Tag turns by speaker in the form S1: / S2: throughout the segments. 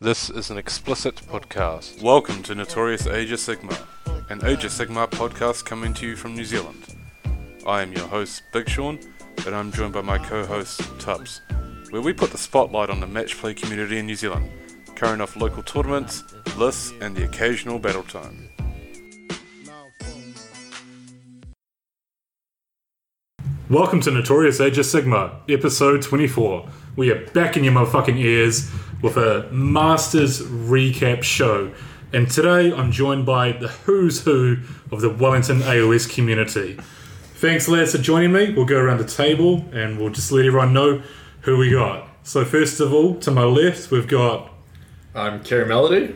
S1: This is an explicit podcast.
S2: Welcome to Notorious Asia Sigma, an Asia Sigma podcast coming to you from New Zealand. I am your host, Big Sean, and I'm joined by my co host, Tubbs, where we put the spotlight on the match play community in New Zealand, carrying off local tournaments, lists, and the occasional battle time. Welcome to Notorious Age of Sigma, episode 24. We are back in your motherfucking ears with a Masters recap show. And today I'm joined by the who's who of the Wellington AOS community. Thanks, lads, for joining me. We'll go around the table and we'll just let everyone know who we got. So, first of all, to my left, we've got
S3: I'm Kerry Melody.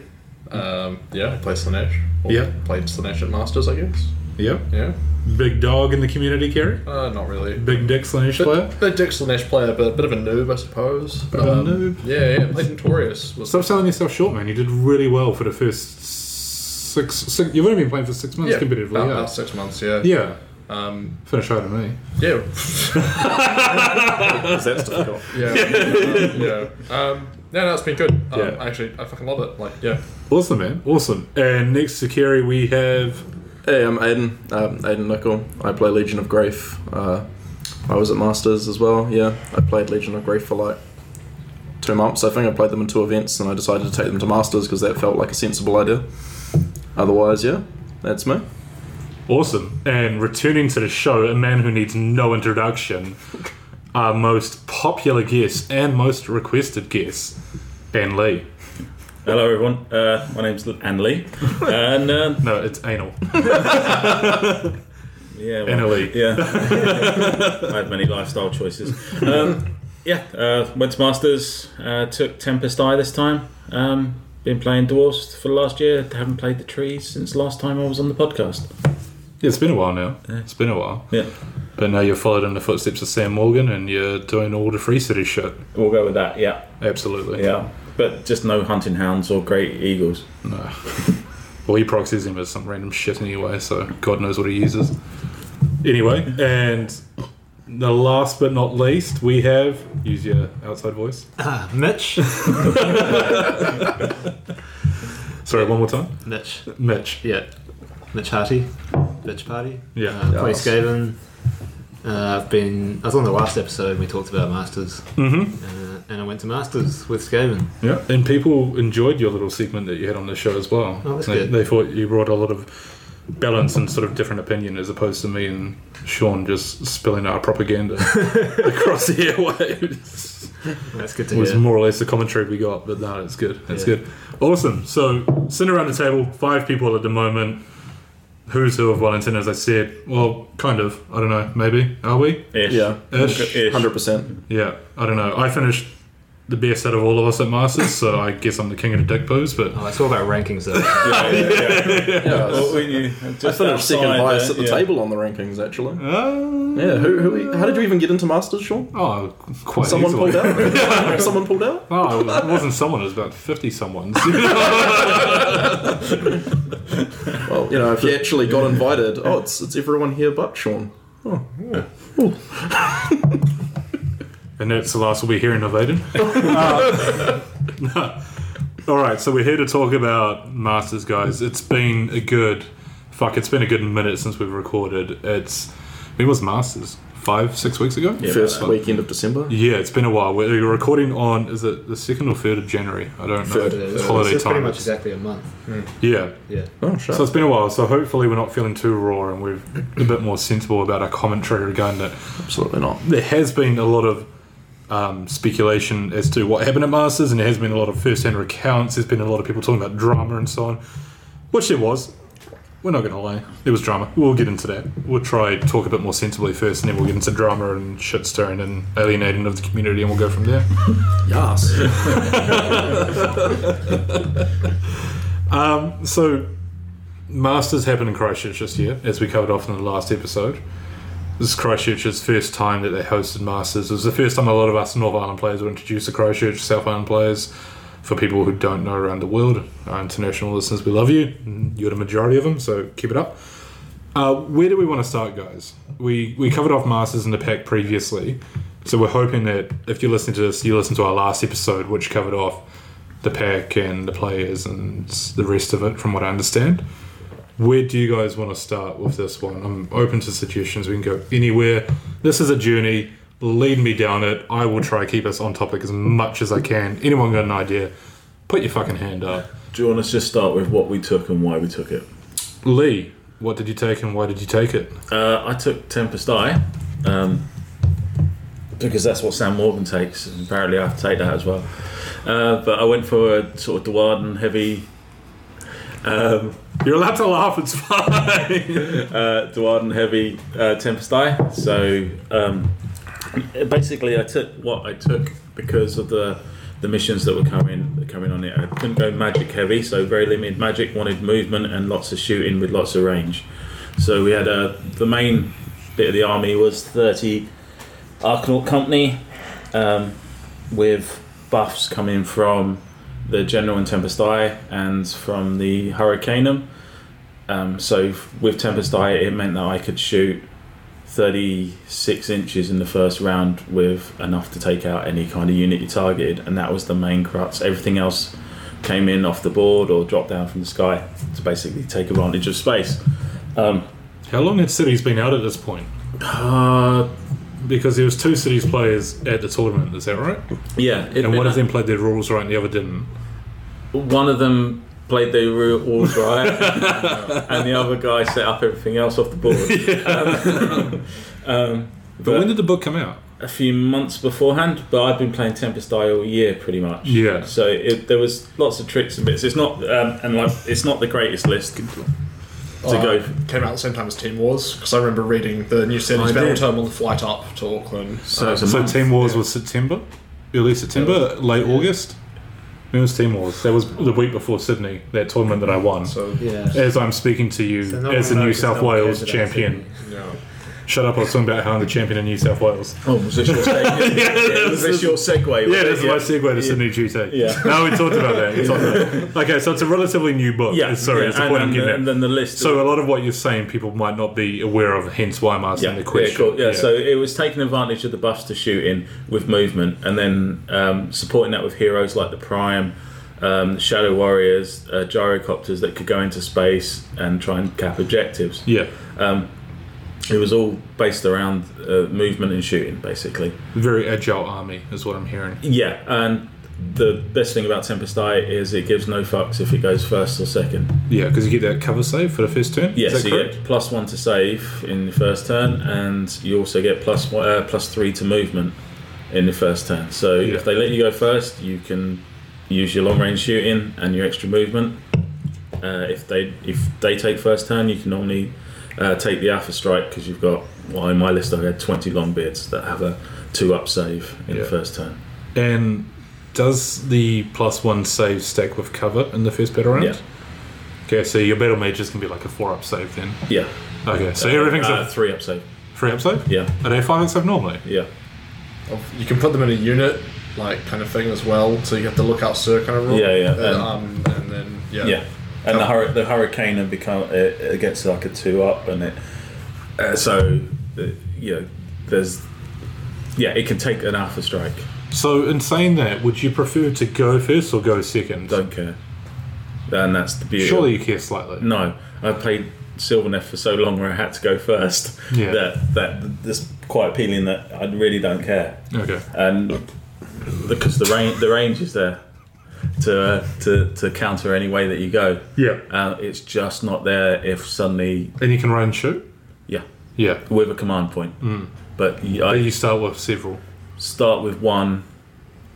S3: Um, yeah, I play Slanesh. Or
S2: Yeah.
S3: Played Slanesh at Masters, I guess.
S2: yep,
S3: Yeah.
S2: big dog in the community, Kerry.
S3: Uh, not really.
S2: Big dick slash player. Um,
S3: But, but Dick Slanesh player, but a bit of a noob, I suppose. Bit
S2: of a noob.
S3: Yeah, yeah. Played Notorious. Was
S2: Stop selling yourself short, man. You did really well for the first six. six you've only been playing for six months
S3: yeah,
S2: competitively.
S3: about,
S2: yeah.
S3: about six months, yeah.
S2: Yeah.
S3: Um,
S2: Finish higher than me.
S3: yeah.
S4: That's difficult.
S3: yeah. um, yeah. Um, no, no, it's been good. Um,
S2: Yeah.
S3: Actually, I fucking love it. Like, yeah.
S2: Awesome, man. Awesome. And next to Kerry, we have.
S4: Hey, I'm Aiden. Um, Aiden Nickel. I play Legion of Grief. Uh, I was at Masters as well. Yeah, I played Legion of Grief for like two months. I think I played them in two events, and I decided to take them to Masters because that felt like a sensible idea. Otherwise, yeah, that's me.
S2: Awesome. And returning to the show, a man who needs no introduction, our most popular guest and most requested guest, Dan Lee.
S5: Hello, everyone. Uh, my name's Anne Lee, and uh,
S2: No, it's anal.
S5: yeah, well,
S2: Anna Lee.
S5: yeah, I had many lifestyle choices. Um, yeah, uh, went to Masters, uh, took Tempest Eye this time. Um, been playing Dwarfs for the last year. Haven't played the trees since last time I was on the podcast.
S2: Yeah, it's been a while now. It's been a while.
S5: Yeah,
S2: But now you're followed in the footsteps of Sam Morgan and you're doing all the free city shit.
S5: we'll go with that. Yeah,
S2: Absolutely.
S5: yeah, but just no hunting hounds or great eagles.
S2: No. Well, he proxies him with some random shit anyway, so God knows what he uses. Anyway, and the last but not least, we have use your outside voice.
S6: Mitch.
S2: Sorry, one more time.
S6: Mitch.
S2: Mitch.
S6: Yeah. Mitch Harty. Mitch Party.
S2: Yeah.
S6: Uh, play
S4: Yes.
S6: Skaven. Uh, I've been. I was on the last episode. and We talked about Masters,
S2: Mm-hmm.
S6: uh, and I went to Masters with Skaven.
S2: Yeah. And people enjoyed your little segment that you had on the show as well.
S6: Oh, that's
S2: they,
S6: good.
S2: they thought you brought a lot of balance and sort of different opinion as opposed to me and Sean just spilling our propaganda across the airwaves.
S6: That's good to
S2: was
S6: hear.
S2: more or less the commentary we got, but no, it's good. It's
S6: Yeah.
S2: good. Awesome. So, sitting around the table, five people at the moment. Who's who of Wellington, as I said? Well, kind of. I don't know. Maybe. Are we?
S5: Ish.
S4: Yeah,
S2: Ish.
S5: Ish.
S4: hundred percent.
S2: Yeah. I don't know. I finished the best out of all of us at Masters, so I guess I'm the king of the dick pose, but
S6: Oh, it's all about rankings, though.
S5: Yeah, yeah, yeah.
S4: Yeah, I
S5: Well,
S4: was-
S5: we knew-
S4: I
S5: just
S4: finished second
S5: outside
S4: highest at
S5: there,
S4: the
S5: yeah.
S4: table on the rankings, actually.
S2: Uh,
S4: Yeah, who, who? How did you even get into Masters, Sean?
S2: Oh, quite
S4: Someone
S2: easily.
S4: pulled out. Someone pulled out.
S2: Oh, it wasn't someone. It was about fifty someone's.
S4: Well, you know, if you actually got invited, oh, it's, it's everyone here but Sean.
S2: And that's the last we'll be hearing of Aiden. Uh, no. All right, so we're here to talk about Masters, guys. It's been a good, fuck, it's been a good minute since we've recorded. It's, when was Masters? Five, six weeks ago?
S5: Yeah.
S4: First
S5: but-
S4: weekend of December.
S2: Yeah, it's been a while. We're recording on, is it the 2nd or 3rd of January? I don't know.
S4: Third.
S2: It's holiday
S6: uh, it's pretty
S2: time.
S6: much exactly a month.
S2: Yeah.
S6: Yeah.
S4: Oh, shit.
S2: So it's been a while, so hopefully we're not feeling too raw and we're a bit more sensible about our commentary regarding it.
S4: Absolutely not.
S2: there has been a lot of um, speculation as to what happened at Masters, and there has been a lot of first-hand recounts. There's been a lot of people talking about drama and so on, which there was. We're not going to lie, there was drama. We'll get into that. We'll try talk a bit more sensibly first, and then we'll get into drama and shit stirring and alienating of the community, and we'll go from there.
S4: Yes.
S2: Um, so, Masters happened in Christchurch this year, as we covered off in the last episode. This is Christchurch's first time that they hosted Masters. It was the first time a lot of us North Island players were introduced to Christchurch, South Island players. For people who don't know around the world, our international listeners, we love you. You're the majority of them, so keep it up. Uh, where do we want to start, guys? We we covered off Masters in the pack previously, so we're hoping that if you're listening to this, you listen to our last episode, which covered off the pack and the players and s- the rest of it, from what I understand. Where do you guys want to start with this one? I'm open to suggestions. We can go anywhere. This is a journey. Lead me down it. I will try keep us on topic as much as I can. Anyone got an idea? Put your fucking hand up.
S5: Do you want us to just start with what we took and why we took it?
S2: Lee, what did you take and why did you take it?
S5: Uh, I took Tempest Eye um, because that's what Sam Morgan takes, and apparently I have to take that as well. Uh, but I went for a sort of Dwarden heavy. Um,
S2: You're allowed to laugh. It's fine.
S5: uh, Dwarden Heavy uh, Tempest Eye. So um, basically, I took what I took because of the the missions that were coming coming on it. I couldn't go magic heavy, so very limited magic. Wanted movement and lots of shooting with lots of range. So we had uh, the main bit of the army was thirty Arkanaut Company um, with buffs coming from. The general in Tempest Eye and from the Hurricaneum, um, so f- with Tempest Eye, it meant that I could shoot 36 inches in the first round with enough to take out any kind of unit you targeted, and that was the main crux. Everything else came in off the board or dropped down from the sky to basically take advantage of space. Um,
S2: How long had cities been out at this point?
S5: uh,
S2: Because there was two cities players at the tournament. Is that right?
S5: yeah, it'd
S2: And one
S5: been
S2: of
S5: a-
S2: them played their rules right, and the other didn't.
S5: one of them played the rules right, and the other guy set up everything else off the board. Um, um,
S2: But when did the book come out?
S5: a few months beforehand, but I've been playing Tempest Die all year pretty much.
S2: Yeah.
S5: So it, there was lots of tricks and bits. It's not um, and like it's not the greatest list to go.
S3: Uh, Came out at the same time as Team Wars because I remember reading the New Cities
S5: I
S3: Battle
S5: did.
S3: Term on the flight up to Auckland. Um,
S5: So it's a
S2: So
S5: month.
S2: Team Wars was September, early September, late August. When was Team Wars? That was the week before Sydney, that tournament that I won.
S3: So
S6: Yeah.
S2: As I'm speaking to you, as the New South Wales champion.
S3: yeah.
S2: Shut up! I was talking about how I'm the champion in New South Wales.
S5: Oh, was this your segue? yeah, was this your segue? wasn't
S2: Yeah,
S5: it?
S2: that's my segue to Sydney GT. Yeah. No, we talked about that. We talked about that. Okay, so it's a relatively new book.
S5: Yeah,
S2: Sorry,
S5: yeah,
S2: it's the
S5: and,
S2: point I'm
S5: and,
S2: getting
S5: the-
S2: at.
S5: and then the list.
S2: So a lot of what you're saying, people might not be aware of. Hence why I'm asking
S5: yeah,
S2: the question.
S5: yeah, cool. yeah, so it was taking advantage of the buffs to shoot in with movement, and then um, supporting that with heroes like the Prime, um, Shadow Warriors, uh, gyrocopters that could go into space and try and cap objectives.
S2: yeah,
S5: It was all based around uh, movement and shooting, basically.
S2: very agile army is what I'm hearing.
S5: Yeah, and the best thing about Tempest Eye is it gives no fucks if it goes first or second.
S2: Yeah, because you get that cover save for the first turn.
S5: Yeah,
S2: is
S5: so
S2: that
S5: you
S2: correct?
S5: get plus one to save in the first turn, and you also get plus one, uh, plus three to movement in the first turn. So
S2: Yeah.
S5: if they let you go first, you can use your long range shooting and your extra movement. Uh, if they if they take first turn, you can normally uh, take the alpha strike because you've got. Well, in my list, I had twenty long beards that have a two up save in
S2: Yeah.
S5: the first turn.
S2: And does the plus one save stack with cover in the first battle round?
S5: Yeah.
S2: Okay, so your battle mages can be like a four up save then.
S5: Yeah,
S2: Okay, so everything's a
S5: uh, three up save.
S2: three up save.
S5: Yeah,
S2: Are they five up save normally?
S5: yeah.
S3: of- you can put them in a unit like kind of thing as well. So you have to look out Sir kind of rule.
S5: Yeah, yeah,
S3: Uh,
S5: and-
S3: um, and then yeah.
S5: Yeah, and the, hur- the hurricane and become it, it gets like a two up, and it uh, so uh, you know there's yeah it can take an alpha strike.
S2: So in saying that, would you prefer to go first or go 2nd
S5: Don't care, and that's the beauty. of-
S2: Surely you care slightly.
S5: no, I played Sylvaneth for so long where I had to go first.
S2: Yeah.
S5: that that that's quite appealing. That I really don't care,
S2: Okay.
S5: and because the range the range is there to uh, to to counter any way that you go.
S2: Yeah.
S5: Uh, it's just not there if suddenly
S2: And you can run and shoot.
S5: yeah.
S2: Yeah.
S5: with a command point.
S6: Hmm.
S5: But y-
S2: But
S5: I
S2: you start with several.
S5: start with one,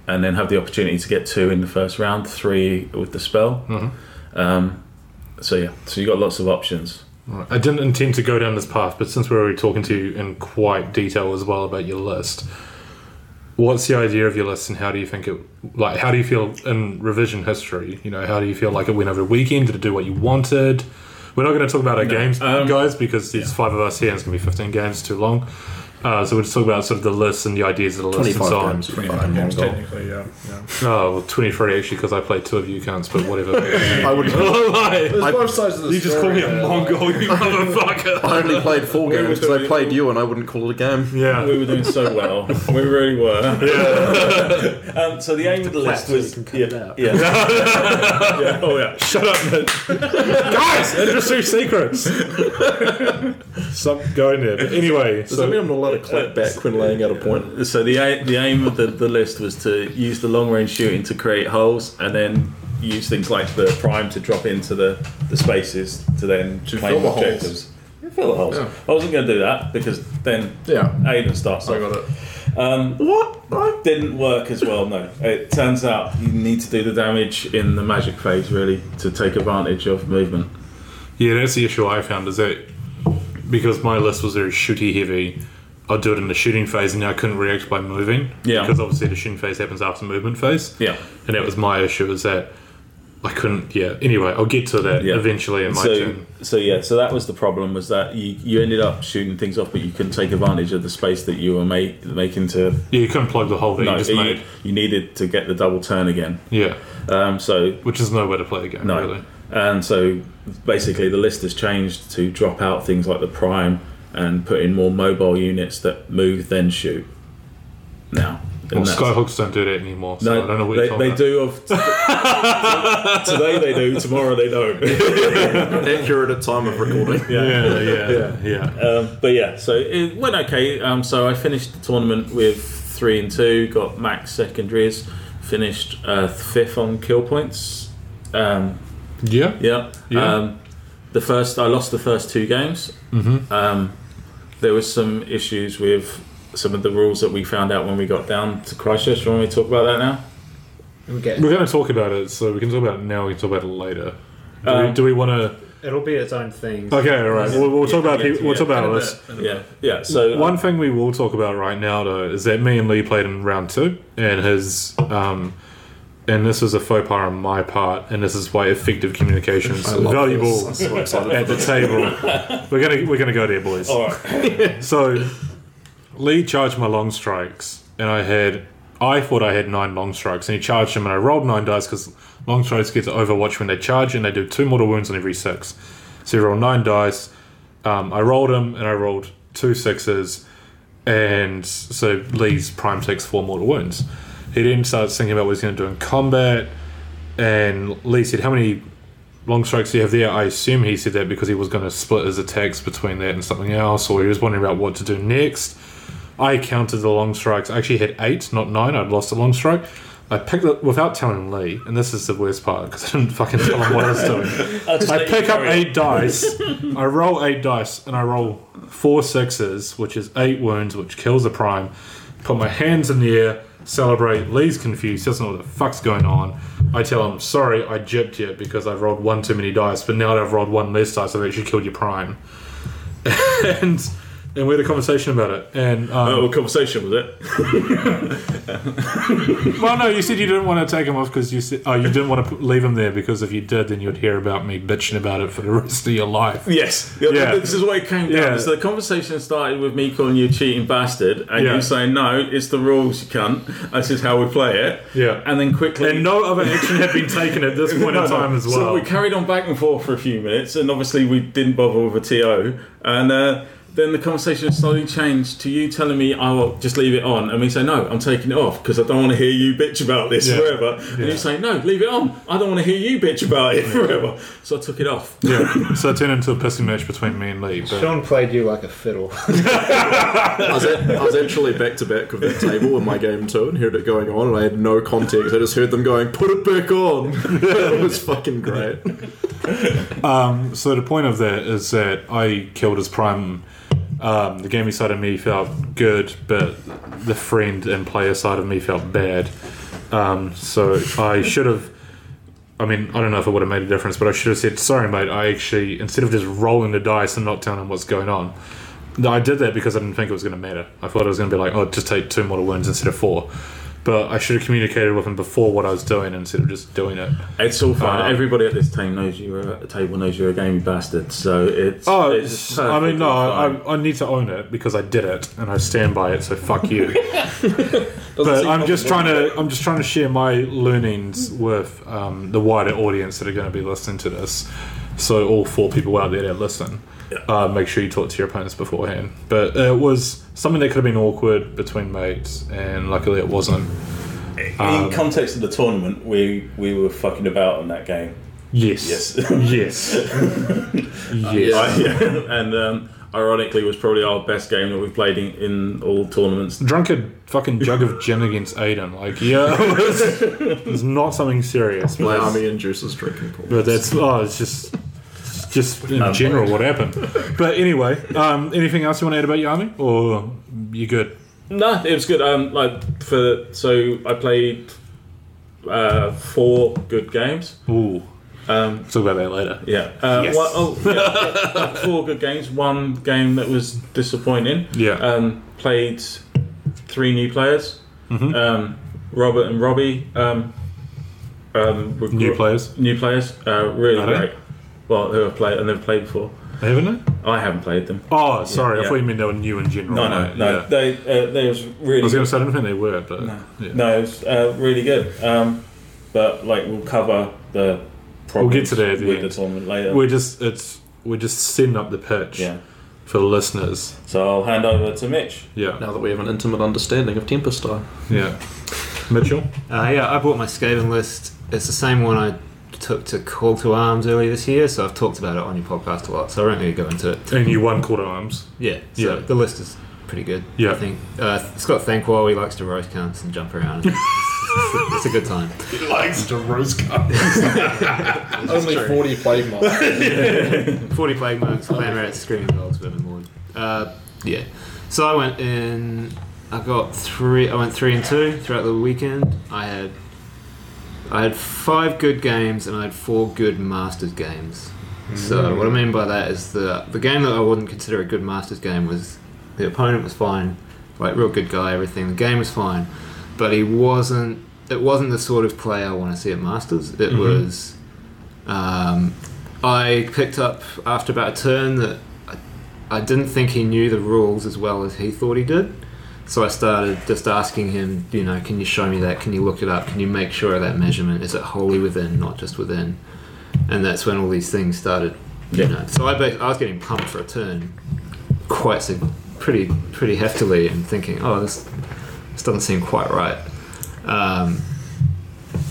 S5: and then have the opportunity to get two in the first round, three with the spell.
S6: Mm-hmm.
S5: Um, so yeah, so you got lots of options.
S2: Right. I didn't intend to go down this path, but since we're already talking to you in quite detail as well about your list, what's the idea of your list, and how do you think it? Like, how do you feel in revision history? You know, how do you feel like it went over the weekend? Did it do what you wanted? We're not going to talk about our games,
S5: um,
S2: guys, because there's five of us here, and it's going to be 15 games too long. Uh, so we'll just talk about sort of the list and the ideas of the list and so on.
S4: games.
S3: 25 games
S4: Mongol.
S3: technically, yeah. yeah.
S2: Oh, well, 23 actually, because I played two of you cunts, but whatever.
S4: I would.
S2: Alright.
S3: There's both sides of the
S2: you just called me
S3: story
S2: a
S3: there, like-
S2: Mongol, you motherfucker.
S4: I only played four
S5: We were
S4: games because I
S5: doing-
S4: played you, and I wouldn't call it a game.
S5: We
S2: Yeah.
S5: were doing so well. We really were. Yeah. um, so the aim of the list
S6: so you
S5: was
S6: can cut
S5: yeah,
S6: it out.
S5: yeah. yeah. Oh yeah.
S2: Shut up, man. Guys, industry secrets. Stop going there. But anyway,
S4: Does that mean
S2: so
S4: I'm not allowed to clap back when laying out a point?
S5: So the a- the aim of the, the list was to use the long range shooting to create holes, and then use things like the prime to drop into the, the spaces to then
S3: To
S5: claim
S3: fill the
S5: objectives. Fill the holes.
S3: Yeah.
S5: I wasn't going to do that because then
S3: Yeah,
S5: Aiden starts.
S3: I
S5: off.
S3: got it.
S5: Um,
S4: What? I
S5: didn't work as well. No, it turns out you need to do the damage in the magic phase really to take advantage of movement.
S2: yeah, that's the issue I found is that because my list was very shooty heavy, I'd do it in the shooting phase and I couldn't react by moving.
S5: Yeah.
S2: Because obviously the shooting phase happens after movement phase.
S5: Yeah.
S2: And that was my issue is that I couldn't, yeah. Anyway, I'll get to that
S5: Yeah.
S2: eventually in my
S5: So,
S2: turn.
S5: so yeah, so that was the problem was that you, you ended up shooting things off, but you couldn't take advantage of the space that you were make, making to.
S2: Yeah, you couldn't plug the hole that
S5: No,
S2: you just
S5: you,
S2: made.
S5: you needed to get the double turn again.
S2: Yeah.
S5: Um, so
S2: Which is no way to play the game,
S5: no,
S2: really.
S5: and so basically the list has changed to drop out things like the prime and put in more mobile units that move then shoot. Now, And
S2: Well,
S5: that's-
S2: skyhooks don't do that anymore, so I don't know what
S5: they,
S2: you're
S5: they
S2: talking
S5: do of today they do, tomorrow they don't.
S4: accurate at time of recording.
S2: about. Yeah, yeah, yeah.
S5: um, but yeah, so it went okay. Um, so I finished the tournament with three and two, got max secondaries, finished uh, fifth on kill points. Um,
S2: Yeah.
S5: yeah.
S2: Yeah.
S5: Um, the first I lost the first two games. Mm-hmm. Um, there was some issues with some of the rules that we found out when we got down to Christchurch. Do you want me to talk about that now?
S6: We'll get-
S2: We're going to talk about it, so we can talk about it now, we can talk about it later. Do we,
S5: Um,
S2: do we want to.
S6: It'll be its own thing.
S2: Okay, all right. We'll, we'll
S5: Yeah,
S2: talk about
S5: yeah,
S2: it. We'll
S5: yeah.
S2: talk about
S3: In a
S2: this.
S3: bit, in a bit.
S5: Yeah. Yeah. So
S2: One thing we will talk about right now, though, is that me and Lee played in round two, and his. Um, and this was a faux pas on my part, and this is why effective communication is
S4: I love
S2: valuable
S4: this. I'm so excited
S2: at the table. we're gonna we're gonna go there, boys.
S5: All right.
S2: So Lee charged my long strikes, and I had I thought I had nine long strikes, and he charged him, and I rolled nine dice because long strikes get to Overwatch when they charge, and they do two mortal wounds on every six. So you roll nine dice. Um, I rolled him, and I rolled two sixes, and so Lee's prime takes four mortal wounds. He then starts thinking about what he's going to do in combat, and Lee said, "How many long strikes do you have there? I assume he said that because he was going to split his attacks between that and something else, or he was wondering about what to do next. I counted the long strikes. I actually had eight, not nine. I'd lost a long strike. I picked it without telling Lee, and this is the worst part because I didn't fucking tell him what I was doing. I pick up eight dice. I roll eight dice, and I roll four sixes, which is eight wounds, which kills a prime. Put my hands in the air, celebrate. Lee's confused, doesn't know what the fuck's going on. I tell him, "Sorry, I gypped you because I've rolled one too many dice, but now that I've rolled one less dice, I've actually killed your prime." and and we had a conversation about it, and um,
S5: Oh, a conversation was it?
S2: Well, no, you said you didn't want to take him off because you said, oh, you didn't want to put, leave him there because if you did, then you'd hear about me bitching about it for the rest of your life.
S5: Yes.
S2: Yeah.
S5: This is what it came down.
S2: Yeah.
S5: to. So the conversation started with me calling you a cheating bastard, and
S2: Yeah.
S5: you saying, "No, it's the rules, you cunt. This is how we play it."
S2: Yeah.
S5: And then quickly,
S2: And no other action had been taken at this point in time as
S5: So
S2: well.
S5: we carried on back and forth for a few minutes, and obviously we didn't bother with a TO. And uh, then the conversation slowly changed to you telling me, "I will just leave it on," and me saying, "No, I'm taking it off because I don't want to hear you bitch about this
S2: Yeah.
S5: forever." And you saying, "No, leave it on. I don't want to hear you bitch about it forever." So I took it off.
S2: yeah, so it turned into a pissing match between me and Lee. But
S6: Sean played you like a fiddle.
S4: I was, at, I was actually back to back with that table in my game too, and heard it going on, and I had no context. I just heard them going, "Put it back on." it was fucking great.
S2: so the point of that is that I killed his prime. Um, the gamey side of me felt good, but the friend and player side of me felt bad. Um, so I should have. I mean, I don't know if it would have made a difference, but I should have said, "Sorry, mate. I actually instead of just rolling the dice and not telling him what's going on, no, I did that because I didn't think it was going to matter. I thought it was going to be like, oh, just take two mortal wounds instead of four. but I should have communicated with him before what I was doing instead of just doing it.
S5: It's all fine.
S2: Uh,
S5: Everybody at this team knows you. At the table knows you're a gamey bastard. So it's.
S2: Oh,
S5: it's
S2: I mean, no,
S5: perfectly
S2: I, I need to own it because I did it and I stand by it. So fuck you.
S3: Doesn't
S2: but
S3: seem
S2: I'm just
S3: possible.
S2: trying to I'm just trying to share my learnings with um, the wider audience that are going to be listening to this. So all four people out there that listen, uh, make sure you talk to your opponents beforehand. But it was something that could have been awkward between mates, and luckily it wasn't.
S5: Um,
S7: In context of the tournament, we we were fucking about on that game.
S2: Yes.
S7: Yes.
S2: yes.
S3: Uh,
S2: yes.
S5: fine. yeah. and um, ironically, was probably our best game that we've played in, in all tournaments.
S2: Drunk a fucking jug of gin against Aiden. Like, yeah, it was, it was not something serious.
S4: My
S2: But,
S4: army induces drinking pool.
S2: but that's, oh, it's just, it's just in general what happened. But anyway, um, anything else you want to add about your army? Or you good?
S5: No, it was good. Um, like for so I played uh, four good games.
S2: Ooh.
S5: Um,
S2: We'll talk about that later.
S5: yeah. Uh,
S2: Yes.
S5: one- oh, yeah, yeah, like four good games. One game that was disappointing.
S2: Yeah.
S5: Um, played three new players.
S2: Mm-hmm.
S5: Um, Robert and Robbie. Um, um, were
S2: New
S5: gr-
S2: players?
S5: New players. Uh, really
S2: Are they?
S5: great. Well, who have played and they've played before.
S2: Haven't it?
S5: I haven't played them.
S2: Oh, sorry. I
S5: yeah.
S2: thought you meant they were new in general.
S5: No, no,
S2: right?
S5: no.
S2: Yeah.
S5: They uh, they was really.
S2: I was
S5: good.
S2: going to say, I don't think they were, but. yeah.
S5: No, it was uh, really good. Um, but like we'll cover the problems
S2: get to that at the
S5: with
S2: end.
S5: the tournament later.
S2: We're just, it's, we're just setting up the pitch
S5: yeah.
S2: for the listeners.
S5: So I'll hand over to Mitch.
S2: Yeah.
S4: Now that we have an intimate understanding of Tempestar.
S2: Yeah. Mitchell?
S8: Uh, yeah, I bought my Skaven list. It's the same one I took to Call to Arms earlier this year, so I've talked about it on your podcast a lot, so I don't need to go into it.
S2: And you won quarter arms.
S8: Yeah, so
S2: Yeah.
S8: the list is pretty good.
S2: Yeah.
S8: I think uh, it's got Thankwell. He likes to roast cunts and jump around. It's, it's- it's a good time.
S3: He likes to roast Only 40 plague marks.
S8: 40 plague monks, clan rats, screaming dogs, vermin lord. Uh, yeah. So I went in. I got three. I went three and two throughout the weekend. I had. I had five good games and I had four good Masters games. So what I mean by that is the the game that I wouldn't consider a good Masters game was the opponent was fine, like real good guy, everything. The game was fine, but he wasn't. It wasn't the sort of player I want to see at Masters. It was. Um, I picked up after about a turn that I, I didn't think he knew the rules as well as he thought he did. So I started just asking him, you know, can you show me that? Can you look it up? Can you make sure of that measurement? Is it wholly within, not just within? And that's when all these things started, you
S5: Yeah.
S8: know. So I, ba- I was getting pumped for a turn quite sig- pretty pretty heftily and thinking, oh, this, this doesn't seem quite right. Um,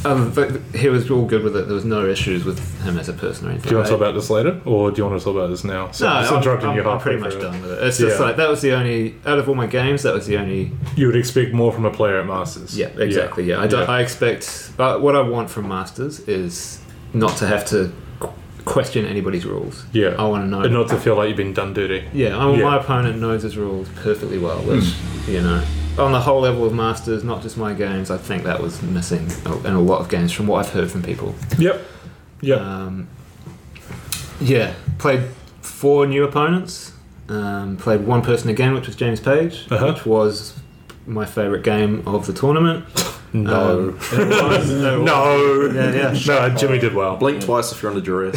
S8: um, but he was all good with it. There was no issues with him as a person or
S2: Do
S8: anything.
S2: you want to
S8: Right?
S2: talk about this later, or do you want to talk about this now? So I'm just
S8: I'm-
S2: interrupting
S8: I'm,
S2: you
S8: I'm
S2: halfway
S8: pretty much
S2: through it.
S8: done with it. It's just
S2: Yeah.
S8: like that was the only out of all my games. That was the only.
S2: You would expect more from a player at Masters.
S8: Yeah, exactly. Yeah, I don't. I expect. But what I want from Masters is not to have to qu- question anybody's rules.
S2: Yeah.
S8: I want to know.
S2: And not to feel like you've been done dirty.
S8: yeah, I want
S2: Yeah. Hmm.
S8: my opponent knows his rules perfectly well, which you know. On the whole level of Masters, not just my games, I think that was missing in a lot of games from what I've heard from people.
S2: Yep. Yep.
S8: Um, yeah, played four new opponents. Um, played one person again, which was James Page,
S2: Uh-huh.
S8: which was my favourite game of the tournament.
S2: no.
S8: Um, it was- it was-
S2: no.
S8: Yeah, yeah.
S2: No, Jimmy did well.
S4: Blink twice if you're under duress.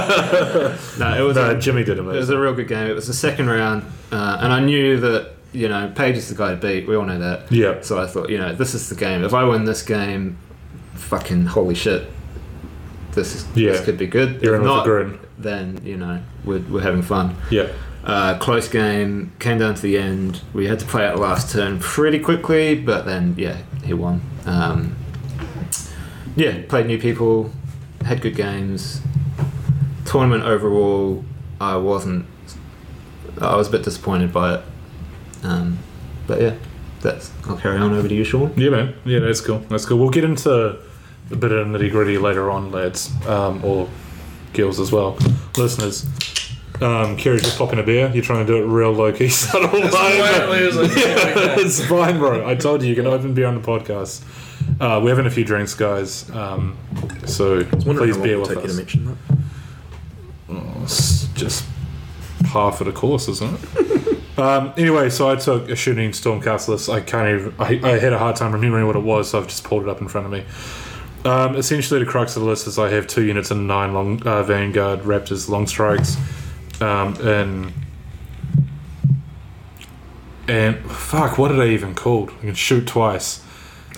S8: No, it was
S2: No,
S8: a,
S2: Jimmy did
S8: it was
S2: amazing.
S8: a real good game. It was the second round, uh, and I knew that you know Page is the guy to beat. We all know that.
S2: Yeah.
S8: So I thought, you know, this is the game. If I win this game, fucking holy shit, this is,
S2: Yeah.
S8: this could be good.
S2: You're
S8: if
S2: in with a
S8: not,
S2: grin.
S8: then you know we're, we're having fun.
S2: Yeah.
S8: Uh, close game, came down to the end. We had to play out last turn pretty quickly, but then, yeah, he won. Um, yeah, played new people, had good games. Tournament overall, I wasn't. I was a bit disappointed by it. Um, but yeah, that's. I'll carry on over to you, Sean.
S2: Yeah, man. Yeah, that's cool. That's cool. We'll get into a bit of nitty gritty later on, lads, um, or girls as well, listeners. Um, Kerry's just popping a beer. You're trying to do it real low key, subtle. it's fine, bro. I told you you can open beer on the podcast. Uh, we're having a few drinks, guys. Um, so please bear with
S4: take you to
S2: us.
S4: mention that.
S2: It's just par for the course, isn't it? Um, anyway, so I took a shooting Stormcast list. I can't even. I, I had a hard time remembering what it was, so I've just pulled it up in front of me. Um, essentially, the crux of the list is I have two units and nine long uh, Vanguard Raptors long strikes, um, and and fuck, what are they even called? I can shoot twice.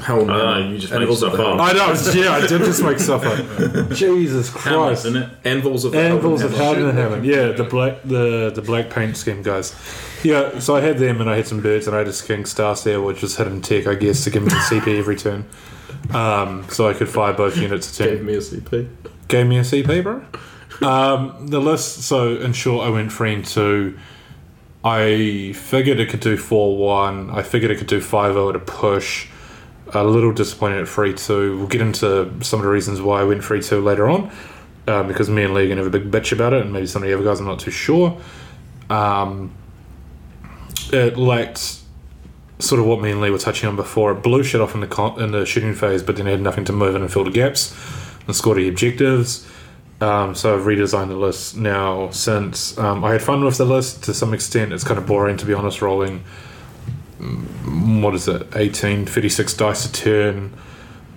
S4: Hell no.
S5: Uh, you just make stuff
S4: the,
S5: up.
S2: I know. it's- Yeah, I did just make stuff up. Jesus
S5: Hamlet,
S2: Christ!
S5: isn't it?
S4: Anvils of the
S2: Anvils of
S4: Hell.
S2: Howden and Heaven. Yeah, the black the the black paint scheme guys. Yeah, so I had them and I had some birds and I had a King Star Stair, which is hidden tech, I guess, to give me the CP every turn. Um, so I could fire both units a turn.
S4: Gave me a CP.
S2: Gave me a CP, bro. Um, the list, so in short, I went three and two. I figured it could do 4 1. I figured it could do 5 0 at a push. A little disappointed at 3 2. We'll get into some of the reasons why I went 3 2 later on, um, because me and Lee are going to have a big bitch about it, and maybe some of the other guys, I'm not too sure. Um, it lacked sort of what me and Lee were touching on before. It blew shit off in the, con- in the shooting phase, but then had nothing to move in and fill the gaps and score the objectives. Um, so I've redesigned the list now since um, I had fun with the list to some extent. It's kind of boring to be honest, rolling mm, what is it, 18, 56 dice a turn,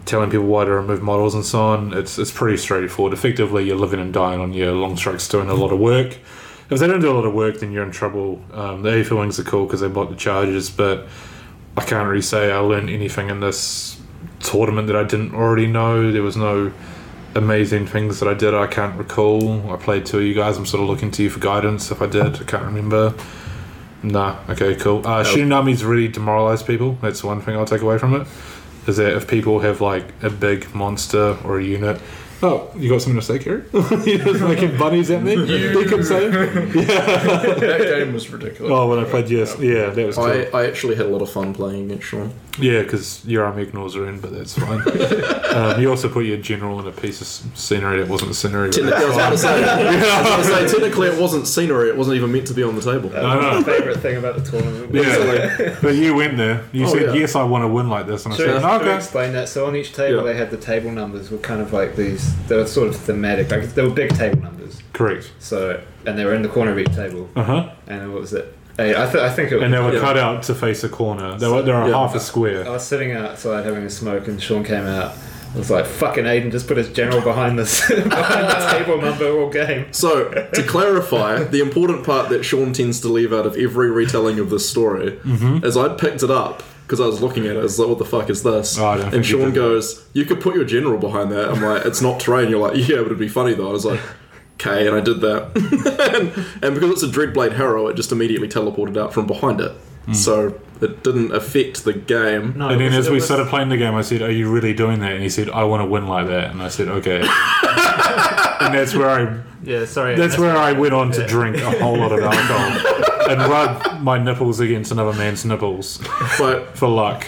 S2: telling people why to remove models and so on. It's, it's pretty straightforward. Effectively, you're living and dying on your long strikes doing a lot of work. If they don't do a lot of work, then you're in trouble. Um, the AFL wings are cool because they block the charges, but I can't really say I learned anything in this tournament that I didn't already know. There was no amazing things that I did I can't recall. I played two of you guys. I'm sort of looking to you for guidance if I did. I can't remember. Nah. Okay. Cool. Uh, Shooting armies really demoralize people. That's one thing I'll take away from it. Is that if people have like a big monster or a unit. Oh, you got something to say, Kerry? You're just making bunnies at me. You can say. Yeah.
S3: that game was ridiculous.
S2: Oh, when I played yes, yeah, that
S3: Oh,
S2: was cool.
S4: I, I actually had a lot of fun playing against Sean.
S2: Yeah, because your army ignores her in, but that's fine. um, you also put your general in a piece of s- scenery that wasn't scenery. But
S4: Technically, I was about to say, I was about to say, technically it wasn't scenery, it wasn't even meant to be on the table.
S2: I know.
S8: Favorite thing about the tournament. was
S2: Yeah, but you went there. You
S4: Oh,
S2: said
S4: yeah.
S2: yes, I want to win like this, and I
S8: To,
S2: said no.
S8: to
S2: Okay.
S8: explain that, so on each table
S4: Yeah.
S8: they had the table numbers were kind of like these. They were sort of thematic. Like they were big table numbers.
S2: Correct.
S8: So and they were in the corner of each table.
S2: Uh huh.
S8: And what was it? Hey, I, th- I think it was.
S2: And they were
S4: Yeah.
S2: cut out to face a corner. They were they were
S4: Yeah.
S2: half a
S8: I
S2: square.
S8: was sitting outside having a smoke, and Sean came out. I was like, "Fucking Aiden, just put his general behind this behind the table number all game."
S4: So, to clarify, the important part that Sean tends to leave out of every retelling of this story
S2: Mm-hmm.
S4: is I picked it up because I was looking at it. I was like, what the fuck is this?
S2: Oh, I don't
S4: and
S2: think you
S4: Sean
S2: did that.
S4: goes, you could put your general behind that. I'm like, it's not terrain. You're like, yeah, but it'd be funny though. I was like, okay, and I did that. and, and because it's a Dreadblade Harrow, it just immediately teleported out from behind it.
S2: Mm.
S4: So, it didn't affect the game.
S2: And then
S6: it
S2: as
S6: was-
S2: we started playing the game, I said, "Are you really doing that?" And he said, "I want to win like that." And I said, "Okay." and that's where I
S6: Yeah, sorry.
S2: that's where I went on to drink a whole lot of alcohol and rub my nipples against another man's nipples
S4: But
S2: for luck.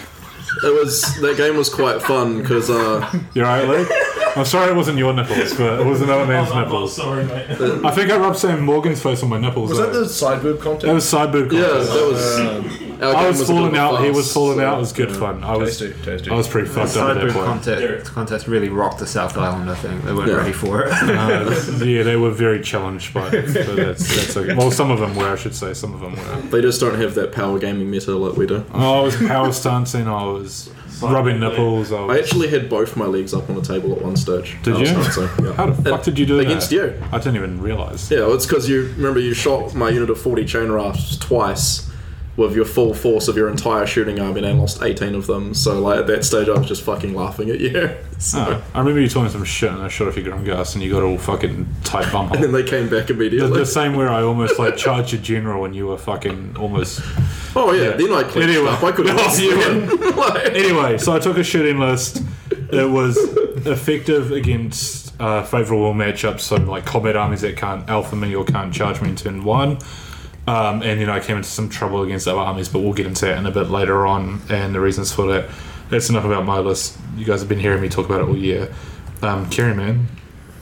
S4: it was that game was quite fun because uh,
S2: You alright, Luke? I'm sorry it wasn't your nipples, but it was another man's nipples.
S5: Oh, sorry, mate.
S2: I think I rubbed Sam Morgan's face on my nipples.
S3: Was that
S2: though.
S3: the side boob
S2: That
S3: contest?
S2: was side boob
S4: yeah,
S2: contest.
S4: that was. our
S2: I
S4: game
S2: was
S4: a bit
S2: falling
S4: of a
S2: out, he was
S4: farce,
S2: falling
S4: so-
S2: out. It was good fun. I was,
S3: Tasty, tasty.
S2: I was pretty fucked up at
S6: Sidebird
S2: that point.
S6: contest, contest really rocked the South Island, I think. They weren't
S4: Yeah.
S6: ready for it.
S2: Uh, yeah, they were very challenged by it. But that's, that's okay. Well, some of them were, I should say. Some of them were.
S4: They just don't have that power gaming meta like we do.
S2: Oh, I was power stancing. I was rubbing nipples. I
S4: I
S2: was,
S4: actually had both my legs up on the table at one stage.
S2: Did
S4: I was
S2: you?
S4: not, so, yeah.
S2: how the fuck
S4: It-
S2: did you do
S4: against
S2: that?
S4: you?
S2: I didn't even realize.
S4: Yeah, well, it's because you remember you shot my unit of 40 chain rafts twice with your full force of your entire shooting army and I lost 18 of them. So like at that stage, I was just fucking laughing at you. So,
S2: Oh, I remember you talking some shit, and I shot off your gun gas, and you got all fucking tight bum
S4: And
S2: hole.
S4: then they came back
S2: The,
S4: immediately.
S2: the same where I almost like charged your general, and you were fucking almost
S4: oh yeah,
S2: yeah.
S4: then I clicked
S2: Anyway.
S4: up. I could have lost you. like,
S2: anyway, so I took a shooting list. It was effective against uh, favourable matchups, so like combat armies that can't alpha me or can't charge me in turn one. Um, and then I came into some trouble against other armies, but we'll get into that in a bit later on and the reasons for that. That's enough about my list. You guys have been hearing me talk about it all year. Um, Kerry, man,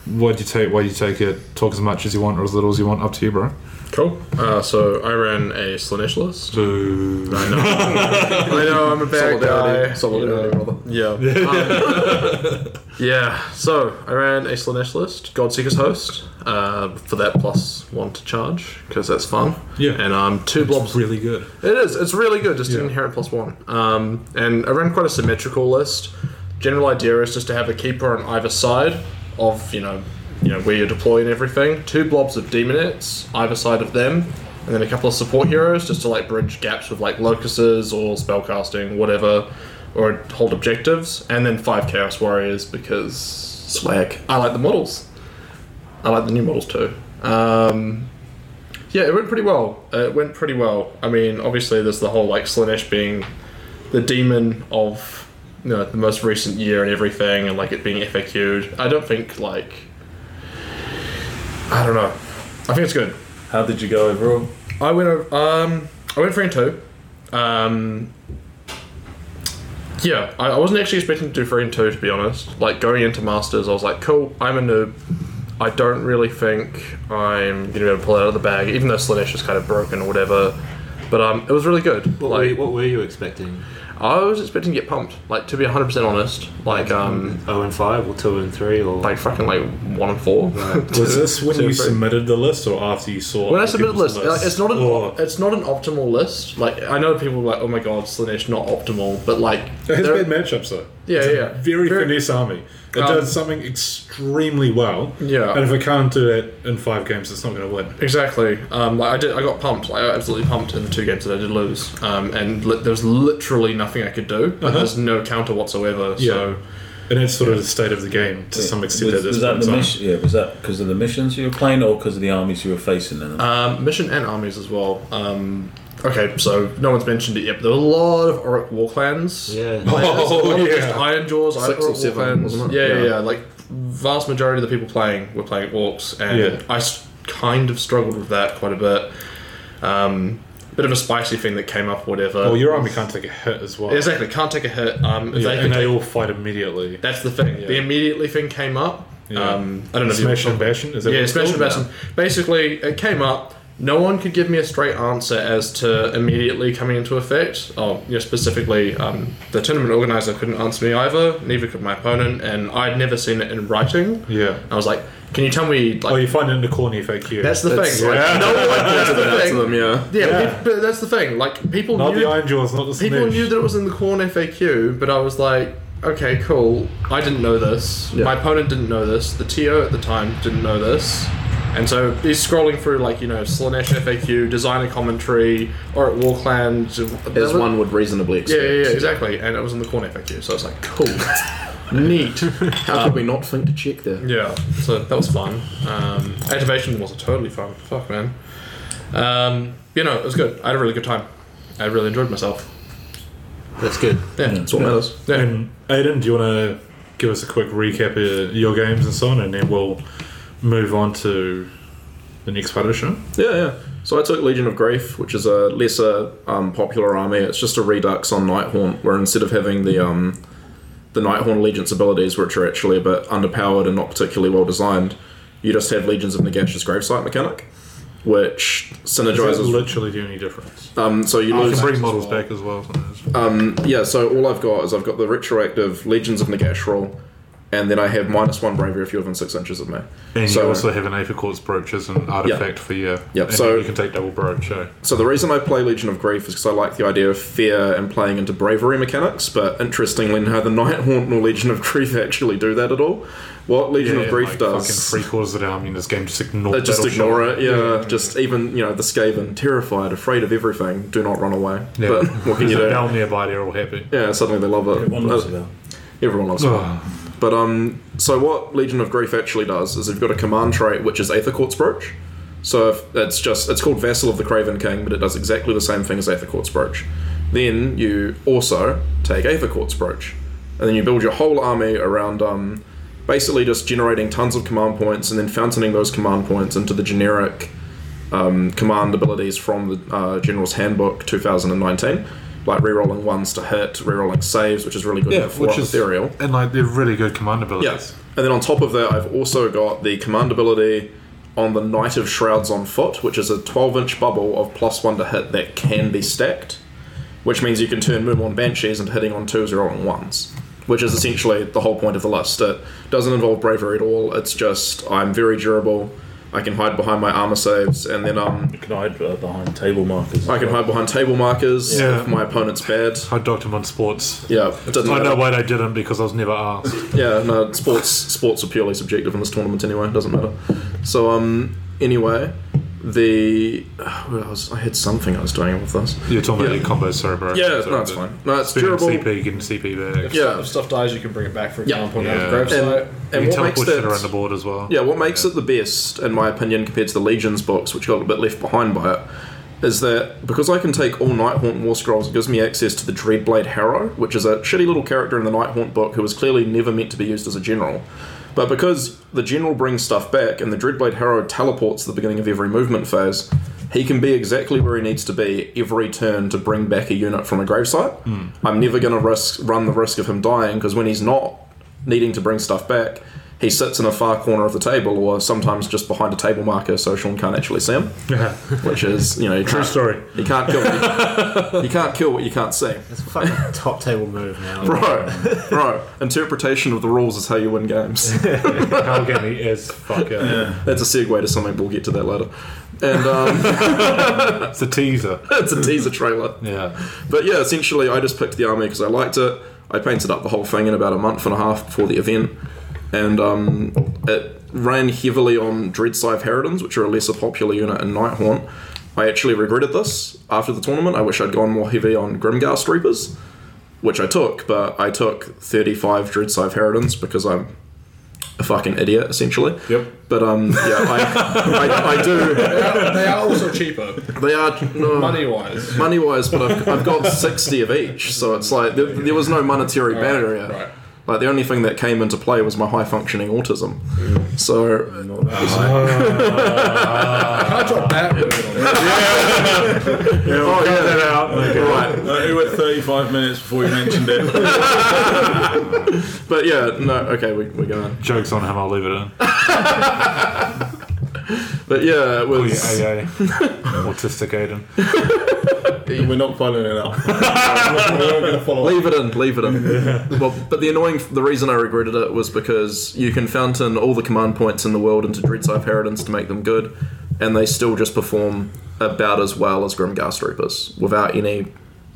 S2: why'd you take? Why'd you take it? Talk as much as you want or as little as you want. Up to you, bro.
S3: Cool. Uh, so I ran a Slanesh list.
S2: So,
S3: I know. I know. I'm a bad
S4: solidarity,
S3: guy.
S4: solidarity, brother.
S3: Yeah. Um, Yeah, so I ran a Slanesh list, Godseeker's host, uh, for that plus one to charge, because that's fun.
S2: Yeah.
S3: And um, two blobs.
S2: really good.
S3: It is. It's really good. Just
S2: Yeah.
S3: an inherent plus one. Um, and I ran quite a symmetrical list. General idea is just to have a keeper on either side of you know, you know where you're deploying everything. Two blobs of demonettes either side of them, and then a couple of support heroes just to like bridge gaps with like locuses or spellcasting, whatever, or hold objectives. And then five chaos warriors because Swag. I like the models. I like the new models too. Um, yeah, it went pretty well. Uh, It went pretty well. I mean, obviously, there's the whole like Slanesh being the demon of you know the most recent year and everything, and like it being FAQ'd. I don't think like I don't know. I think it's good.
S5: How did you go overall?
S3: I went over, um I went three and two. Um yeah, I, I wasn't actually expecting to do three and two to be honest. Like going into masters, I was like, cool, I'm a noob. I don't really think I'm gonna be able to pull it out of the bag, even though Slanesh is kind of broken or whatever. But um, it was really good.
S8: What, were,
S3: like
S8: you- what were you expecting?
S3: I was expecting to get pumped. Like to be 100 percent honest, like um,
S8: 0 and 5 or 2 and 3 or.
S3: like fucking like one and four.
S2: Was this when
S3: to
S2: you
S3: three.
S2: submitted the list or after you saw
S3: When I
S2: other
S3: submit a
S2: people's Oh.
S3: list, like, it's not an
S2: Or-
S3: it's not an optimal list. Like I know people are like, oh my god, Slanesh not optimal, but like
S2: It has
S3: there-
S2: bad matchups though.
S3: Yeah,
S2: It's a
S3: yeah.
S2: Very,
S3: Very-
S2: finesse army. It
S3: Um,
S2: does something extremely well.
S3: Yeah.
S2: And if it can't do that in five games, it's not going to win.
S3: exactly. Um, like I did, I got pumped. Like, I got absolutely pumped in the two games that I did lose. Um, and li- there was literally nothing I could do. Like,
S2: Uh-huh.
S3: There's no counter whatsoever. So
S2: And that's sort of the state of the game to some extent at
S5: was,
S2: this
S5: was
S2: point.
S5: that
S2: in
S5: the
S2: time.
S5: mission? Yeah, was that because of the missions you were playing, or because of the armies you were facing? In them?
S3: um, mission and armies as well. Um, okay, so no one's mentioned it yet. But there were a lot of Auric war clans.
S8: yeah.
S3: Oh,
S2: yeah.
S3: Just Iron Jaws, Iron
S4: Six or
S3: Orc
S4: seven,
S3: Warfans.
S4: wasn't it?
S3: Yeah, yeah,
S4: Yeah.
S3: yeah. Like, vast majority of the people playing were playing Orcs, and
S2: Yeah.
S3: I s- kind of struggled with that quite a bit. Um, bit of a spicy thing that came up, whatever.
S2: Well, your army can't take a hit as well.
S3: exactly, can't take a hit. Um, if
S2: Yeah,
S3: they can
S2: and they
S3: take-
S2: all fight immediately.
S3: that's the thing.
S2: Yeah.
S3: The immediately thing came up.
S2: Yeah.
S3: Um, I don't know if you-
S2: Smash and bashing? Is that what
S3: yeah,
S2: it's
S3: Smash and
S2: called?
S3: Bastion. Basically, it came up. No one could give me a straight answer as to immediately coming into effect. Oh, you know, specifically, um, the tournament organizer couldn't answer me either. Neither could my opponent, and I'd never seen it in writing.
S2: Yeah.
S3: I was like, "Can you tell me?" Like,
S2: Oh, you find it in the corny FAQ.
S3: that's the
S4: that's-
S3: thing. Like, no one. That's the That's
S4: That's
S3: thing.
S4: them, yeah.
S3: Yeah,
S2: Yeah.
S3: pe- but that's the thing. Like, people
S2: not
S3: knew
S2: the Iron Jaws, not the
S3: people
S2: Smash.
S3: knew that it was in the corn FAQ, but I was like, okay, cool. I didn't know this.
S4: Yeah.
S3: My opponent didn't know this. The TO at the time didn't know this. And so he's scrolling through like you know Slanesh FAQ, designer commentary, or at Warclans.
S4: As one would reasonably
S3: Yeah,
S4: expect.
S3: yeah, yeah, exactly. And it was in the corn FAQ, so I was like, cool, neat.
S4: How could we not think to check there?
S3: Yeah, so that was fun. Um, activation was totally fun. Fuck man. Um, you know, it was good. I had a really good time. I really enjoyed myself.
S8: That's good.
S3: Yeah,
S5: That's
S3: what
S5: matters.
S3: Yeah.
S2: And Aiden, do you want to give us a quick recap of your games and so on, and then we'll move on to the next part of the show?
S3: yeah, yeah. So I took Legion of Grief, which is a lesser um, popular army. It's just a redux on Nighthaunt, where instead of having the um, the Nighthaunt Legion's abilities, which are actually a bit underpowered and not particularly well designed, you just have Legions of Nagash's gravesite mechanic, which
S2: Is that
S3: synergizes.
S2: literally the only difference?
S3: Um, so you
S2: I
S3: lose.
S2: can bring models back as well. sometimes.
S3: yeah, so all I've got is I've got the retroactive Legions of Nagash roll, and then I have minus one bravery if you're within six inches of me.
S2: and
S3: so-
S2: you also have an Apricords brooch as an artifact for you.
S3: Yep,
S2: And
S3: so-
S2: you can take double brooch. So.
S3: So the reason I play Legion of Grief is because I like the idea of fear and playing into bravery mechanics, but interestingly, neither Nighthaunt nor Legion of Grief actually do that at all. What Legion of Grief
S2: like
S3: does,
S2: Fucking three quarters of the army in this game just ignore.
S3: they just
S2: Battleship.
S3: ignore it. Yeah, just even you know the Skaven, terrified, afraid of everything, do not run away.
S2: Yeah.
S3: But what can you
S2: There's a
S3: do?
S2: bell nearby, they're all happy.
S3: Yeah, suddenly they love it.
S5: Everyone loves
S3: Uh,
S5: it. though.
S3: Everyone loves it.
S2: Oh,
S3: But um, so what Legion of Grief actually does is they've got a command trait which is Aethercourt's Brooch. So if it's just it's called Vassal of the Craven King, but it does exactly the same thing as Aethercourt's Brooch. Then you also take Aethercourt's Brooch, and then you build your whole army around um, basically just generating tons of command points and then fountaining those command points into the generic um, command abilities from the uh, General's Handbook 2019, like rerolling ones to hit, rerolling saves, which is really good
S2: yeah,
S3: for
S2: which is
S3: ethereal.
S2: and like they're really good command abilities.
S3: Yes. And then on top of that, I've also got the command ability on the Knight of Shrouds on foot, which is a 12 inch bubble of plus one to hit that can be stacked, which means you can turn Moon on Banshees and hitting on twos or rolling ones,
S4: which is essentially the whole point of the list. It doesn't involve bravery at all. It's just I'm very durable. I can hide behind my armor saves, and then um,
S9: You can hide uh, behind table markers.
S4: I can hide behind table markers
S2: Yeah.
S4: if my opponent's bad.
S2: I docked him on sports.
S4: Yeah, it doesn't
S2: I know
S4: matter.
S2: why they didn't because I was never asked.
S4: Yeah, no, sports sports are purely subjective in this tournament anyway. It doesn't matter. So um, anyway, the well, I, was, I had something I was doing with this.
S2: You're talking about
S4: Yeah.
S2: your combo, sorry, bro.
S4: Yeah,
S2: Sorry,
S4: no, it's
S2: but-
S4: fine. No, it's
S2: Speaking of
S4: durable.
S2: CP, you can CP back.
S4: Yeah.
S3: If stuff dies, you can bring it back, for
S4: Yeah.
S3: example,
S2: Yeah.
S3: yeah. down the gravesite.
S4: And
S2: you
S4: what
S2: can
S4: makes
S2: teleport shit around the
S4: that
S2: board as well.
S4: yeah, what makes it the best, in my opinion, compared to the Legion's box, which got a bit left behind by it, is that because I can take all Nighthaunt War Scrolls, it gives me access to the Dreadblade Harrow, which is a shitty little character in the Nighthaunt book who was clearly never meant to be used as a general. But because the general brings stuff back and the Dreadblade Harrow teleports at the beginning of every movement phase, he can be exactly where he needs to be every turn to bring back a unit from a gravesite. I'm never going to risk run the risk of him dying because when he's not needing to bring stuff back, he sits in a far corner of the table or sometimes just behind a table marker so Sean can't actually see him,
S2: Yeah.
S4: which is, you know,
S2: True story.
S4: You can't kill what you, you can't kill what you can't see.
S8: It's a fucking top table move now.
S4: Bro, bro, interpretation of the rules is how you win games.
S2: How can he is fuck it.
S4: That's a segue to something, we'll get to that later. And um,
S2: It's a teaser.
S4: it's a teaser trailer.
S2: Yeah.
S4: But yeah, essentially, I just picked the army because I liked it. I painted up the whole thing in about a month and a half before the event, and um, it ran heavily on Dreadsive Harridans, which are a lesser popular unit in Nighthaunt. I actually regretted this after the tournament. I wish I'd gone more heavy on Grimghast Reapers, which I took, but I took 35 Dreadsive Harridans because I'm a fucking idiot, essentially.
S3: Yep.
S4: But um, yeah, I, I, I do.
S3: They are, they are also cheaper,
S4: They are no
S3: money wise.
S4: money wise, but I've, I've got 60 of each, so it's like there, there was no monetary barrier.
S3: right.
S4: Like the only thing that came into play was my high functioning autism. So
S3: I can't drop that word on it.
S2: Yeah, we'll cut that out.
S4: Oh, right,
S5: Uh, you were 35 minutes before you mentioned it.
S4: but yeah, no, okay, we, we're going.
S2: Jokes on him, I'll leave it in.
S4: But yeah, it
S2: Yeah,
S4: was
S2: AA. Autistic Aiden.
S5: We're not following it up.
S4: leave it in, leave it in. well, but the annoying, the reason I regretted it was because you can fountain all the command points in the world into Dreadside Paradins to make them good, and they still just perform about as well as Grimghast Reapers without any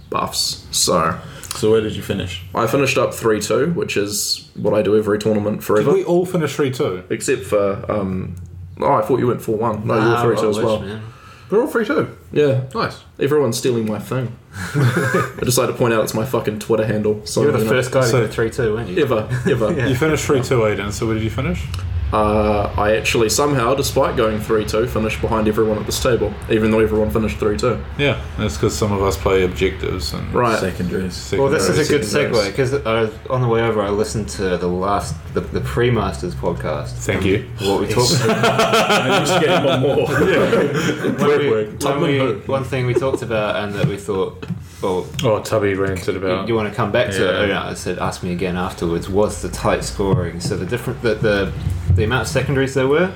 S4: buffs. So.
S5: So where did you finish?
S4: I finished up 3 2, which is what I do every tournament forever.
S2: We all finished 3 2.
S4: Except for. Um, oh, I thought you went 4 1. No,
S8: Ah,
S4: you were 3 2
S8: I
S4: as
S8: wish,
S4: well.
S8: man.
S3: We're all free too.
S4: Yeah.
S3: Nice.
S4: Everyone's stealing my thing. I decided to point out it's my fucking Twitter handle. So,
S8: You were the
S4: know,
S8: first guy
S2: So-
S8: to go 3 2, weren't you?
S4: Ever, ever.
S2: You finished 3 2, Aiden, so where did you finish?
S4: uh, I actually somehow, despite going 3 2, finished behind everyone at this table, even though everyone finished 3 2.
S2: Yeah, that's because some of us play objectives and.
S5: Uh,
S4: Right.
S9: Secondaries.
S2: second-
S8: Well, this is a good
S4: Second
S8: segue
S4: verse.
S8: because on the way over, I listened to the last, the, the pre Masters podcast.
S2: Thank you.
S8: What we talked
S5: I used to get one more.
S8: when we-
S5: work.
S8: when
S5: Tubman
S8: we-
S5: hook.
S8: One thing we talked about and that we thought, well,
S2: Oh, Tubby ranted
S8: you,
S2: about.
S8: you want to come back to
S5: Yeah.
S8: it. And I said, ask me again afterwards, was the tight scoring. So the different, the, the, the amount of secondaries there were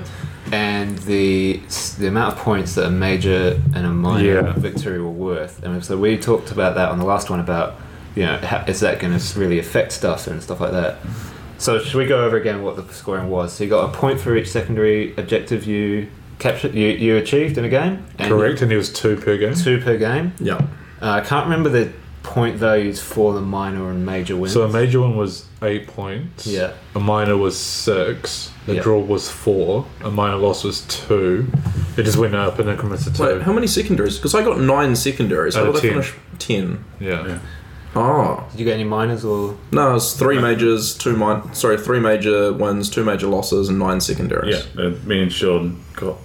S8: and the the amount of points that a major and a minor
S2: Yeah.
S8: victory were worth. And so we talked about that on the last one about, you know, how, is that going to really affect stuff and stuff like that. So should we go over again what the scoring was? So you got a point for each secondary objective you captured, you, you achieved in a game. And
S2: Correct, and it was two per game.
S8: Two per game.
S4: Yeah.
S8: Uh, I can't remember the point values for the minor and major wins.
S2: So a major one was eight points.
S8: Yeah.
S2: A minor was six. The
S8: Yeah.
S2: draw was four. A minor loss was two. It just went up in increments of two.
S4: Wait, how many secondaries? Because I got 9 secondaries.
S2: Uh,
S4: How did
S2: ten.
S4: I finish 10?
S2: yeah.
S4: Oh.
S8: Did you get any minors or?
S4: No, it's three majors, two min- sorry, three major wins, two major losses, and nine
S5: Yeah,
S4: secondaries.
S5: uh, me and Sean got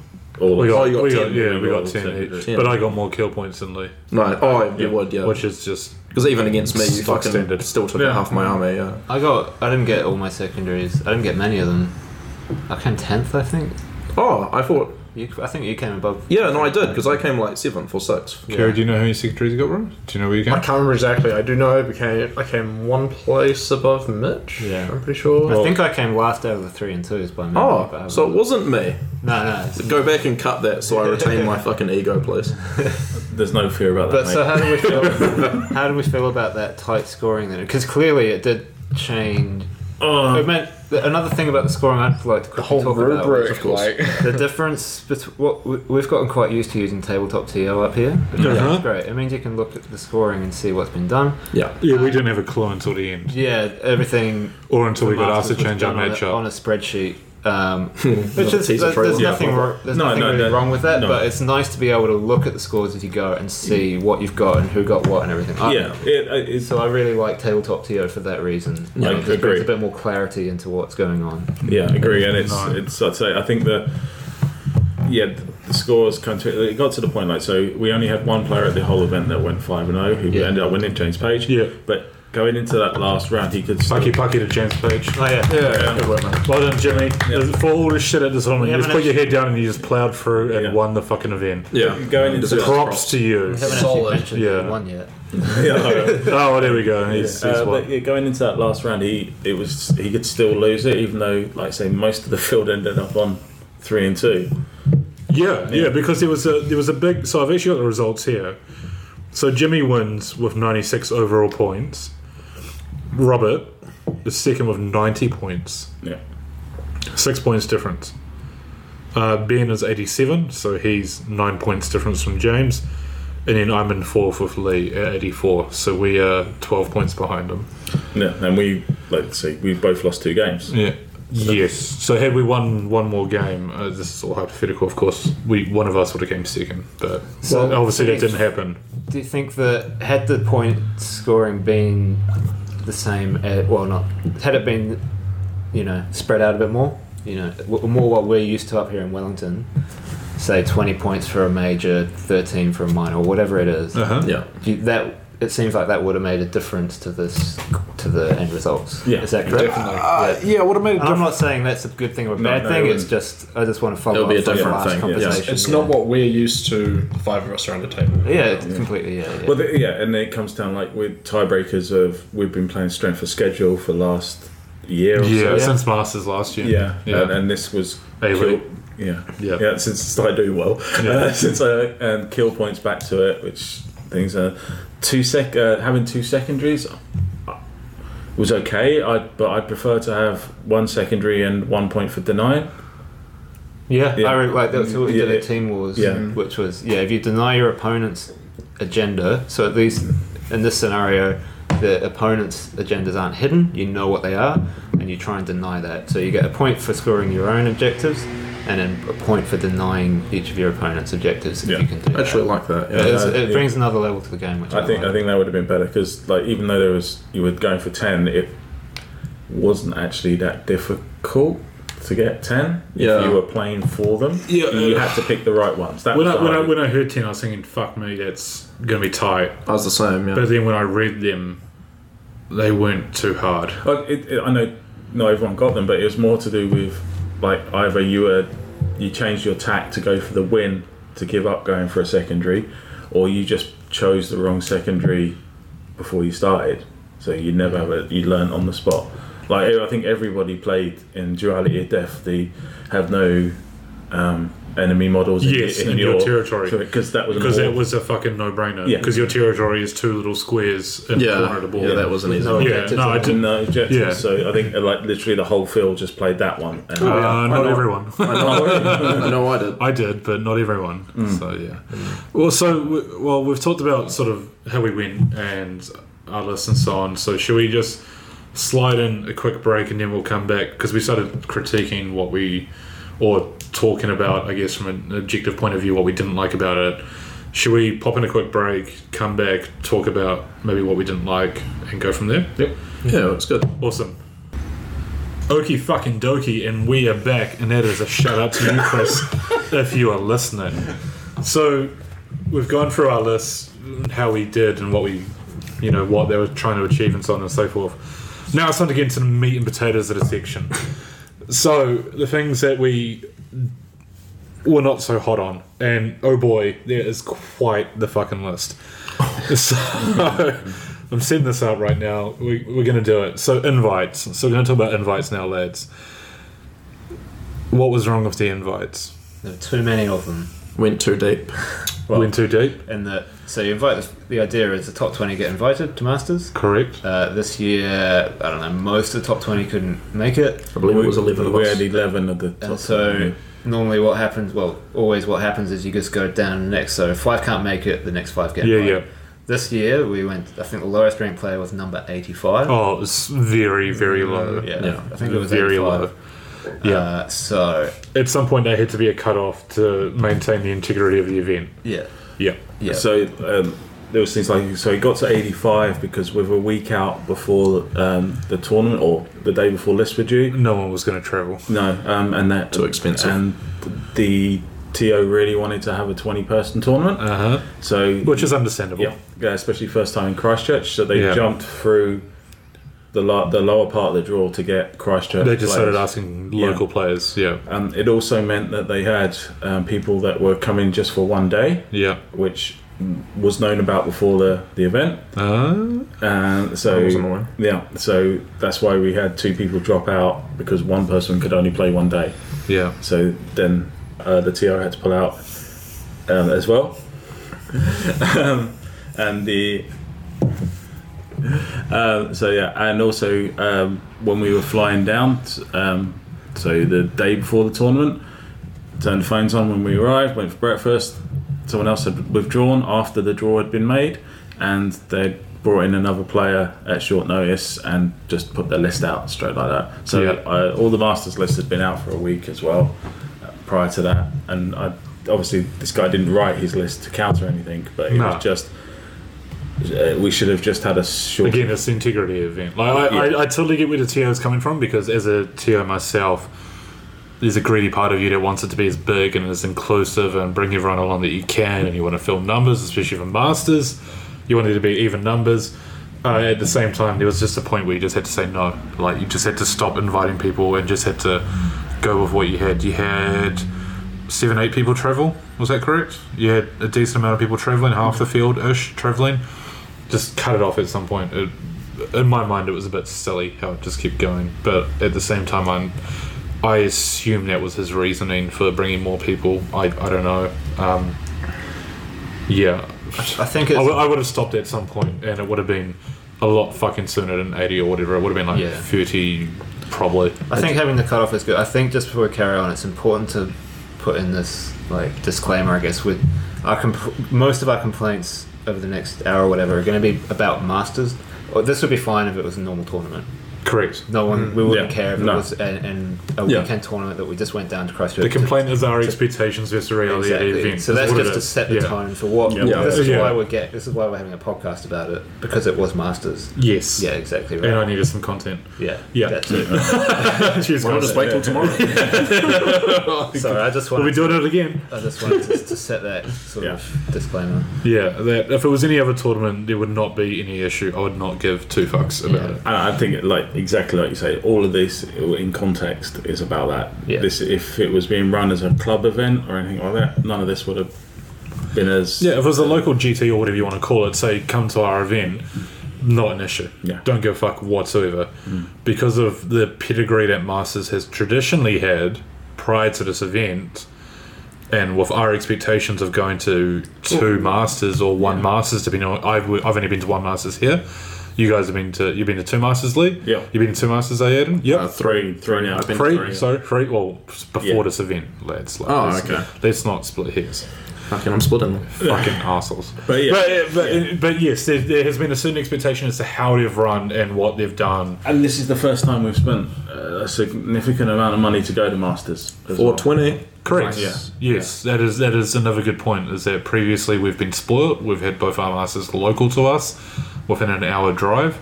S5: all
S2: We got,
S4: Oh, you got
S2: we
S4: 10.
S2: got yeah, we,
S5: We
S2: got
S5: got
S2: ten,
S5: ten.
S2: each.
S4: Ten.
S2: But I got more kill points than Lee,
S4: No, oh, you would, yeah.
S2: which is just
S4: Because even against me, you
S2: Stock
S4: fucking
S2: standard.
S4: still took
S5: Yeah.
S4: half my army. Yeah.
S8: I got. I didn't get all my secondaries. I didn't get many of them. I came tenth, I think.
S4: Oh, I thought,
S8: You, I think you came above.
S4: yeah, no, I did because I came like seventh or sixth.
S8: Yeah.
S2: Kerry, do you know how many secretaries you got, bro? Do you know where you
S3: I
S2: got?
S3: can't remember exactly. I do know I became I came one place above Mitch.
S8: Yeah.
S3: I'm pretty sure.
S8: I think I came last out of the three and twos by memory. but I
S4: Oh, so it
S8: haven't-
S4: wasn't me.
S8: No, no. it's-
S4: Go back and cut that so I retain my fucking ego, please.
S9: There's no fear about that,
S8: But
S9: mate.
S8: so how do we feel? how do we feel about that tight scoring then? Because clearly it did change.
S5: Oh,
S8: It meant another thing about the scoring. I'd like to quickly
S3: The whole
S8: talk
S3: rubric,
S8: about
S3: like
S8: the difference between what we- we've gotten quite used to using tabletop TO up here, which
S2: Uh-huh.
S8: is great. It means you can look at the scoring and see what's been done.
S2: Yeah, we didn't have a clue until the end,
S8: Yeah, everything
S2: or until we got asked
S8: Masters
S2: to
S8: was
S2: change our
S8: done on a-
S2: matchup.
S8: on a spreadsheet. Um, which is,
S4: teaser
S8: there-
S4: trailer.
S8: there's
S4: Yeah.
S8: nothing, wrong, there's
S5: No,
S8: nothing
S5: no,
S8: really
S5: no,
S8: wrong with that,
S5: no.
S8: but it's nice to be able to look at the scores as you go and see what you've got and who got what and everything. I-
S5: yeah. It, it, it's,
S8: So I really like Tabletop TO for that reason.
S5: Yeah,
S8: It just brings
S5: agree.
S8: a bit more clarity into what's going on.
S5: Yeah, I agree, and it's
S2: No.
S5: it's I'd say I think the yeah the, the scores come to it got to the point like so we only had one player at the whole event that went five and zero who
S8: Yeah.
S5: ended up winning James Page.
S2: Yeah.
S5: but going into that last round he could still,
S2: Pucky pucky to James Page.
S8: Oh yeah,
S5: yeah,
S2: Well done, Jimmy. For all the shit at this tournament, you
S8: haven't
S2: just put your head down and you just plowed through and
S5: Yeah.
S2: won the fucking event.
S4: Yeah.
S5: going into that-
S2: Props to you.
S8: haven't
S3: Solid.
S8: actually mentioned
S2: Yeah.
S8: one yet.
S5: yeah, no.
S2: Oh, there we go. He's, he's
S5: Uh,
S2: what?
S5: but yeah, going into that last round he it was he could still lose it even though like say most of the field ended up on three and two.
S2: Yeah, yeah, because there was a there was a big. So I've actually got the results here. So Jimmy wins with ninety six overall points. Robert is second with ninety points,
S5: Yeah,
S2: six points difference. Uh, ben is eighty seven, so he's nine points difference from James, and then I'm in fourth with Lee at eighty four. So we are twelve points behind him.
S5: yeah, and we let's see we both lost two games.
S2: Yeah. Yes. So had we won one more game, uh, this is all hypothetical, of course. We one of us would have came second, but
S8: So-
S2: obviously that didn't happen.
S8: Do you think that had the point scoring been the same, as, well, not had it been, you know, spread out a bit more, you know, w- more what we're used to up here in Wellington, say twenty points for a major, thirteen for a minor, or whatever it is,
S2: Uh-huh.
S4: Yeah.
S8: do you, that it seems like that would have made a difference to this to the end results.
S5: Yeah,
S8: is that correct?
S4: Uh, yeah, would have made a
S8: And I'm
S4: difference.
S8: not saying that's a good thing or a
S5: No,
S8: bad
S5: no,
S8: thing.
S5: it
S8: It's just I just want to follow
S4: It'll
S8: up
S4: be a
S8: from the
S4: different
S8: last
S4: thing, yeah.
S8: conversation.
S3: it's
S8: yeah.
S3: not what we're used to. The five of us around a table.
S8: Yeah, it's completely. Yeah, yeah.
S5: Well, the, yeah, and then it comes down like with tiebreakers of we've been playing strength of schedule for last year or
S2: Yeah,
S5: so.
S2: since Masters last year.
S5: Yeah,
S2: Yeah.
S5: And, and this was
S2: Hey,
S5: kill-
S2: wait.
S5: yeah,
S2: Yeah.
S5: yeah. Since I do well, uh, since I and kill points back to it, which things are two sec uh, having two secondaries uh, was okay. I but I prefer to have one secondary and one point for denying.
S8: Yeah,
S5: Yeah.
S8: I really like that's what we
S5: Yeah,
S8: did at
S5: yeah.
S8: Team Wars,
S5: Yeah.
S8: which was yeah, if you deny your opponent's agenda, so at least in this scenario, the opponent's agendas aren't hidden, you know what they are, and you try and deny that. So you get a point for scoring your own objectives, and then a point for denying each of your opponent's objectives if
S5: Yeah.
S8: you can do
S4: I actually
S8: that.
S4: like that.
S8: It
S4: Yeah.
S8: is-
S5: uh,
S8: it
S5: yeah.
S8: brings another level to the game, which I,
S5: I think
S8: like.
S5: I think that would have been better because like even though there was you were going for ten, it wasn't actually that difficult to get ten.
S4: Yeah.
S5: If you were playing for them,
S2: Yeah,
S5: you
S2: uh,
S5: had to pick the right ones. That
S2: When
S5: was
S2: I,
S5: the
S2: when, I,
S5: hard-
S2: when I heard 10, I was thinking, fuck me, that's going to be tight.
S4: I was the same. Yeah.
S2: But then when I read them, they weren't too hard.
S5: Well, it, it, I know not everyone got them, but it was more to do with like either you were you changed your tack to go for the win to give up going for a secondary, or you just chose the wrong secondary before you started, so you never have a, you learn on the spot. Like I think everybody played in Duality of Death. They have no um, enemy models.
S2: Yes, in your territory.
S5: because that was
S2: Because
S5: more-
S2: that was a fucking no brainer.
S5: Yeah.
S2: Because your territory is two little squares in the corner
S4: yeah.
S2: of the ball.
S4: yeah, that was an easy
S8: No,
S4: one.
S2: Yeah,
S8: objectives
S2: no, I
S8: on
S2: didn't.
S5: no objectives.
S2: Yeah.
S5: So I think uh, like literally the whole field just played that one. And-
S2: Uh, not everyone.
S4: I know I did.
S2: I did, but not everyone.
S4: Mm.
S2: So yeah. Well, so we- well, we've talked about sort of how we went and our lists and so on. So should we just slide in a quick break and then we'll come back because we started critiquing what we or talking about, I guess, from an objective point of view, what we didn't like about it. Should we pop in a quick break, come back, talk about maybe what we didn't like, and go from there? Yep.
S4: Yeah, it's good.
S2: Awesome. Okie fucking dokie, and we are back, and that is a shout out to you, Chris, if you are listening. So, we've gone through our list, how we did, and what we, you know, what they were trying to achieve, and so on and so forth. Now it's time to get into the meat and potatoes of the section. So, the things that we were not so hot on, and oh boy, there is quite the fucking list. So, I'm setting this up right now. We, we're going to do it. So, invites. So, we're going to talk about invites now, lads. What was wrong with the invites?
S8: There were too many of them.
S4: Went too deep.
S8: Well,
S2: Went too deep.
S8: in the so you invite the, the idea is the top twenty get invited to Masters.
S2: Correct.
S8: Uh, this year, I don't know, most of the top twenty couldn't make it.
S4: I believe it was 11 of
S5: We
S4: us.
S5: had 11 of the top.
S8: And so
S5: 20.
S8: normally what happens, well, always what happens is you just go down next. So if five can't make it, the next five get
S2: Yeah, yeah.
S8: invited. This year we went, I think the lowest ranked player was number 85.
S2: Oh, it's very, very low.
S8: yeah,
S4: yeah.
S8: I think it was
S2: Very
S8: 85.
S2: low. Yeah.
S8: Uh, so,
S2: At some point, there had to be a cutoff to maintain the integrity of the event.
S8: yeah.
S2: Yeah.
S8: Yeah.
S5: So um, there was things like so he got to 85 because with a week out before um, the tournament or the day before lists were due.
S2: No one was going to travel.
S5: No, um, and that
S4: Too expensive.
S5: And the TO really wanted to have a 20 person tournament,
S2: Uh huh.
S5: so
S2: Which is understandable.
S5: yeah, yeah, especially first time in Christchurch. So they
S2: Yeah.
S5: jumped through the lo- the lower part of the draw to get Christchurch.
S2: They just started
S5: players.
S2: asking
S5: Yeah.
S2: local players. Yeah.
S5: Um, it also meant that they had um, people that were coming just for one day,
S2: Yeah.
S5: which was known about before the, the event.
S2: Uh,
S5: And so
S4: I wasn't aware.
S5: yeah, so that's why we had two people drop out because one person could only play one day.
S2: yeah.
S5: So then uh, the TR had to pull out um, as well, um, and the um, so yeah, and also um, when we were flying down, um, so the day before the tournament, turned the phones on when we arrived, went for breakfast. Someone else had withdrawn after the draw had been made, and they brought in another player at short notice and just put their list out straight like that. So
S2: Yeah.
S5: uh, all the masters list had been out for a week as well uh, prior to that, and I obviously this guy didn't write his list to counter anything, but it
S2: No.
S5: was just. uh, We should have just had a short
S2: Again, it's the integrity event. Like, I,
S5: Yeah.
S2: I, I totally get where the TO is coming from because as a TO myself, there's a greedy part of you that wants it to be as big and as inclusive and bring everyone along that you can, and you want to fill numbers, especially for masters. You want it to be even numbers. Uh, at the same time, there was just a point where you just had to say no. Like you just had to stop inviting people and just had to go with what you had. You had seven, eight people travel. Was that correct? You had a decent amount of people traveling, half the field ish traveling just cut it off at some point. It, in my mind, it was a bit silly how it just kept going, but at the same time, I'm, I assume that was his reasoning for bringing more people. I, I don't know. Um, yeah,
S8: I think
S2: I
S8: it's.
S2: would have stopped at some point, and it would have been a lot fucking sooner than eighty or whatever. It would have been like
S8: Yeah.
S2: thirty, probably.
S8: I think having the cutoff is good. I think just before we carry on, it's important to put in this like disclaimer. I guess with our comp- most of our complaints over the next hour or whatever are going to be about masters. Or this would be fine if it was a normal tournament.
S2: Correct.
S8: No one,
S2: Mm.
S8: we wouldn't
S5: Yeah.
S8: care if
S5: No.
S8: it was an, an, a
S5: Yeah.
S8: weekend tournament that we just went down to Christchurch.
S2: The
S8: to-
S2: complaint is our expectations versus reality of the
S8: Exactly.
S2: event.
S8: So
S2: That's
S8: that's
S2: what it
S8: just to
S2: is.
S8: set the
S2: yeah.
S8: tone for what.
S5: Yeah.
S8: This is
S2: Yeah.
S8: why we're get. This is why we're having a podcast about it because it was masters.
S2: Yes.
S8: Yeah, exactly right.
S2: And I needed some content.
S8: yeah,
S2: Yeah.
S8: That's it.
S2: Cheers,
S4: Why not
S2: guys.
S4: just wait till tomorrow?
S8: Sorry, I just
S2: We'll be
S8: wanted.
S2: doing it again.
S8: I just wanted to, to set that sort of disclaimer.
S2: Yeah, that if it was any other tournament, there would not be any issue. I would not give two fucks about
S8: Yeah.
S2: it.
S5: And I think, like exactly like you say, all of this in context is about that.
S8: Yeah.
S5: This, if it was being run as a club event or anything like that, none of this would have been as.
S2: Yeah, if it was a local GT or whatever you want to call it, say come to our event, not an issue.
S5: Yeah.
S2: Don't give a fuck whatsoever.
S4: Mm.
S2: Because of the pedigree that Masters has traditionally had prior to this event, and with our expectations of going to two Masters or one Masters, depending on I've, I've only been to one Masters here. You guys have been to you've been to two Masters League.
S5: Yeah.
S2: You've been to two Masters, eh, Aiden? Yep.
S4: Uh, three.
S5: thrown out.
S2: Free, sorry, free. Well, before
S5: Yeah.
S2: this event, lads. Like,
S4: Oh,
S2: let's,
S4: okay.
S2: Let's not split hairs.
S4: Fucking, I'm splitting.
S2: Fucking assholes.
S5: But yeah.
S2: But, uh, but, but yes, there, there has been a certain expectation as to how they've run and what they've done.
S5: and this is the first time we've spent uh, a significant amount of money to go to Masters. as well.
S4: 420.
S2: Correct.
S5: Yeah.
S2: Yes, that is that is another good point. Is that previously we've been spoilt. We've had both our masters local to us, within an hour drive.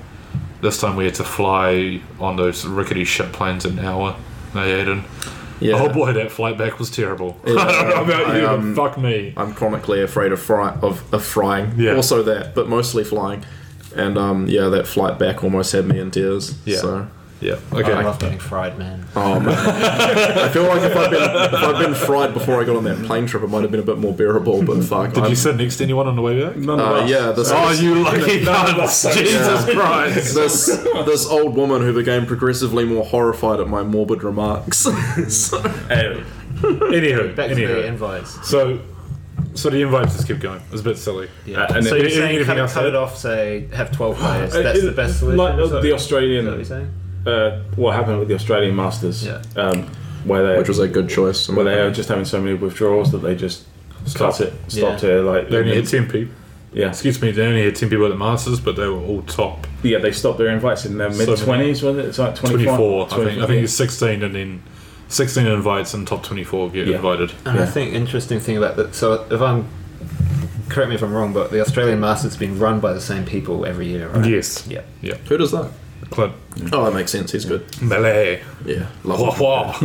S2: This time we had to fly on those rickety shit planes an hour. They Aiden.
S4: Yeah.
S2: Oh boy, that flight back was terrible.
S4: Yeah.
S2: I don't know about
S4: I,
S2: you,
S4: um,
S2: but fuck me.
S4: I'm chronically afraid of fry of, of frying.
S2: Yeah.
S4: Also that, but mostly flying. And um, yeah, that flight back almost had me in tears.
S2: Yeah.
S4: So
S2: Yeah. Okay.
S8: I love getting fried, man.
S4: oh, man. I feel like if I'd been if I'd been fried before I got on that plane trip, it might have been a bit more bearable. But fuck,
S2: Did
S4: I'm,
S2: you sit next to anyone on the way back?
S5: None of
S4: Uh,
S5: us.
S4: yeah, this
S2: Oh, you lucky cunts. Jesus
S4: Yeah.
S2: Christ.
S4: this this old woman who became progressively more horrified at my morbid remarks. So-
S5: Anyway.
S2: Anywho,
S8: Back to the
S2: anywho.
S8: invites.
S2: So, So the invites just keep going. It's a bit silly.
S8: Yeah.
S5: Uh, and
S8: so
S5: if-
S8: you're
S2: if
S8: saying
S2: anything
S8: cut,
S2: else,
S8: cut
S2: eh?
S8: it off, say have twelve players.
S5: Uh,
S8: That's
S5: it-
S8: the best solution.
S5: Like uh, the
S8: is that- is that what you're
S5: Australian,
S8: saying?
S5: uh, what happened with the Australian Masters,
S8: Yeah.
S5: um, where they
S4: which was a good choice. in
S5: where
S4: my
S5: they are
S4: opinion.
S5: just having so many withdrawals that they just cut it, stopped
S8: Yeah.
S5: it. Like
S2: They only had ten people.
S5: yeah,
S2: Excuse me, they only had ten people at the Masters, but they were all top
S5: yeah, they stopped their invites in their
S2: So many.
S5: mid twenties, wasn't it? It's like 25,
S2: 24. I think I think
S5: yeah.
S2: it's 16 and then 16 invites and top 24 get
S5: Yeah.
S2: invited.
S8: And I
S5: Yeah.
S8: think interesting thing about that. So if I'm correct me if I'm wrong, but the Australian Masters been run by the same people every year, right?
S2: Yes.
S8: Yeah.
S4: Who does that?
S2: Clint
S4: Oh, that makes sense. He's good.
S2: Malay.
S4: Yeah.
S2: Wah,
S4: Love
S2: wah.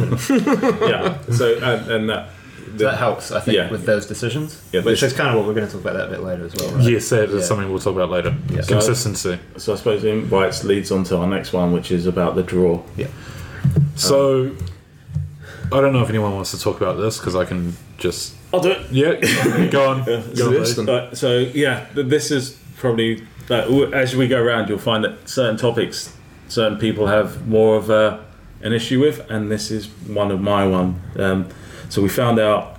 S5: yeah. So and, and that
S8: So that helps, I think,
S5: Yeah.
S8: with those decisions.
S5: Yeah,
S8: which
S5: this-
S8: is kind of what we're going to talk about that a bit later as well. Right?
S2: Yes, that is
S8: Yeah.
S2: something we'll talk about later.
S8: Yeah.
S2: Consistency.
S5: so I suppose invites leads on to our next one, which is about the draw.
S2: So, I don't know if anyone wants to talk about this because I can just.
S5: I'll do it.
S2: Yeah, go on. Go on,
S4: this
S2: buddy.
S5: Uh, so yeah, th- this is probably like, w- as we go around, you'll find that certain topics, certain people have more of a, an issue with, and this is one of my one. Um, so we found out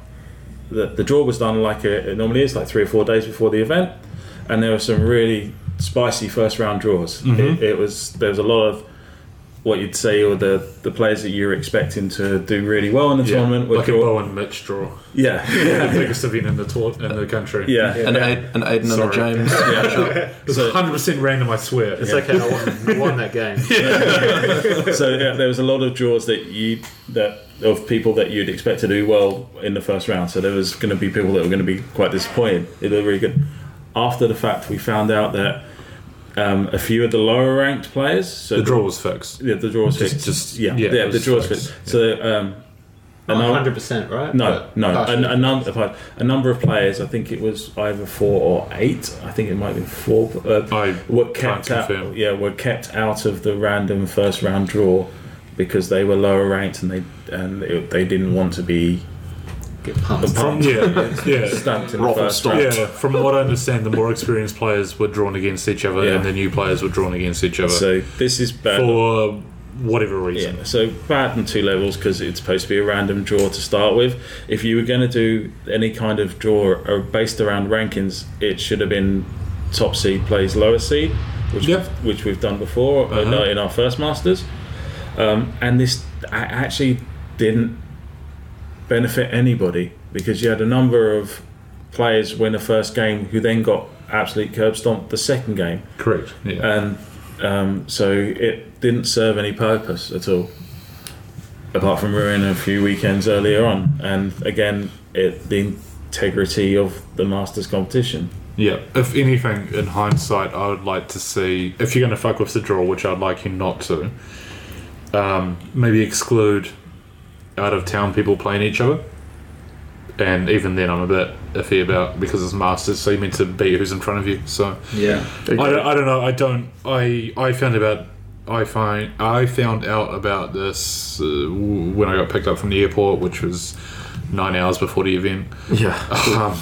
S5: that the draw was done like it, it normally is, like three or four days before the event, and there were some really spicy first round draws.
S2: Mm-hmm.
S5: It, it was there was a lot of what you'd say or the the players that you're expecting to do really well in the
S2: Yeah,
S5: tournament. were
S2: like a
S5: draw-
S2: Bo and Mitch draw.
S5: yeah,
S2: the biggest event in the, tour in the country.
S5: yeah,
S4: An, Aid, an Aiden and
S2: Sorry.
S4: a James.
S2: It's 100% random, I swear.
S8: It's okay. I won, I won that game.
S5: so yeah, there was a lot of draws that you that of people that you'd expect to do well in the first round. So there was going to be people that were going to be quite disappointed. They were really good. After the fact, we found out that um, a few of the lower ranked players, so
S2: The draw was fixed.
S5: yeah, the draws
S2: Just-
S5: fixed.
S2: just-
S5: yeah,
S2: yeah,
S5: yeah,
S2: it
S5: the
S2: was
S5: draws
S2: fixed.
S5: fixed. So um,
S8: One
S5: another-
S8: hundred percent, right?
S5: no,
S8: But
S5: no. A,
S8: partially.
S5: a, num- a, a number of players. I think it was either four or eight. I think it might be four. Uh,
S2: I
S5: were
S2: can't
S5: kept
S2: confirm.
S5: out. Yeah, were kept out of the random first round draw because they were lower ranked and they and it, they didn't want to be
S8: Get pumped.
S5: pumped,
S2: Yeah, yeah.
S5: stamped in the
S4: Ruffle
S5: first
S4: stomp.
S5: round.
S2: Yeah, from what I understand, the more experienced players were drawn against each other,
S5: Yeah.
S2: and the new players were drawn against each other
S5: So this is bad.
S2: for whatever reason.
S5: Yeah, so bad on two levels because it's supposed to be a random draw to start with. If you were going to do any kind of draw or based around rankings, it should have been top seed plays lowest seed, which
S2: Yep.
S5: we've, which we've done before uh,
S2: Uh-huh.
S5: in our first Masters. Um, and this a- actually didn't benefit anybody because you had a number of players win a first game who then got absolute curb stomped the second game
S2: Correct. Yeah.
S5: and um, so it didn't serve any purpose at all, apart from ruining a few weekends earlier on. And again, it the integrity of the Masters competition.
S2: yeah. If anything, in hindsight, I would like to see if you're going to fuck with the draw, which I'd like you not to. Um, maybe exclude out of town people playing each other. And even then, I'm a bit iffy about because it's masters, so you meant to beat who's in front of you. So
S8: Yeah.
S2: I don't, I don't know. I don't. I I found about. I find I found out about this uh, w- when I got picked up from the airport, which was nine hours before the event.
S4: Yeah.
S2: Um,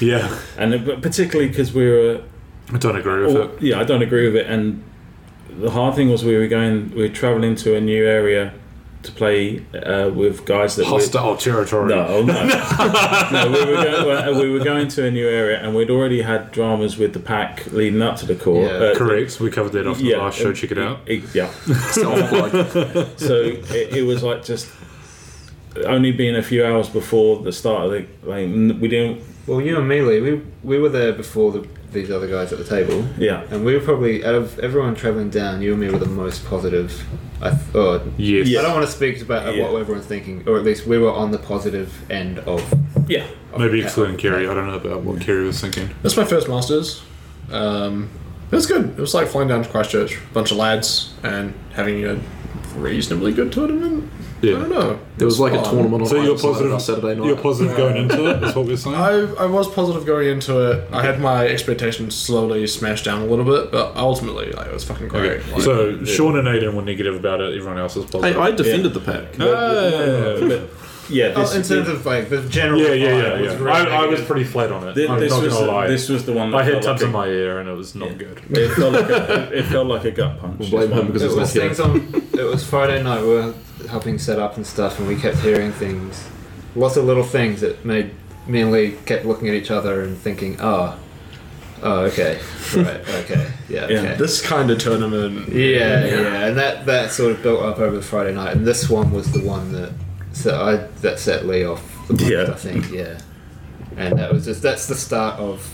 S2: yeah,
S5: And it- but particularly because we were,
S2: I don't agree with
S5: or-
S2: it.
S5: yeah, I don't agree with it. And the hard thing was we were going, we were traveling to a new area to play uh, with guys that we,
S2: Hostile territory.
S5: No, no, no. We were, going, well, we were going to a new area, and we'd already had dramas with the pack leading up to the core.
S8: Yeah.
S2: Correct. We covered that off the last show. Check it out.
S5: e- e- yeah.
S4: Self-plug.
S5: So it, it was like just only being a few hours before the start of the like n- we didn't.
S8: Well, you and Mealy, we we were there before the, these other guys at the table,
S5: Yeah.
S8: and we were probably out of everyone traveling down. You and me were the most positive. I th- or,
S2: Yes.
S8: I don't want to speak about
S5: Yeah.
S8: what everyone's thinking, or at least we were on the positive end of.
S5: Yeah.
S2: Maybe excluding Kerry. I don't know about what Kerry was thinking.
S3: That's my first Masters. Um, it was good. It was like flying down to Christchurch, bunch of lads, and having a reasonably good tournament. I don't
S2: Yeah.
S3: know.
S4: There was like a
S3: Fun.
S4: tournament on
S2: So you're
S4: Saturday-
S2: positive.
S4: Saturday night.
S2: You're positive going into it. That's what we're saying.
S3: I, I was positive going into it. I had my expectations slowly smashed down a little bit, but ultimately, like, it was fucking great.
S2: Okay.
S3: Like,
S2: so Sean and Aiden were negative about it. Everyone else was
S4: Hey,
S2: positive.
S4: I defended the pack.
S2: Oh.
S5: But, yeah. This,
S8: Oh, in terms of like the general.
S2: Yeah, yeah, yeah. yeah.
S8: vibe was really
S2: I, I was
S8: negative.
S2: pretty flat on it.
S5: thi-
S2: I'm
S5: this
S2: not
S5: was
S2: gonna lie.
S5: this was the one. That
S2: I had
S5: felt
S2: tubs
S5: like
S2: in
S5: a-
S2: my ear and it was not good.
S5: It felt like a, it felt like a gut punch.
S4: We'll blame him because
S8: It
S4: it's not
S8: was
S4: here.
S8: things on. It was Friday night. We were helping set up and stuff, and we kept hearing things. Lots of little things that made me and Lee kept looking at each other and thinking, oh, oh, okay, right, okay, yeah,
S5: Yeah.
S8: okay.
S3: This kind of tournament.
S8: Yeah, yeah, and that, that sort of built up over the Friday night, and this one was the one that so I that set Lee off. The most,
S5: Yeah.
S8: I think yeah, and that was just that's the start of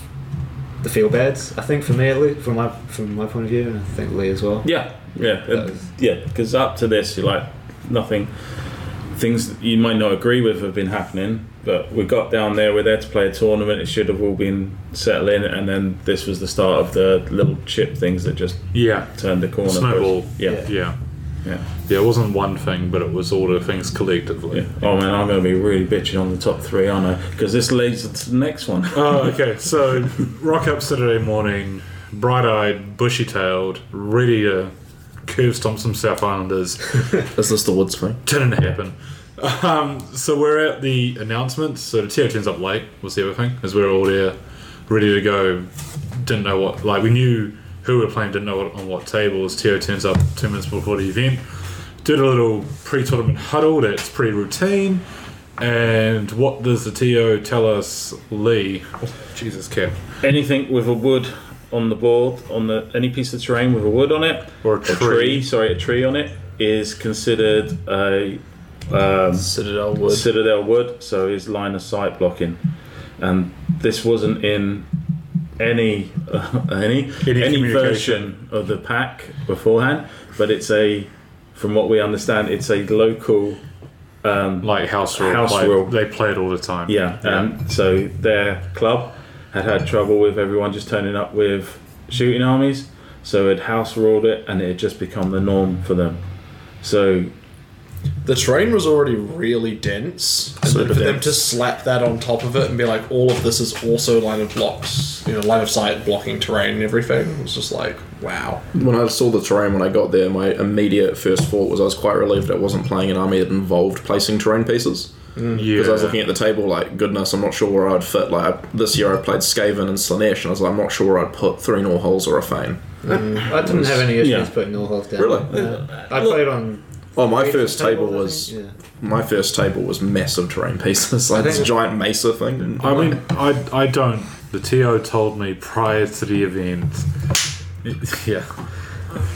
S8: the feel bads. I think for me, at least, from my from my point of view, and I think Lee as well.
S5: Yeah, yeah,
S8: That
S5: uh,
S8: was-
S5: yeah. Because up to this, you're like nothing. Things that you might not agree with have been happening, but we got down there. We're there to play a tournament. It should have all been settling, and then this was the start of the little chip things that just
S2: Yeah.
S5: turned the corner.
S2: Snowball.
S5: Yeah,
S2: Yeah.
S5: yeah,
S2: Yeah, it wasn't one thing, but it was all the things collectively.
S5: yeah. Oh man, I'm going to be really bitching on the top three, aren't I? Because this leads to the next one.
S2: Oh, okay. So, rock up Saturday morning, bright eyed, bushy tailed, ready to curve stomp some South Islanders.
S4: Is this the woods thing?
S2: Didn't happen. Um, so, we're at the announcement. So, the TO turns up late, was the other thing, as we were all there, ready to go. Didn't know what, like, we knew who we were playing, didn't know what, on what tables. TO turns up two minutes before the event. Did a little pre tournament huddle that's pretty routine. And what does the TO tell us, Lee? Jesus, Cap.
S5: Anything with a wood on the board, on the any piece of terrain with a wood on it,
S2: Or a
S5: a
S2: tree.
S5: tree, sorry, a tree on it is considered a um,
S4: Citadel wood.
S5: Citadel wood, so is line of sight blocking. And this wasn't in any any
S2: Any
S5: any,
S2: communication.
S5: version of the pack beforehand, but it's a from what we understand, it's a local. Um,
S2: Like house rule.
S5: House
S2: like,
S5: rule.
S2: They play it all the time.
S5: yeah, um, so their club had had trouble with everyone just turning up with shooting armies, so it house ruled it, and it had just become the norm for them. So
S3: The terrain was already really dense. And
S4: Super
S3: then for them
S4: dense.
S3: to slap that on top of it and be like, all of this is also line of blocks, you know, line of sight blocking terrain and everything. It was just like, wow.
S4: When I saw the terrain when I got there, my immediate first thought was I was quite relieved I wasn't playing an army that involved placing terrain pieces.
S2: Mm, Yeah.
S4: Because I was looking at the table like, goodness, I'm not sure where I'd fit. Like I, this year I played Skaven and Slanesh, and I was like, I'm not sure where I'd put three nor holes or a fane.
S8: I didn't have any issues
S5: Yeah.
S8: putting all half down.
S4: Really?
S8: No. I played on.
S4: Oh, my first
S8: table,
S4: table
S8: I
S4: was
S8: think, yeah.
S4: my first table was massive terrain pieces, like this
S8: think-
S4: giant mesa thing. And
S2: I mean, I, I don't. The TO told me prior to the event. Yeah.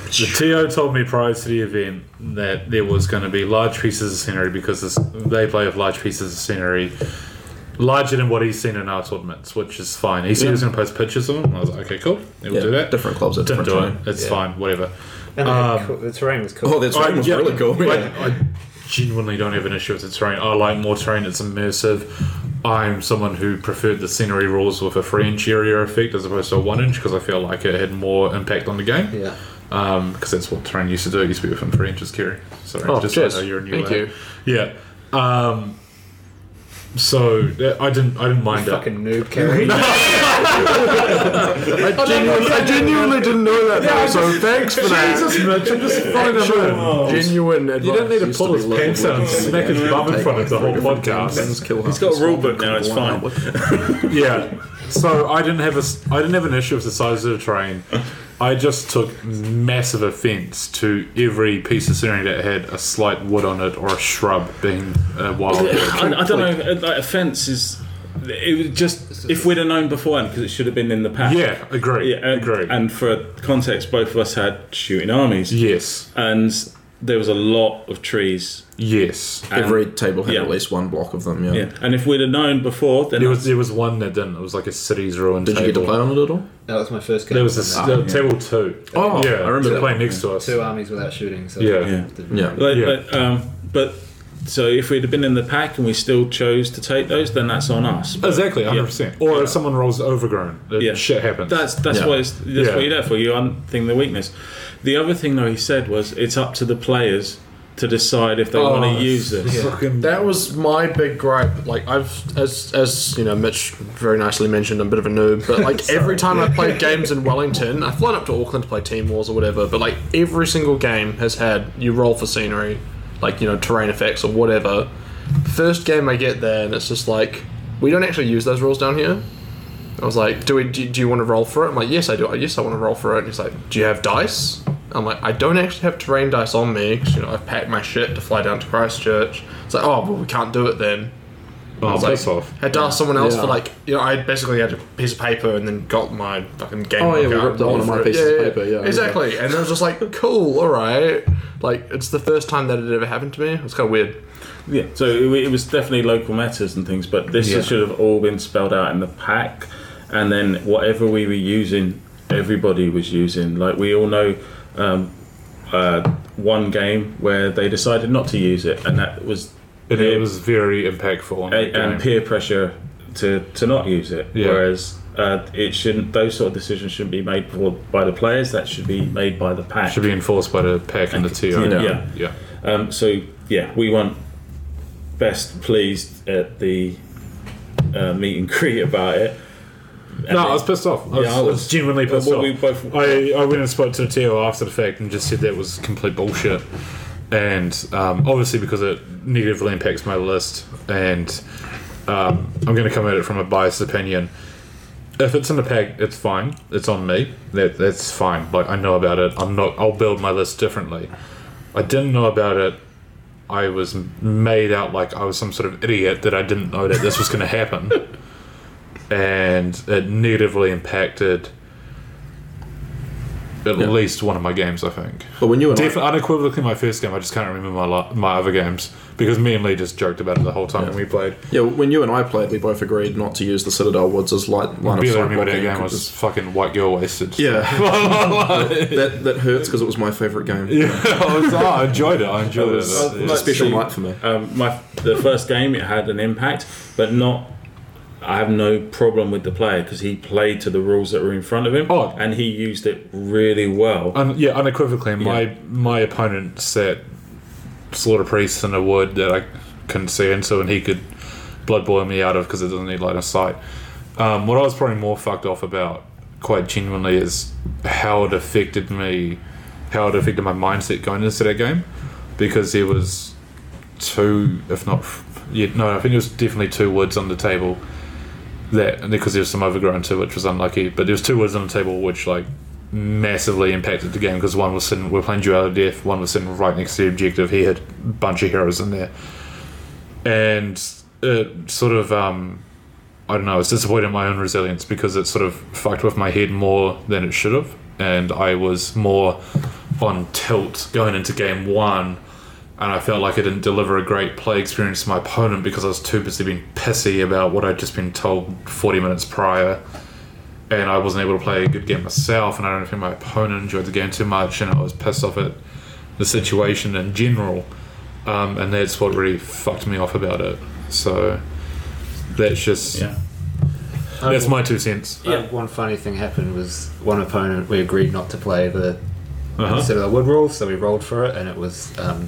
S2: The TO told me prior to the event that there was going to be large pieces of scenery because this, they play with large pieces of scenery, larger than what he's seen in our tournaments, which is fine. He said he was going to post pictures of them. I was like, okay, cool. We'll
S4: yeah,
S2: do that.
S4: different clubs at
S2: Didn't
S4: different
S2: do
S4: time.
S2: it. It's fine. Whatever.
S8: And the, the terrain was cool.
S4: Oh, that's
S2: I-
S4: right. was
S2: yeah,
S4: really cool.
S2: I,
S4: Yeah.
S2: I genuinely don't have an issue with the terrain. I like more terrain that's immersive. I'm someone who preferred the scenery rules with a three inch area effect as opposed to a one inch because I feel like it had more impact on the game.
S8: yeah.
S2: Because that's what terrain used to do. It used to be within three inches, Kerry. Sorry,
S6: Oh,
S2: just so I
S6: cheers.
S2: know you're a new
S6: Thank
S2: lad. Yeah. Um, so uh, I didn't. I didn't mind that.
S8: Fucking noob carry.
S2: I genuinely, I genuinely didn't know that. Yeah, so thanks for that. Jesus, Mitch, I'm just throwing them in.
S6: Genuine
S2: You don't need to pull his pants out and smack his bum in front of the whole podcast.
S4: He's
S5: got a rule book now, it's fine.
S2: Yeah. So I didn't have a, s- I didn't have an issue with the size of the train. I just took massive offence to every piece of scenery that had a slight wood on it or a shrub being a wild. wood.
S5: I, I don't know. uh, Like offense is. It was just if we'd have known beforehand because it should have been in the pack.
S2: Yeah, agree.
S5: Yeah, and,
S2: agree.
S5: and for context, both of us had shooting armies,
S2: yes,
S5: and there was a lot of trees.
S2: yes.
S4: Every
S2: Um,
S4: table had
S5: Yeah.
S4: at least one block of them. Yeah.
S5: Yeah, and if we'd have known before, then
S2: There was there was one that didn't. It was like a city's ruin.
S4: Did you get to play on it at all?
S8: that was my first game.
S2: There was this,
S8: Ah,
S2: uh, table two.
S4: Oh,
S2: yeah,
S4: I remember
S2: to
S4: that.
S2: play next to us.
S8: two armies without shooting. So
S2: Yeah.
S5: Yeah.
S8: Didn't-
S4: Yeah.
S5: Like,
S2: Yeah.
S5: But, um, but so if we'd have been in the pack and we still chose to take those, then that's on us. But
S2: Exactly, hundred percent. Or if someone rolls overgrown, that
S5: Yeah.
S2: shit happens.
S5: that's that's
S4: Yeah.
S5: what it's, that's
S2: Yeah.
S5: what you're there for. You unthing the weakness. The other thing though he said was it's up to the players to decide if they
S2: Oh,
S5: want to use this.
S3: That was my big gripe. Like I've, as as you know, Mitch very nicely mentioned, I'm a bit of a noob. But like every time I played games in Wellington, I've flown up to Auckland to play Team Wars or whatever. But like every single game has had you roll for scenery, like you know terrain effects or whatever. First game I get there and it's just like we don't actually use those rules down here. I was like, do we? Do, do you want to roll for it? I'm like, yes, I do. Yes, I want to roll for it. And he's like, do you have dice? I'm like, I don't actually have terrain dice on me 'cause, you know I've packed my shit to fly down to Christchurch. It's like, oh well, we can't do it then.
S2: Oh,
S3: like-
S2: piss off.
S3: Had to ask someone else
S4: Yeah.
S3: for like, you know, I basically had a piece of paper and then got my fucking game.
S4: Oh,
S3: book
S4: yeah, we
S3: out
S4: ripped out one of my
S3: for it.
S4: pieces of paper, yeah,
S3: exactly. And it was just like, cool, all right. Like, it's the first time that it ever happened to me. It's kind of weird.
S10: Yeah,
S5: So it, it was definitely local matters and things, but this
S2: Yeah.
S5: should have all been spelled out in the pack. And then whatever we were using, everybody was using. Like we all know um, uh, one game where they decided not to use it, and that was
S2: It,
S5: Yeah.
S2: it was very impactful. on
S5: a-
S2: that
S5: and
S2: game.
S5: peer pressure to, to not use it.
S2: Yeah.
S5: Whereas uh, it shouldn't; those sort of decisions shouldn't be made for, by the players. That should be made by the pack.
S2: Should be enforced by the pack and the TO.
S5: Yeah.
S2: yeah.
S5: Um, so yeah, we weren't best pleased at the uh, meet and greet about it. And
S2: No, I was pissed off. I was,
S5: Yeah, I was-
S2: I was genuinely pissed
S5: well,
S2: off.
S5: we both-
S2: I, I went and spoke to the TO after the fact and just said that was complete bullshit. And um, obviously, because it negatively impacts my list, and um, I'm going to come at it from a biased opinion. If it's in the pack, it's fine. It's on me. That that's fine. Like I know about it. I'm not. I'll build my list differently. I didn't know about it. I was made out like I was some sort of idiot that I didn't know that this was going to happen and it negatively impacted at least one of my games, I think.
S4: But when you and I-
S2: Definitely, unequivocally, my first game. I just can't remember my lo- my other games because me and Lee just joked about it the whole time when we played.
S4: yeah, when you and I played, we both agreed not to use the Citadel Woods as light line of
S2: Barely
S4: sight
S2: remember that
S4: blocking.
S2: game. I
S4: 'cause
S2: was fucking white girl wasted.
S4: Yeah. that, that hurts because it was my favourite game. Yeah.
S2: I, Oh, was- I enjoyed it. I enjoyed it.
S5: was-
S2: Yeah.
S4: It's a special
S5: So-
S4: night for me.
S5: um, my the first game it had an impact, but not. I have no problem with the player because he played to the rules that were in front of him,
S2: Oh.
S5: and he used it really well.
S2: Un- yeah, unequivocally, my
S5: Yeah.
S2: my opponent set slaughter priests in a wood that I couldn't see into, and he could blood boil me out of because it doesn't need line of sight. Um, what I was probably more fucked off about, quite genuinely, is how it affected me, how it affected my mindset going into that game, because there was two, if not, f- yeah, no, I think it was definitely two woods on the table. That and because there was some overgrown too, which was unlucky. But there was two woods on the table which like massively impacted the game because one was sitting, we are playing Duel of Death, one was sitting right next to the objective. He had a bunch of heroes in there. And it sort of, um, I don't know, I was disappointed in my own resilience because it sort of fucked with my head more than it should have. And I was more on tilt going into game one. And I felt like I didn't deliver a great play experience to my opponent because I was too busy being pissy about what I'd just been told 40 minutes prior and I wasn't able to play a good game myself, and I don't think my opponent enjoyed the game too much, and I was pissed off at the situation in general, um, and that's what really fucked me off about it. So that's just
S5: Yeah.
S2: that's my two cents.
S8: Uh, one funny thing happened was one opponent we agreed not to play the
S2: Uh-huh.
S8: instead of the wood rule, so we rolled for it, and it was um,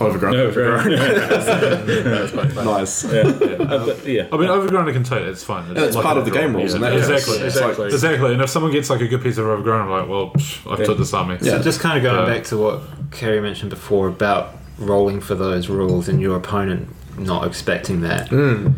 S4: Overgrown.
S5: No, very-
S4: Nice.
S5: uh, but, yeah.
S2: I mean, overgrown I can take it. It's fine.
S4: Yeah, it's
S2: like
S4: part of the
S2: overgrown.
S4: game rules,
S2: Yeah.
S4: and that
S2: exactly,
S4: is-
S2: exactly,
S4: it's
S2: exactly. And if someone gets like a good piece of overgrown, I'm like, well, psh, I've took this army.
S4: Yeah.
S8: just kind of going
S2: Yeah. Uh,
S8: back to what Kerry mentioned before about rolling for those rules and your opponent not expecting that.
S2: Mm.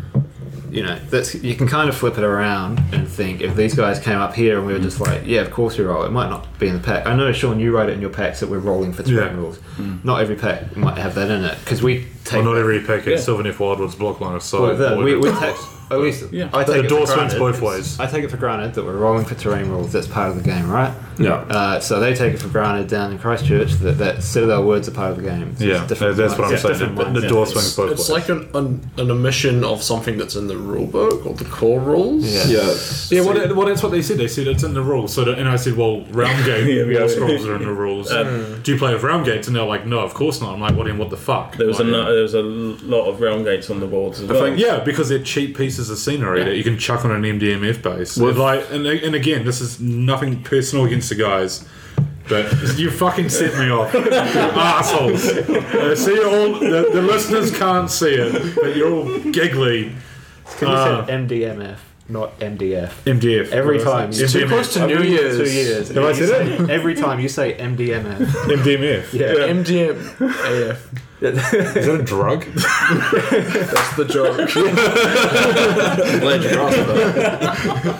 S8: You know, that's you can kind of flip it around and think if these guys came up here and we were just like, yeah, of course we roll. It might not be in the pack. I know, Sean, you wrote it in your packs that we're rolling for terrain
S2: Yeah. Mm.
S8: rules. Not every pack might have that in it because we
S2: Well,
S8: take
S2: not every pack has Sylvan F Wildwood's block line of sight.
S8: well, the-
S2: or-
S8: we, we take at least I take
S2: The
S8: it
S2: door
S8: for
S2: swings
S8: granted-
S2: both ways.
S8: I take it for granted that we're rolling for terrain rules. That's part of the game, right?
S4: Yeah.
S8: Uh, so they take it for granted down in Christchurch that, that Citadel words are part of the game. So
S2: yeah,
S8: it's different
S2: that's what I'm
S8: minds-
S2: saying.
S8: different
S2: The, the
S8: mindsets.
S2: door swings both ways.
S3: It's like an, an, an omission of something that's in the rule book or the core rules.
S8: Yeah.
S4: Yeah.
S2: Yeah, well, that, well, that's what they said. They said it's in the rules. So, that- and I said, well, round gate wall scrolls are in the rules. Do you play with round gates? And they're like, no, of course not. I'm like, well, then what the fuck?
S5: There was a
S2: Like,
S5: lo- there was a lot of realm gates on the boards as well.
S2: yeah, because they're cheap pieces of scenery that you can chuck on an MDMF base.
S4: With-
S2: like, and, and again, this is nothing personal against the guys. But you fucking set me off, assholes. Uh, see all the, the listeners can't see it, but you're all giggly.
S8: Can you
S2: Ah.
S8: say MDMF, not MDF?
S2: MDF
S8: Every time.
S2: It's too close
S3: to New Year's.
S8: Two years.
S2: Have I said it?
S8: Every time you say MDMF.
S2: MDMF.
S8: Yeah.
S3: MDM AF.
S2: Is that a drug?
S4: That's the joke. Glad you grasped that.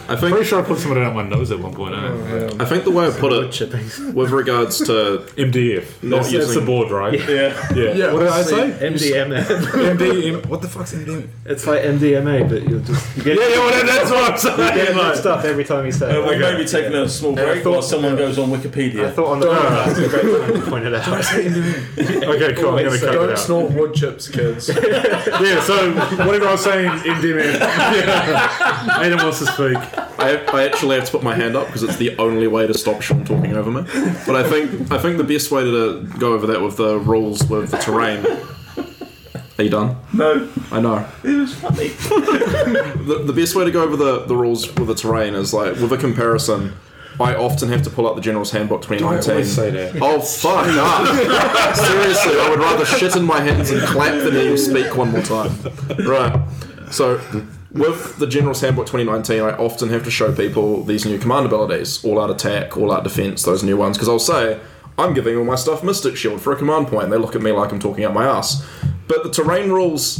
S4: I think.
S2: Pretty sure I put something down my nose at one point. eh?
S4: I think the way I put it, with regards to
S2: MDF.
S4: Not
S2: that's, that's the
S4: using-
S2: board, right? Yeah. yeah. What did I say?
S6: MDMA.
S2: MDM. What the fuck's MDM?
S6: it's like MDMA, but you're just you get
S2: Yeah, Oh yeah. Well, that- that's what I'm saying.
S6: get mixed up every time you say.
S5: We're
S6: it.
S5: maybe taking a small break
S6: thought-
S5: while someone goes on Wikipedia.
S6: I thought on the podcast it's a great time to point it out.
S2: Okay, cool. I'm gonna
S6: Always
S2: cut
S6: say,
S2: it
S4: don't
S2: out.
S4: snort wood chips, kids.
S2: Yeah. So whatever I was saying, MDM. Yeah. Adam wants to speak.
S4: I, I actually have to put my hand up because it's the only way to stop Sean talking over me. But I think I think the best way to go over that with the rules with the terrain. Are you done?
S5: No,
S4: I know.
S5: it was funny.
S4: The, the best way to go over the, the rules with the terrain is like with a comparison. I often have to pull out the General's Handbook 2019.
S2: that.
S4: Oh fuck up. Seriously, I would rather shit in my hands and clap than hear you speak one more time. Right. So with the General's Handbook 2019, I often have to show people these new command abilities, all out attack, all out defense, those new ones, because I'll say, I'm giving all my stuff Mystic Shield for a command point. They look at me like I'm talking out my ass. But the terrain rules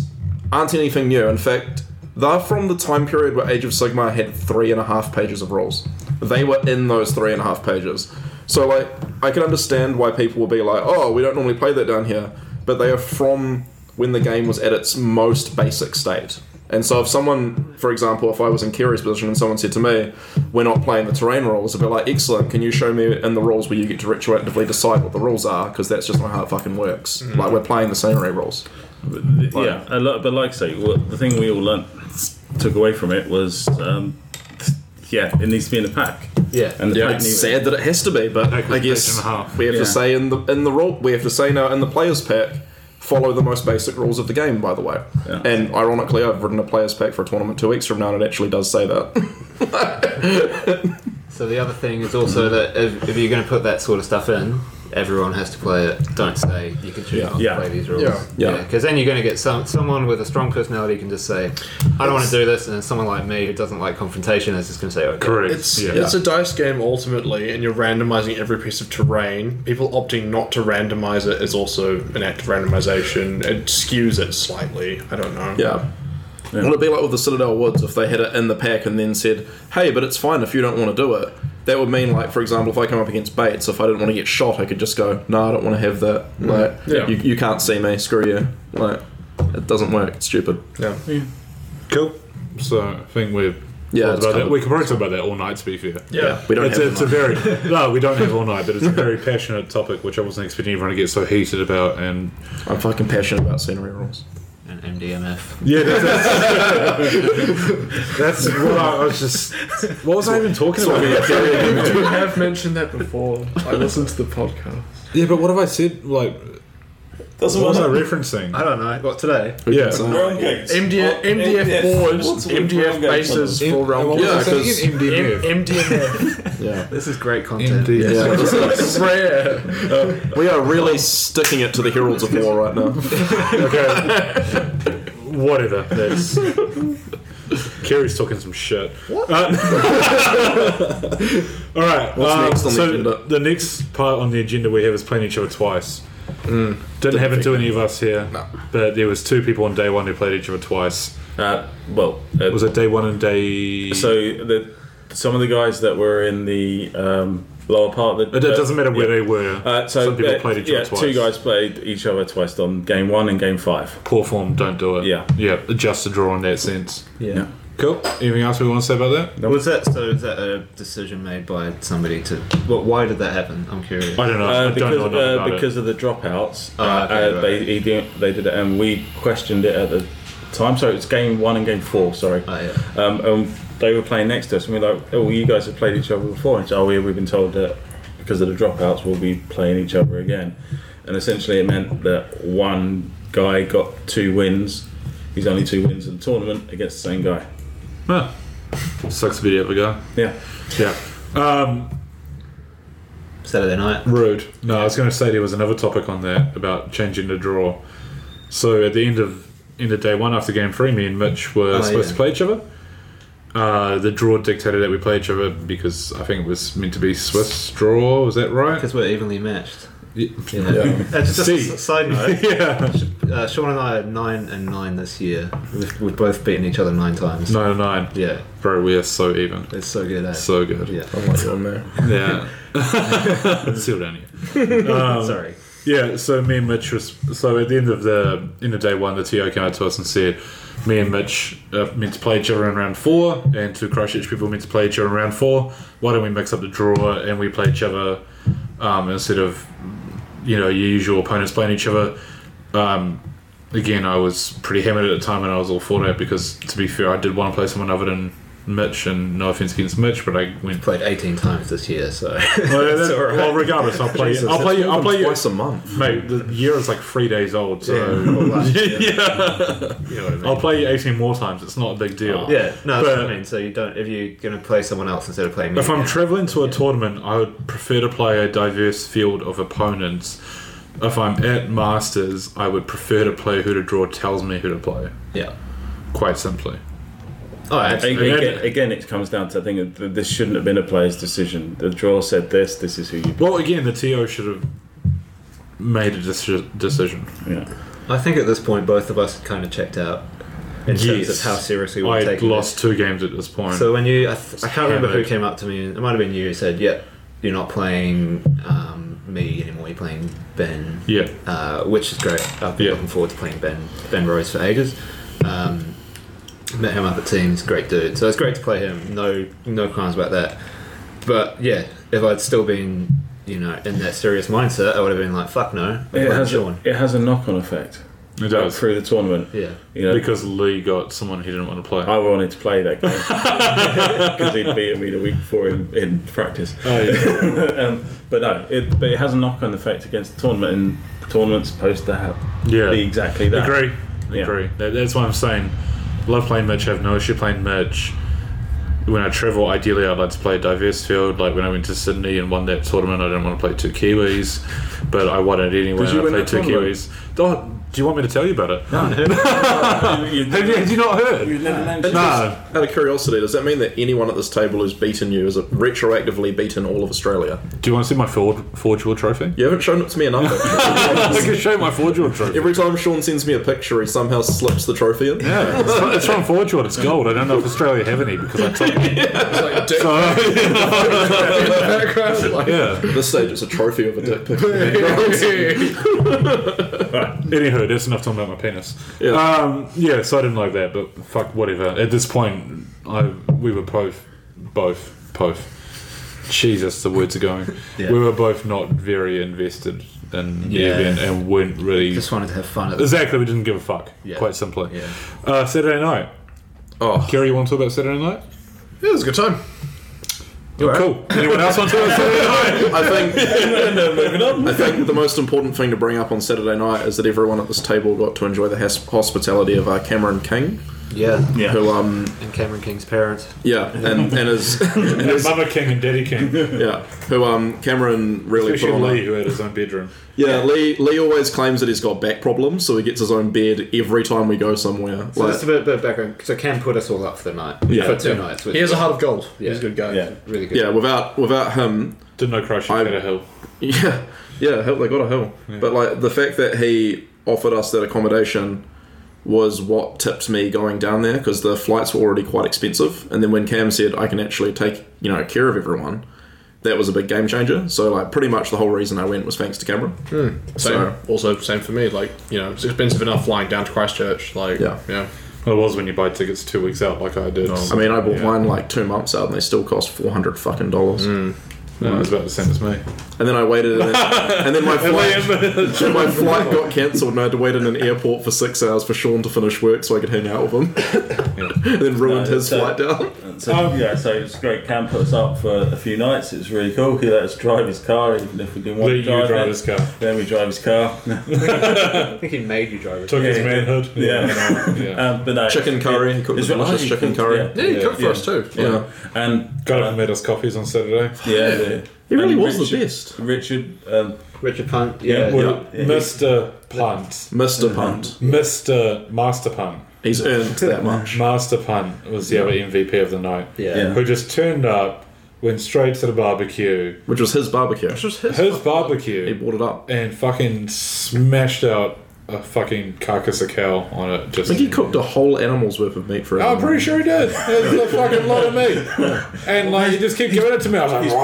S4: aren't anything new. In fact, they're from the time period where Age of Sigma had three and a half pages of rules. They were in those three and a half pages. So, like, I can understand why people will be like, oh, we don't normally play that down here, but they are from when the game was at its most basic state. And so, if someone, for example, if I was in Kerry's position and someone said to me, we're not playing the terrain rules, I'd be like, excellent, can you show me in the rules where you get to retroactively decide what the rules are? Because that's just not how it fucking works. Like, we're playing the scenery rules.
S5: yeah, a lot, but like I say, what, the thing we all learnt took away from it was, um, yeah, it needs to be in a pack.
S6: Yeah.
S5: and the
S4: Yeah,
S5: pack
S4: it's
S5: needs
S4: sad that it has to be, but
S2: Like
S4: I
S2: a
S4: guess
S2: page and a half.
S4: we have
S5: Yeah.
S4: to say in the in the rule we have to say now in the players pack follow the most basic rules of the game. By the way,
S5: Yeah.
S4: and ironically, I've written a players pack for a tournament two weeks from now, and it actually does say that.
S6: So the other thing is also that if, if you're going to put that sort of stuff in, everyone has to play it. Don't say you can choose not
S5: Yeah.
S6: to play these rules.
S4: Yeah. Yeah.
S6: Because then you're going to get some someone with a strong personality can just say, I don't want to do this, and then someone like me who doesn't like confrontation is just going to say, okay.
S2: Correct.
S3: It's
S2: yeah.
S3: it's a dice game ultimately, and you're randomizing every piece of terrain. People opting not to randomize it is also an act of randomization. It skews it slightly. I don't know.
S4: yeah. Would it be like with the Citadel Woods if they had it in the pack and then said, "Hey, but it's fine if you don't want to do it." That would mean, like, for example, if I come up against Bates, if I didn't want to get shot, I could just go, "No, I don't want to have that." Like,
S5: Yeah.
S4: you, you can't see me. Screw you. Like, it doesn't work. It's stupid.
S2: Cool. So I think we're
S4: Yeah,
S2: talked about
S4: it's kind
S2: that.
S4: of-
S2: we can probably talk about that all night. To be fair,
S3: Yeah.
S4: We don't
S2: It's,
S4: have
S2: it's a very no, we don't have all night, but it's a very passionate topic, which I wasn't expecting everyone to get so heated about. And
S4: I'm fucking passionate about scenery rules.
S6: And MDMF.
S2: yeah, that's, that's, that's what I was just. What was I even talking about?
S3: you have mentioned that before. I listened to the podcast.
S2: Yeah, but what have I said? Like,
S5: Doesn't
S2: what was I
S5: matter.
S2: referencing?
S6: I don't know. What today?
S2: Yeah,
S5: Brown cakes.
S3: MDF,
S5: Oh,
S3: MDF boards,
S5: What's with
S3: MDF
S5: brown cakes?
S3: bases for realm.
S4: Yeah, because
S3: MDF.
S4: yeah.
S6: This is great content.
S3: It's rare.
S4: we are really sticking it to the heralds of war right now.
S2: okay. Whatever. That's. Kerry's talking some shit. Uh, What? all right.
S4: What's
S2: um,
S4: next on the
S2: so
S4: agenda?
S2: the next part on the agenda we have is playing each other twice.
S5: Mm.
S2: Didn't, happen to any of us here,
S4: No.
S2: but there was two people on day one who played each other twice.
S5: Uh, well, uh,
S2: It was a day one and day.
S5: so the some of the guys that were in the um, lower part. Of the,
S2: it, it doesn't matter where they
S5: yeah.
S2: were.
S5: Uh, so
S2: some people
S5: uh,
S2: played each
S5: yeah,
S2: other twice.
S5: Two guys played each other twice on game one and game five.
S2: Poor form. Don't do it.
S5: Yeah.
S2: Yeah. Adjust the draw in that sense.
S5: Yeah.
S2: Cool. Anything else we want to say about that?
S6: Was that so? Is that a decision made by somebody to? Well, why did that happen? I'm curious.
S2: I don't know.
S5: Uh,
S2: I don't
S5: because
S2: know enough
S5: uh,
S2: about
S5: because of the dropouts,
S6: Ah, okay,
S5: uh,
S6: right.
S5: they he did, they did it, and we questioned it at the time. So it's game one and game four. Sorry,
S6: Oh, yeah.
S5: um, and they were playing next to us, and we are like, "Oh, well, you guys have played each other before." And so, "Oh, yeah, we've been told that because of the dropouts, we'll be playing each other again." And essentially, it meant that one guy got two wins. He's only two wins in the tournament against the same guy.
S2: it. Huh. Sucks to be the other guy.
S5: Yeah,
S2: Yeah. Um,
S6: Saturday night.
S2: rude. No, I was going to say there was another topic on there about changing the draw. So at the end of end of day one after game three, me and Mitch were
S6: Oh,
S2: supposed
S6: yeah.
S2: to play each other. Uh, the draw dictated that we play each other because I think it was meant to be Swiss draw. Was that right?
S6: Because we're evenly matched.
S4: Yeah.
S8: Uh, just
S2: See.
S8: a s- side note.
S2: yeah.
S8: Uh, Sean and I are nine and nine this year. We've, we've both beaten each other nine times.
S2: Nine and nine.
S8: Yeah,
S2: Bro, we are so even.
S8: it's so good. Eh?
S2: So good.
S8: yeah.
S4: I'm like, oh, man.
S2: Yeah. Still down here. Um,
S8: Sorry.
S2: Yeah, so me and Mitch was so at the end of the end of day one, the TO came up to us and said, "Me and Mitch uh, meant to play each other in round four, and two Christchurch people meant to play each other in round four. Why don't we mix up the draw and we play each other um, instead of you know your usual opponents playing each other?" Um, again, I was pretty hammered at the time, and I was all for that because, to be fair, I did want to play someone other than Mitch, and no offense against Mitch, but I went.
S8: Played 18 times this year, so.
S2: Well,
S8: It's all right.
S2: well, regardless, I'll play. I'll play. I'll play. you-
S4: twice a month.
S2: Mate, the year is like three days old, so yeah, I'll play you eighteen more times. It's not a big deal.
S8: Yeah, no, that's what
S2: But-
S8: I mean. So you don't if you're gonna play someone else instead of playing me.
S2: If I'm
S8: yeah.
S2: traveling to a tournament, I would prefer to play a diverse field of opponents. If I'm at Masters, I would prefer to play who to draw tells me who to play.
S8: yeah.
S2: Quite simply.
S8: Oh,
S5: Again,
S2: mean,
S5: again,
S2: that-
S5: again, it comes down to I think that this shouldn't have been a player's decision. The draw said this. This is who you.
S2: Well, again, the TO should have made a deci- decision.
S5: Yeah.
S8: I think at this point both of us kind of checked out in terms of
S2: Yes.
S8: how seriously we were
S2: I
S8: taking
S2: lost two games at this point.
S8: This. So when you, I, th- I can't remember who
S2: Hammered.
S8: came up to me. It might have been you who said, "Yep, you're not playing um, me anymore. You're playing Ben."
S2: yeah,
S8: uh, which is great. I've been
S2: Yeah.
S8: looking forward to playing Ben Ben Rose for ages. Um, met him up at Teams, great dude. So it's great to play him. No no qualms about that. But yeah, if I'd still been you know in that serious mindset, I would have been like, fuck no, I'm
S5: It
S8: playing
S5: has,
S8: Sean.
S5: a, it has a knock-on effect
S2: it does.
S5: through the tournament.
S8: Yeah,
S5: You know,
S2: Because Lee got someone he didn't want to play.
S5: I wanted to play that game because he'd beaten me the week before in, in practice.
S2: Oh,
S5: um, but no, it, but it has a knock-on effect against the tournament, and the tournament's supposed to have
S2: yeah.
S5: be exactly that.
S2: Agree.
S5: Yeah.
S2: Agree. That, that's what I'm saying. Love playing Mitch, have no issue playing Mitch. When I travel, ideally I'd like to play a diverse field. Like when I went to Sydney and won that tournament, I didn't want to play two Kiwis, but I won it anyway.
S4: Did
S2: and
S4: you
S2: I
S4: win
S2: played
S4: that
S2: two
S4: tournament?
S2: Kiwis. Oh, do you want me to tell you about it?
S5: You, you,
S2: Have you, Ah. have you not heard?
S5: you never managed
S2: No.
S4: Uh, Out of curiosity, does that mean that anyone at this table who's beaten you has retroactively beaten all of Australia?
S2: Do you want to see my Ford, Forge War trophy?
S4: You haven't shown it to me enough.
S2: I
S4: actually.
S2: can show you my Forge War trophy.
S4: Every time Sean sends me a picture, he somehow slips the trophy in.
S2: Yeah, it's from, it's from Forge War. It's gold. I don't know if Australia have any because I took it. Yeah.
S4: At this stage, it's a trophy of a dick pic.
S2: Anywho, that's enough talking about my penis. Yeah. Um, yeah, so I didn't like that, but fuck whatever. At this point, I we were both, both, both. Jesus, the words are going. We were both not very invested in the
S8: Yeah.
S2: event and weren't really.
S8: just wanted to have fun. At this.
S2: Exactly, we didn't give a fuck.
S8: Yeah.
S2: Quite simply.
S8: Yeah.
S2: Uh, Saturday night.
S4: Oh,
S2: Kerry, you want to talk about Saturday night?
S4: it was a good time.
S2: Cool. Anyone else want to talk about Saturday night?
S4: I think
S5: moving on.
S4: I think the most important thing to bring up on Saturday night is that everyone at this table got to enjoy the has- hospitality of uh, Cameron King,
S8: yeah,
S5: Yeah.
S4: who um
S8: and Cameron King's parents.
S4: yeah and and his and his
S2: Mother King and Daddy King.
S4: yeah who um Cameron really put
S2: Especially
S4: on a-
S2: Lee, who had his own bedroom.
S4: Yeah, Lee Lee always claims that he's got back problems, so he gets his own bed every time we go somewhere.
S8: So
S4: Like-
S8: that's a bit, bit of background. So Cam put us all up for the night,
S4: Yeah.
S8: for two
S4: Yeah.
S8: nights. Which
S3: He has a heart of gold.
S8: Yeah.
S3: He's a good guy.
S5: Yeah.
S8: really good.
S4: yeah, without without him,
S2: Didn't know Christchurch had a hill.
S4: yeah, yeah, hell, they got a hill. But like the fact that he offered us that accommodation was what tipped me going down there because the flights were already quite expensive, and then when Cam said I can actually take you know care of everyone, that was a big game changer. So like pretty much the whole reason I went was thanks to Cameron.
S3: Hmm. Same.
S4: So-
S3: Also, same for me. Like, you know, it's expensive enough flying down to Christchurch. Like,
S4: Yeah.
S3: yeah.
S2: Well, it was when you buy tickets two weeks out, like I did.
S4: I mean, I bought mine like two months out, and they still cost four hundred fucking dollars.
S3: Hmm.
S2: no, it was about the same as me.
S4: And then I waited, and then, and then my flight, and my flight got cancelled, and I had to wait in an airport for six hours for Sean to finish work so I could hang out with him, and then ruined
S5: No,
S4: his
S8: uh,
S5: so-
S4: flight down.
S5: So,
S2: Oh.
S5: yeah, so it was great. Cam put us up for a few nights. It was really cool. He let us drive his car, even if we didn't want
S2: Lee,
S5: to
S2: you
S5: drive,
S2: drive
S5: it.
S2: this car.
S5: Then we drive his car.
S8: I think he made you drive it.
S2: Took his
S5: Yeah.
S2: manhood.
S5: Yeah.
S2: yeah.
S5: um, but no,
S4: Chicken curry, he cooked
S5: it's
S4: the
S5: really-
S4: delicious chicken curry.
S5: Yeah,
S3: Yeah, you cooked
S5: yeah.
S3: for us too.
S4: Yeah,
S5: and um,
S2: Got him made us coffees on Saturday.
S5: yeah, yeah.
S4: he really
S5: And
S4: was
S5: Richard-
S4: the best,
S5: Richard, um,
S8: Richard Punt.
S5: Yeah,
S8: Yeah,
S5: well-
S2: Well,
S5: Yeah.
S2: Mr. Punt,
S4: Mister Punt.
S2: Mr. Master Punt,
S4: He's earned that much.
S2: Master Punt was the other MVP of the night,
S8: yeah.
S5: Yeah.
S2: who just turned up. went straight to the barbecue,
S4: Which was his barbecue.
S2: his
S4: He
S2: barbecue,
S4: bought it up.
S2: and fucking smashed out a fucking carcass of cow on it. Just
S4: I think he cooked a whole animal's worth of meat for
S2: I'm
S4: everyone.
S2: pretty sure he did. There's a fucking lot of meat, and like he just kept giving it to me. I was like,
S5: He's
S2: "Wow,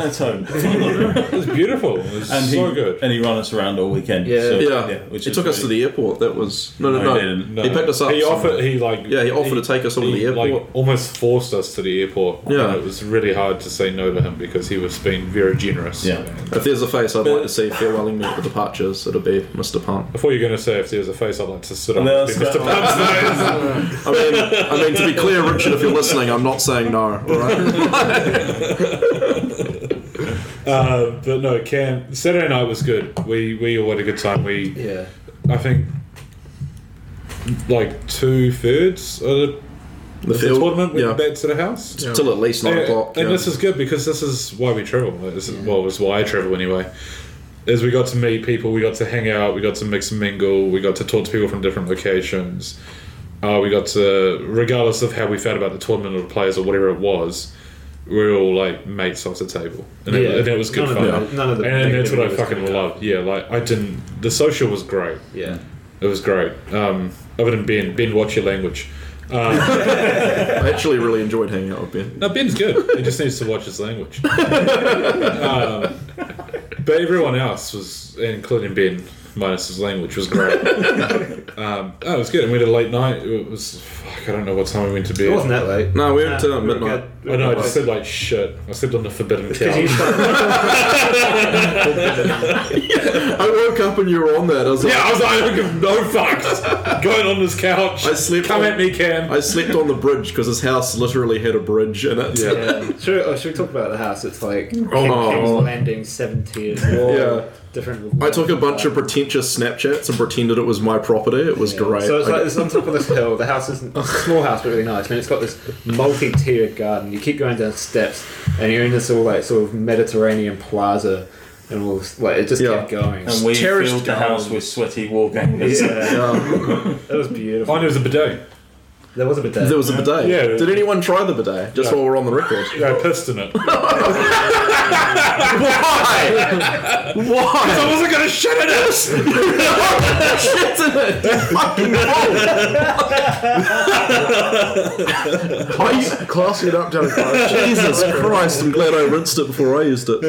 S5: broken that monotone.
S2: it was beautiful. It was
S5: and
S2: so
S5: he,
S2: good.
S5: and he ran us around all weekend.
S8: Yeah.
S5: so,
S4: Yeah,
S5: which
S4: he
S5: is
S4: took us to
S5: really-
S4: the airport. That was no, no,
S5: No,
S4: no.
S5: he didn't.
S4: He picked us up.
S2: He offered. He like.
S4: Yeah, he offered to take us all to
S2: he,
S4: the airport.
S2: Like, almost forced us to the airport.
S4: Yeah.
S2: and it was really hard to say no to him because he was being very generous.
S5: Yeah.
S4: If there's a face I'd like to see farewelling me at the departures, it'll be Mr. Punt.
S2: Before you're going to say if there's a face I'd like to sit on,
S5: No,
S2: it'd be
S5: it's
S2: Mr.
S5: not-
S2: Pumps' face.
S4: I mean, I mean to be clear, Richard, if you're listening, I'm not saying no. All right.
S2: Uh, but no, Cam. Saturday night was good. We we all had a good time. We
S8: Yeah.
S2: I think like two thirds of the,
S4: The
S2: of the
S4: field,
S2: tournament went
S4: yeah.
S2: back to the house.
S4: Till at least nine
S2: And-
S4: o'clock.
S2: And
S4: yeah.
S2: this is good because this is why we travel. Like, This is, Well, it was why I travel anyway. Is we got to meet people, we got to hang out, we got to mix and mingle, we got to talk to people from different locations. Uh, we got to, regardless of how we felt about the tournament or the players or whatever it was, we were all like mates off the table, and, it,
S8: Yeah.
S2: and it was good
S8: None of
S2: fun.
S8: the- Yeah. none of the
S2: and that's what I
S8: negativity was
S2: fucking
S8: coming out.
S2: loved. Yeah, like I didn't. The social was great.
S8: Yeah.
S2: It was great. Um, other than Ben, Ben, watch your language.
S4: I actually really enjoyed hanging out with Ben.
S2: No, Ben's good. He just needs to watch his language. um, but everyone else was, including Ben, minus his language, was great. um, oh, it was good. And we had a late night. It was, fuck, I don't know what time we went to bed. Oh,
S8: It wasn't that late.
S4: No, we went to
S8: we were
S4: midnight.
S8: good.
S2: I know, I just said like shit. I slept on the forbidden
S8: you
S2: couch.
S4: I woke up and you were on that. I was like,
S2: Yeah, I was like, I don't give no fucks. Going on this couch.
S4: I slept
S2: Come
S4: on-
S2: at me, Cam.
S4: I slept on the bridge because his house literally had a bridge in it. Yeah.
S8: Yeah. Should, oh, should we talk about the house? It's like King,
S4: Oh.
S8: King's Landing, seven tiers, wall,
S4: Yeah.
S8: different.
S4: I took a bunch of pretentious Snapchats and pretended it was my property. It was great.
S8: So it's
S4: I-
S8: like it's on top of this hill. The house isn't it's a small house, but really nice. And it's got this multi-tiered garden. You keep going down steps, and you're in this all like sort of Mediterranean plaza, and all this, like it just
S4: Yeah.
S8: kept going.
S5: And we
S8: Terraced
S5: filled the
S8: garden.
S5: house with sweaty war gamers.
S8: It was beautiful.
S2: Mine was a bidet.
S8: There was a bit there.
S4: there was a bidet.
S2: Yeah.
S4: Did anyone try the bidet? Just
S2: No.
S4: while we're on the record.
S2: I pissed in it.
S4: Why? Why?
S2: I wasn't going to shit in it.
S4: Shit in it! It's Fucking fault! Are you-
S3: Classing it up, down
S4: Jesus Christ! I'm glad I rinsed it before I used it.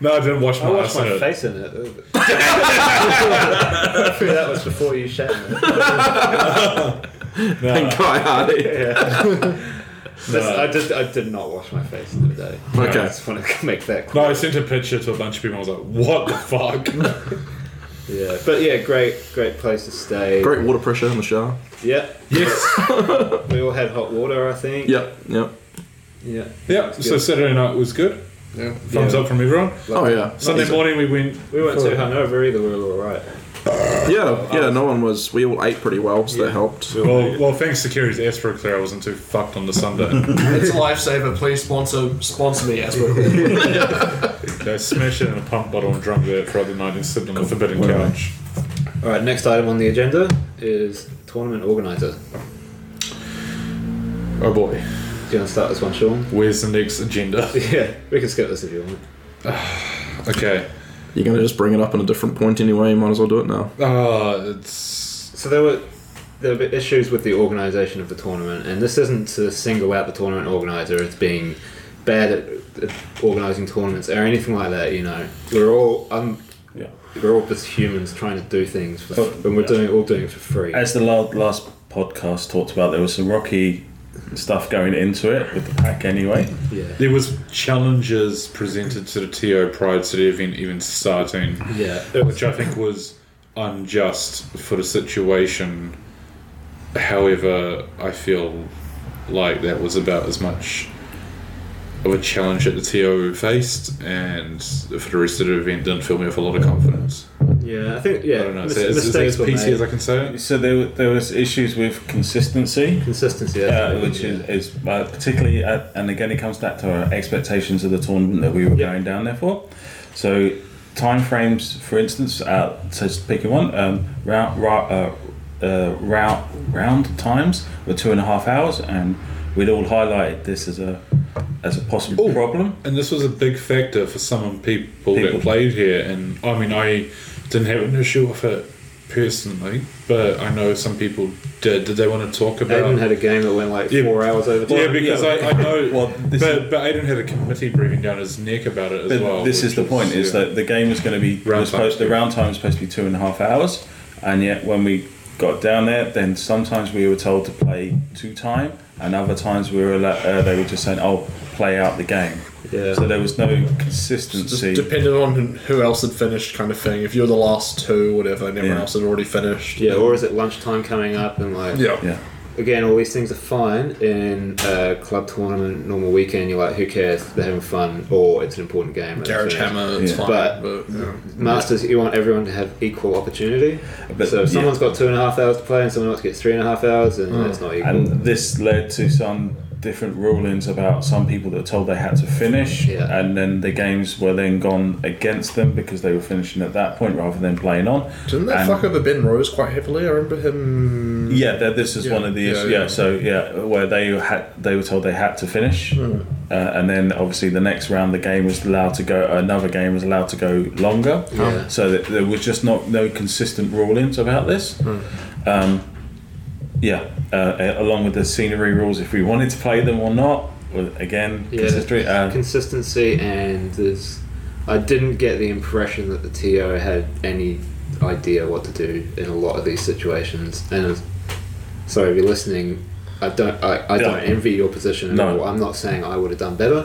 S2: No, I didn't wash my
S8: I washed
S2: ass in
S8: my
S2: it.
S8: face in it. that was before you shat in it.
S4: And Guy Hardy.
S8: This- I just I did not wash my face in the day. I
S4: Okay.
S8: just want to make that
S2: No, I sent a picture to a bunch of people. I was like, what the fuck?
S8: Yeah, but yeah, great, great place to stay.
S4: Great water pressure in the shower.
S8: Yeah,
S2: yes.
S8: we all had hot water, I think.
S4: Yep, yep.
S8: Yeah,
S2: Yeah. So Saturday night was good.
S3: Yeah.
S2: Thumbs up from everyone.
S4: Oh yeah.
S2: Sunday morning we went.
S8: we weren't too
S2: Cool.
S8: hungover either. We were all right.
S4: Yeah, yeah. No one was. We all ate pretty well, so that helped.
S2: Well, well, thanks to Kerry's Astro Clear, I wasn't too fucked on the Sunday.
S3: It's a lifesaver. Please sponsor sponsor me as well.
S2: I smashed it in a pump bottle and drunk it for the night and slept on the forbidden couch.
S8: All right, next item on the agenda is tournament organizer.
S2: Oh boy,
S8: Do you want to start this one, Sean?
S2: where's the next agenda?
S8: Yeah, we can skip this if you want.
S2: Okay.
S4: You're gonna just bring it up on a different point anyway. You might as well do it now.
S2: Uh, it's
S8: So there were there were issues with the organisation of the tournament, and this isn't to single out the tournament organizer as being bad at, at organising tournaments or anything like that. You know, we're all um,
S5: Yeah.
S8: we're all just humans trying to do things, for,
S5: Oh,
S8: and we're
S5: yeah.
S8: doing all doing it for free.
S5: As the la- last podcast talked about, there was some rocky stuff going into it with the pack anyway.
S8: yeah,
S2: there was challenges presented to the TO prior to the event even starting.
S8: yeah, it was
S2: which I think was unjust for the situation. However, I feel like that was about as much of a challenge that the TO faced, and for the rest of the event, didn't fill me with a lot of confidence.
S8: yeah. I think yeah,
S2: I don't know. Is
S8: mis-
S2: that- is- is that
S8: mistakes
S2: as
S8: were
S2: PC as I
S8: made.
S2: can say it?
S5: So there, there was issues with consistency.
S8: Consistency,
S5: Uh,
S8: that's-
S5: which is, is uh, particularly, at, and again, it comes back to our expectations of the tournament that we were
S8: Yeah.
S5: going down there for. So, time frames, for instance, uh, so just picking one, um, round, ra- uh, uh, round, round times were two and a half hours, and we'd all highlighted this as a as a possible problem.
S2: And this was a big factor for some people,
S5: People.
S2: that played here. And I mean, I didn't have an issue with it personally, but I know some people did. Did they want to talk about?
S8: Aiden had a game that went like
S2: Yeah.
S8: four hours over
S2: yeah, because
S5: yeah.
S2: I, I know.
S5: Well, this
S2: but but Aiden had a committee breathing down his neck about it as
S5: But
S2: well.
S5: this is
S2: which
S5: the point: is
S2: yeah.
S5: that the game was going to be
S2: Round
S5: was supposed,
S2: time.
S5: the round time was supposed to be two and a half hours, and yet when we got down there, then sometimes we were told to play two time, and other times we were let, uh, they were just saying, "Oh, play out the game."
S3: Yeah.
S5: So there was no
S3: Just
S5: consistency.
S3: depended on who else had finished, kind of thing. If you're the last two, whatever, and everyone
S5: Yeah.
S3: else had already finished.
S8: Yeah, or is it lunchtime coming up and like
S3: Yeah.
S5: yeah,
S8: again all these things are fine in a club tournament normal weekend you're like who cares they're having fun or it's an important game
S3: Garage
S8: It's-
S3: Hammer, Uh, it's
S5: Yeah.
S3: fine.
S8: But-
S3: But,
S2: Mm.
S3: yeah.
S8: Masters, you want everyone to have equal opportunity.
S5: But-
S8: so if
S5: yeah.
S8: someone's got two and a half hours to play and someone else gets three and a half hours, and that's not equal.
S5: and this led to some different rulings about some people that were told they had to finish
S8: Yeah.
S5: and then the games were then gone against them because they were finishing at that point rather than playing on
S3: Didn't they
S5: And-
S3: fuck over Ben Rose quite heavily? I remember him.
S5: Yeah, that this is
S3: Yeah.
S5: one of the
S3: Yeah,
S5: issues.
S3: yeah.
S5: Yeah, so yeah, where they had they were told they had to finish, uh, and then obviously the next round the game was allowed to go. Another game was allowed to go longer.
S8: Yeah.
S5: So that there was just not no consistent rulings about this. Um, yeah, uh, along with the scenery rules, if we wanted to play them or not. Well, again,
S8: Yeah.
S5: consistency. Uh,
S8: Consistency and there's. I didn't get the impression that the TO had any idea what to do in a lot of these situations. And it's- sorry, if you're listening, I don't. I, I don't
S5: Yeah.
S8: envy your position at
S5: No.
S8: all. I'm not saying I would have done better.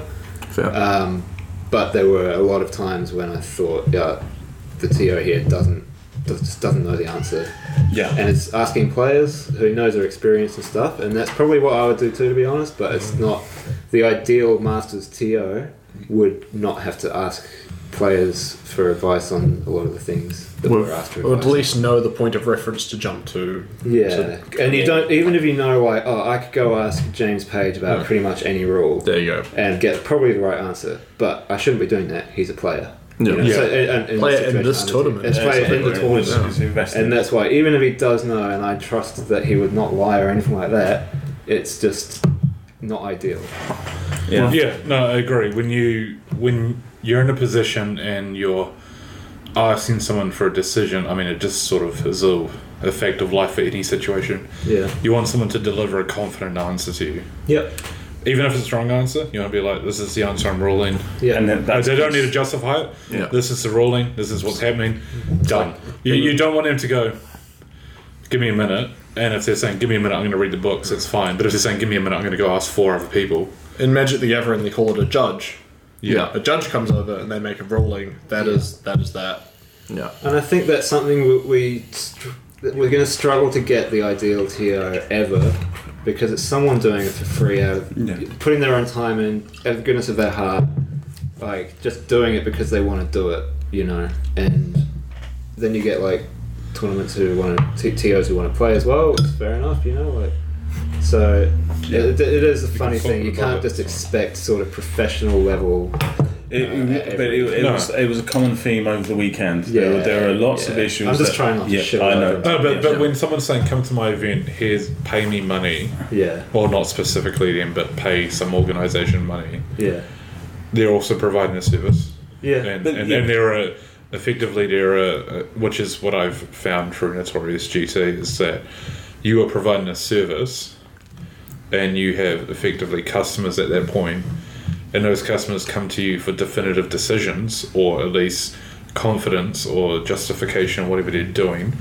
S4: Fair.
S8: Um, but there were a lot of times when I thought, yeah, the TO here doesn't does, just doesn't know the answer,
S5: yeah,
S8: and it's asking players who knows their experience and stuff, and that's probably what I would do too, to be honest. But it's
S3: Mm-hmm.
S8: not the ideal Masters TO would not have to ask players for advice on a lot of the things that we're after.
S3: Or at
S8: advice on.
S3: least know the point of reference to jump to.
S8: Yeah, and you don't even if you know like oh I could go ask James Page about pretty much any rule
S3: There you go.
S8: and get probably the right answer. But I shouldn't be doing that. He's a player.
S4: Yeah.
S8: know, so- and- and- and
S3: Player
S8: the
S3: in
S8: situation
S3: this
S8: I'm
S3: tournament.
S8: It's
S5: Yeah,
S8: player
S5: so
S8: in the
S5: it's-
S8: tournament.
S5: it's invested.
S8: And uh, that's why, even if he does know, and I trust that he would not lie or anything like that, it's just not ideal.
S5: yeah.
S2: Yeah, no, I agree. When you when you're in a position and you're asking someone for a decision, I mean, it just sort of is a a fact of life for any situation.
S8: Yeah.
S2: You want someone to deliver a confident answer to you,
S8: Yep.
S2: even if it's the wrong answer. You want to be like, "This is the answer I'm ruling."
S8: Yeah.
S5: And then that's
S2: they don't need to justify it.
S4: Yeah.
S2: This is the ruling. This is what's happening. Done. You, you don't want them to go. Give me a minute. And if they're saying, "Give me a minute," I'm going to read the books. It's fine. But if they're saying, "Give me a minute," I'm going to go ask four other people.
S3: In Magic the Gathering, they call it a judge.
S2: Yeah.
S3: A judge comes over and they make a ruling. That is that is that.
S4: Yeah.
S8: and I think that's something we, we str- that we're going to struggle to get the ideal TO ever because it's someone doing it for free, out of,
S5: Yeah.
S8: putting their own time in, out of the goodness of their heart, like just doing it because they want to do it, you know. And then you get like tournaments who want to, TOs who want to play as well. which is fair enough, you know. Like so, it, it is a funny thing. You
S2: talk about
S8: can't
S2: it.
S8: just expect sort of professional level.
S5: It,
S8: Uh,
S5: but it, it,
S2: No.
S5: was, it was a common theme over the weekend. there, were,
S8: Yeah,
S5: there are lots
S8: yeah.
S5: of issues.
S8: I'm just
S5: that-
S8: trying not to
S5: yeah,
S8: shit
S5: I
S8: all
S5: know.
S8: over
S2: No, Oh, but,
S5: Yeah.
S2: but when someone's saying, come to my event, here's pay me money,
S8: Yeah,
S2: or not specifically them, but pay some organisation money,
S8: yeah,
S2: they're also providing a service.
S8: yeah.
S2: And,
S5: But,
S2: and,
S5: yeah.
S2: and there are, effectively, there are, uh, which is what I've found through Notorious GT, is that you are providing a service and you have effectively customers at that point, and those customers come to you for definitive decisions or at least confidence or justification, whatever they're doing.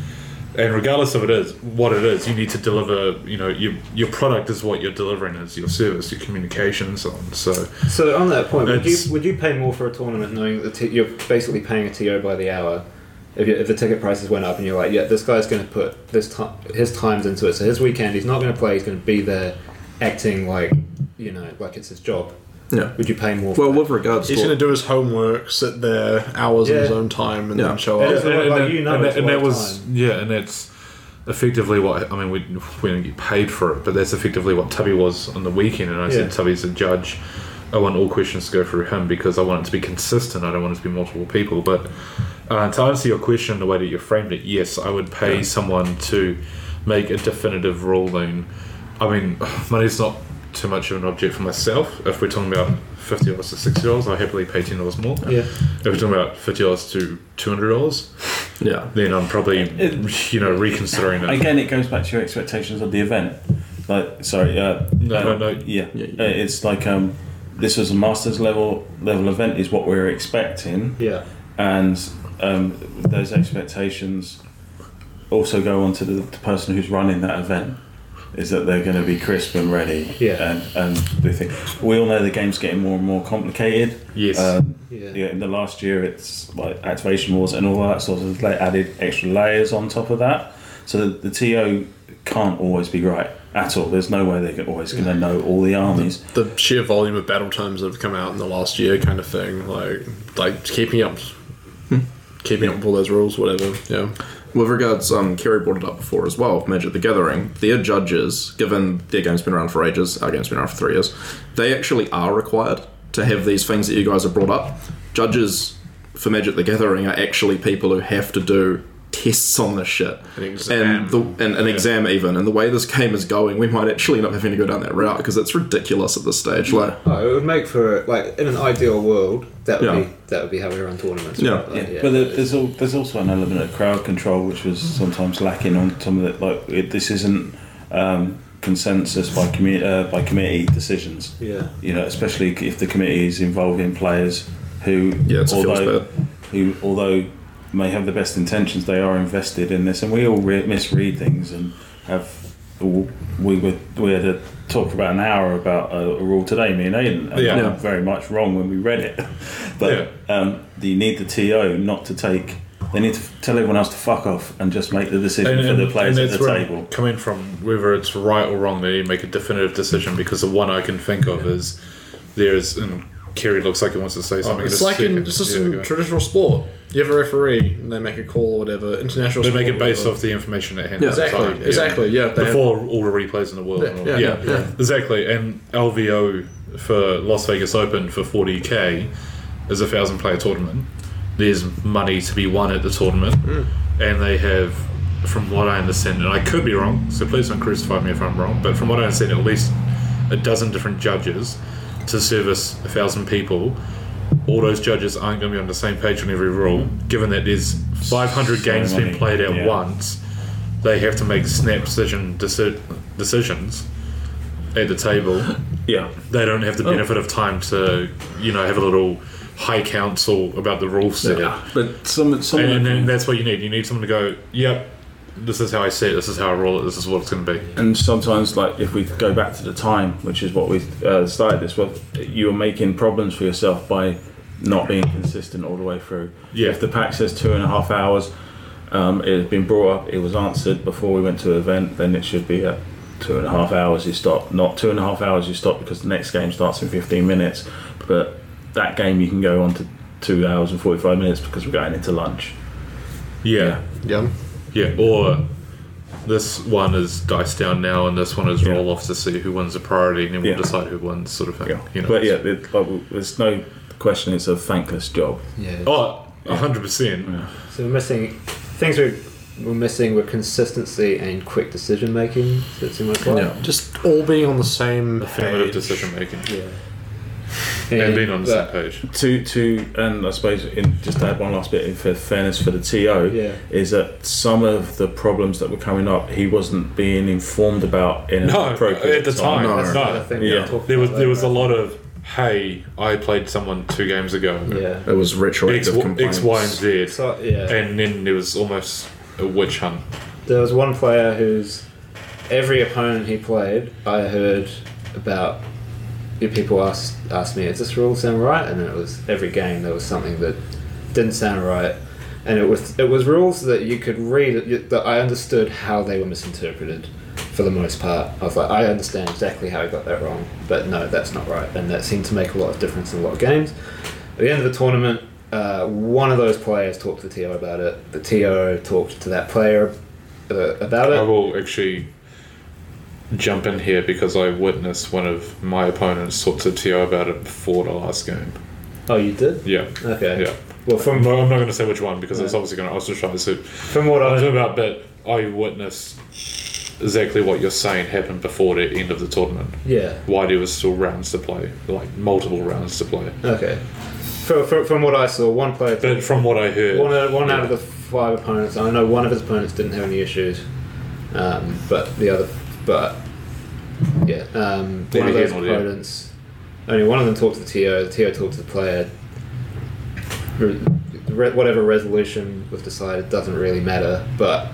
S2: And regardless of it is what it is, you need to deliver. You know, your your product is what you're delivering is your service, your communication, so on. So
S8: So on that point, would
S2: It's-
S8: you would you pay more for a tournament knowing that t- you're basically paying a TO by the hour? If, you, if the ticket prices went up and you're like, yeah, this guy's going to put this ti his times into it, so his weekend he's not going to play, he's going to be there, acting like you know like it's his job.
S4: Yeah.
S8: Would you pay more?
S4: Well,
S8: for
S4: with regards
S3: He's
S4: to
S3: going to do his homework, sit there hours in his
S8: Yeah.
S3: own time, and
S4: Yeah.
S3: then show
S8: Yeah.
S3: up.
S8: It's like you know
S2: and
S8: it's
S2: and
S8: a
S2: that
S8: lot of
S2: was
S8: time.
S2: yeah, and that's effectively what I mean. We we don't get paid for it, but that's effectively what Tubby was on the weekend. And I said,
S8: Yeah.
S2: Tubby's a judge. I want all questions to go through him because I want it to be consistent. I don't want it to be multiple people. But uh, to answer your question, the way that you framed it, yes, I would pay someone to make a definitive ruling. I mean, money's not too much of an object for myself. If we're talking about fifty dollars to sixty dollars, I'll happily pay ten dollars more.
S3: Yeah.
S2: If we're talking about fifty dollars to two hundred dollars,
S4: Yeah.
S2: then I'm probably
S5: It-
S2: you know reconsidering it.
S5: Again, it goes back to your expectations of the event. Like, sorry, uh,
S2: No,
S5: uh,
S2: no, no.
S5: yeah,
S4: Yeah,
S5: Uh, it's like um, this was a masters level level event is what we were expecting,
S3: Yeah.
S5: and um, those expectations also go on to the, the person who's running that event. Is that they're going to be crisp and ready?
S3: Yeah.
S5: and and they think we all know the game's getting more and more complicated.
S2: Yes.
S5: Um,
S3: Yeah.
S5: yeah, in the last year, it's like activation wars and all that sort of like added extra layers on top of that. So the, the TO can't always be right at all. There's no way they're always going to know all the armies.
S3: The sheer volume of battle tomes that have come out in the last year, kind of thing, like like keeping up,
S8: Hmm.
S3: keeping up with all those rules, whatever. Yeah.
S4: With regards, um, Kerry brought it up before as well, Magic the Gathering, their judges, given their game's been around for ages, our game's been around for three years, they actually are required to have these things that you guys have brought up. Judges for Magic the Gathering are actually people who have to do tests on this shit.
S3: An exam.
S4: And, the, and an exam even. And the way this game is going, we might actually end up having to go down that route because it's ridiculous at this stage. Like,
S8: Oh, it would make for like in an ideal world that would
S4: Yeah.
S8: be that would be how we run tournaments.
S4: Yeah.
S8: right? Like,
S5: But there- there's al- there's also an element of crowd control which was sometimes lacking on some of the like it, this isn't um, consensus by commu- uh, by committee decisions.
S8: Yeah.
S5: You know, especially if the committee is involving players who
S4: Yeah, it's- it feels
S5: although
S4: bad.
S5: who although may have the best intentions, they are invested in this, and we all re- misread things and have we were we had a talk about an hour about a, a rule today, me and Aiden, and
S2: Yeah.
S5: we were very much wrong when we read it, but um, you need the TO not to take. They need to f- tell everyone else to fuck off and just make the decision for the players at
S2: that's
S5: the
S2: where I'm
S5: table.
S2: Coming from whether it's right or wrong, they need to make a definitive decision because the one I can think of is there's and Kerry looks like he wants to say something.
S3: It's
S2: just
S3: like in
S2: check it.
S3: it's just
S2: Yeah,
S3: in
S2: go.
S3: traditional sport. You have a referee, and they make a call or whatever. International.
S2: They make
S3: sport,
S2: it based
S3: whatever.
S2: off the information at hand.
S4: Yeah.
S2: at the
S3: Exactly,
S2: time, yeah.
S3: exactly, yeah, they
S2: Before all the replays in the world. and all
S3: Yeah,
S2: that.
S3: yeah,
S2: Yeah, exactly. And LVO for Las Vegas Open for 40k is a thousand player tournament. There's money to be won at the tournament,
S3: Mm.
S2: and they have, from what I understand, and I could be wrong, so please don't crucify me if I'm wrong. But from what I understand, at least a dozen different judges to service a thousand people. All those judges aren't going to be on the same page on every rule, given that there's 500
S5: So
S2: games being
S5: many,
S2: played at
S5: yeah.
S2: once they have to make snap decision deci- decisions at the table.
S11: Yeah.
S2: They don't
S5: Oh.
S2: have the benefit of time to, you know, have a little high council about the rule set.
S11: But some some
S2: And,
S11: of
S2: and
S11: the-
S2: then that's what you need. You need someone to go, yep, this is how I see it, this is how I roll it, this is what it's going to be.
S11: and sometimes like if we go back to the time which is what we uh, started this with you were making problems for yourself by not being consistent all the way through
S2: Yeah.
S11: if the pack says two and a half hours um, it had been brought up it was answered before we went to an event then it should be at two and a half hours you stop not two and a half hours you stop because the next game starts in 15 minutes but that game you can go on to two hours and 45 minutes because we're going into lunch
S2: Yeah.
S3: yeah,
S2: Yeah. Or this one is dice down now, and this one is roll off to see who wins the priority, and then
S11: Yeah.
S2: we'll decide who wins, sort of thing.
S11: yeah.
S2: You know,
S11: but yeah it, like, there's no question it's a thankless job
S8: yeah.
S2: Oh, 100%.
S8: So we're missing things we're, we're missing were consistency and quick decision making. So it seemed like what?
S4: yeah.
S3: just all being on the same
S2: Affirmative
S3: page.
S2: decision making.
S8: And,
S2: And being on the same
S8: that-
S2: page.
S11: to to and I suppose in, just to add one last bit in for fairness for the TO
S8: Yeah.
S11: is that some of the problems that were coming up he wasn't being informed about in an
S2: No,
S11: appropriate
S2: at the time,
S11: time.
S8: That's
S2: No.
S8: another thing we
S11: Yeah.
S8: were talking
S2: There was
S8: about
S2: there was a
S8: later.
S2: lot of hey, I played someone two games ago.
S8: Yeah.
S4: It was retroactive
S2: X, w-
S4: complaints.
S2: X, Y, and Z,
S8: So yeah.
S2: and then there was almost a witch hunt.
S8: There was one player whose every opponent he played, I heard about. People asked asked me, "Is this rule sound right?" And it was every game there was something that didn't sound right, and it was it was rules that you could read you- that I understood how they were misinterpreted. For the most part, I was like, I understand exactly how I got that wrong, but no, that's not right, and that seemed to make a lot of difference in a lot of games. At the end of the tournament, uh, one of those players talked to the TO about it. The TO talked to that player uh, about
S2: I
S8: it.
S2: will actually jump in here because I witnessed one of my opponents talk to Tio about it before the last game.
S8: Oh, you did?
S2: Yeah,
S8: Okay.
S2: yeah.
S8: Well, from
S2: I'm not, I'm not going to say which one because it's obviously going to ostracize it.
S8: from what
S2: But I
S8: I
S2: was about, but I witnessed exactly what you're saying happened before the end of the tournament.
S8: Yeah.
S2: Why there was still rounds to play, like multiple rounds to play.
S8: Okay. From, from, from what I saw, one player,
S2: But from what I heard,
S8: one, out, one out of the five opponents. I know one of his opponents didn't have any issues, um, but the other, but yeah, um,
S2: Neither
S8: one of
S2: here
S8: those
S2: nor there.
S8: opponents. Only one of them talked to the TO. The TO talked to the player. Re- re- whatever resolution was decided doesn't really matter, but.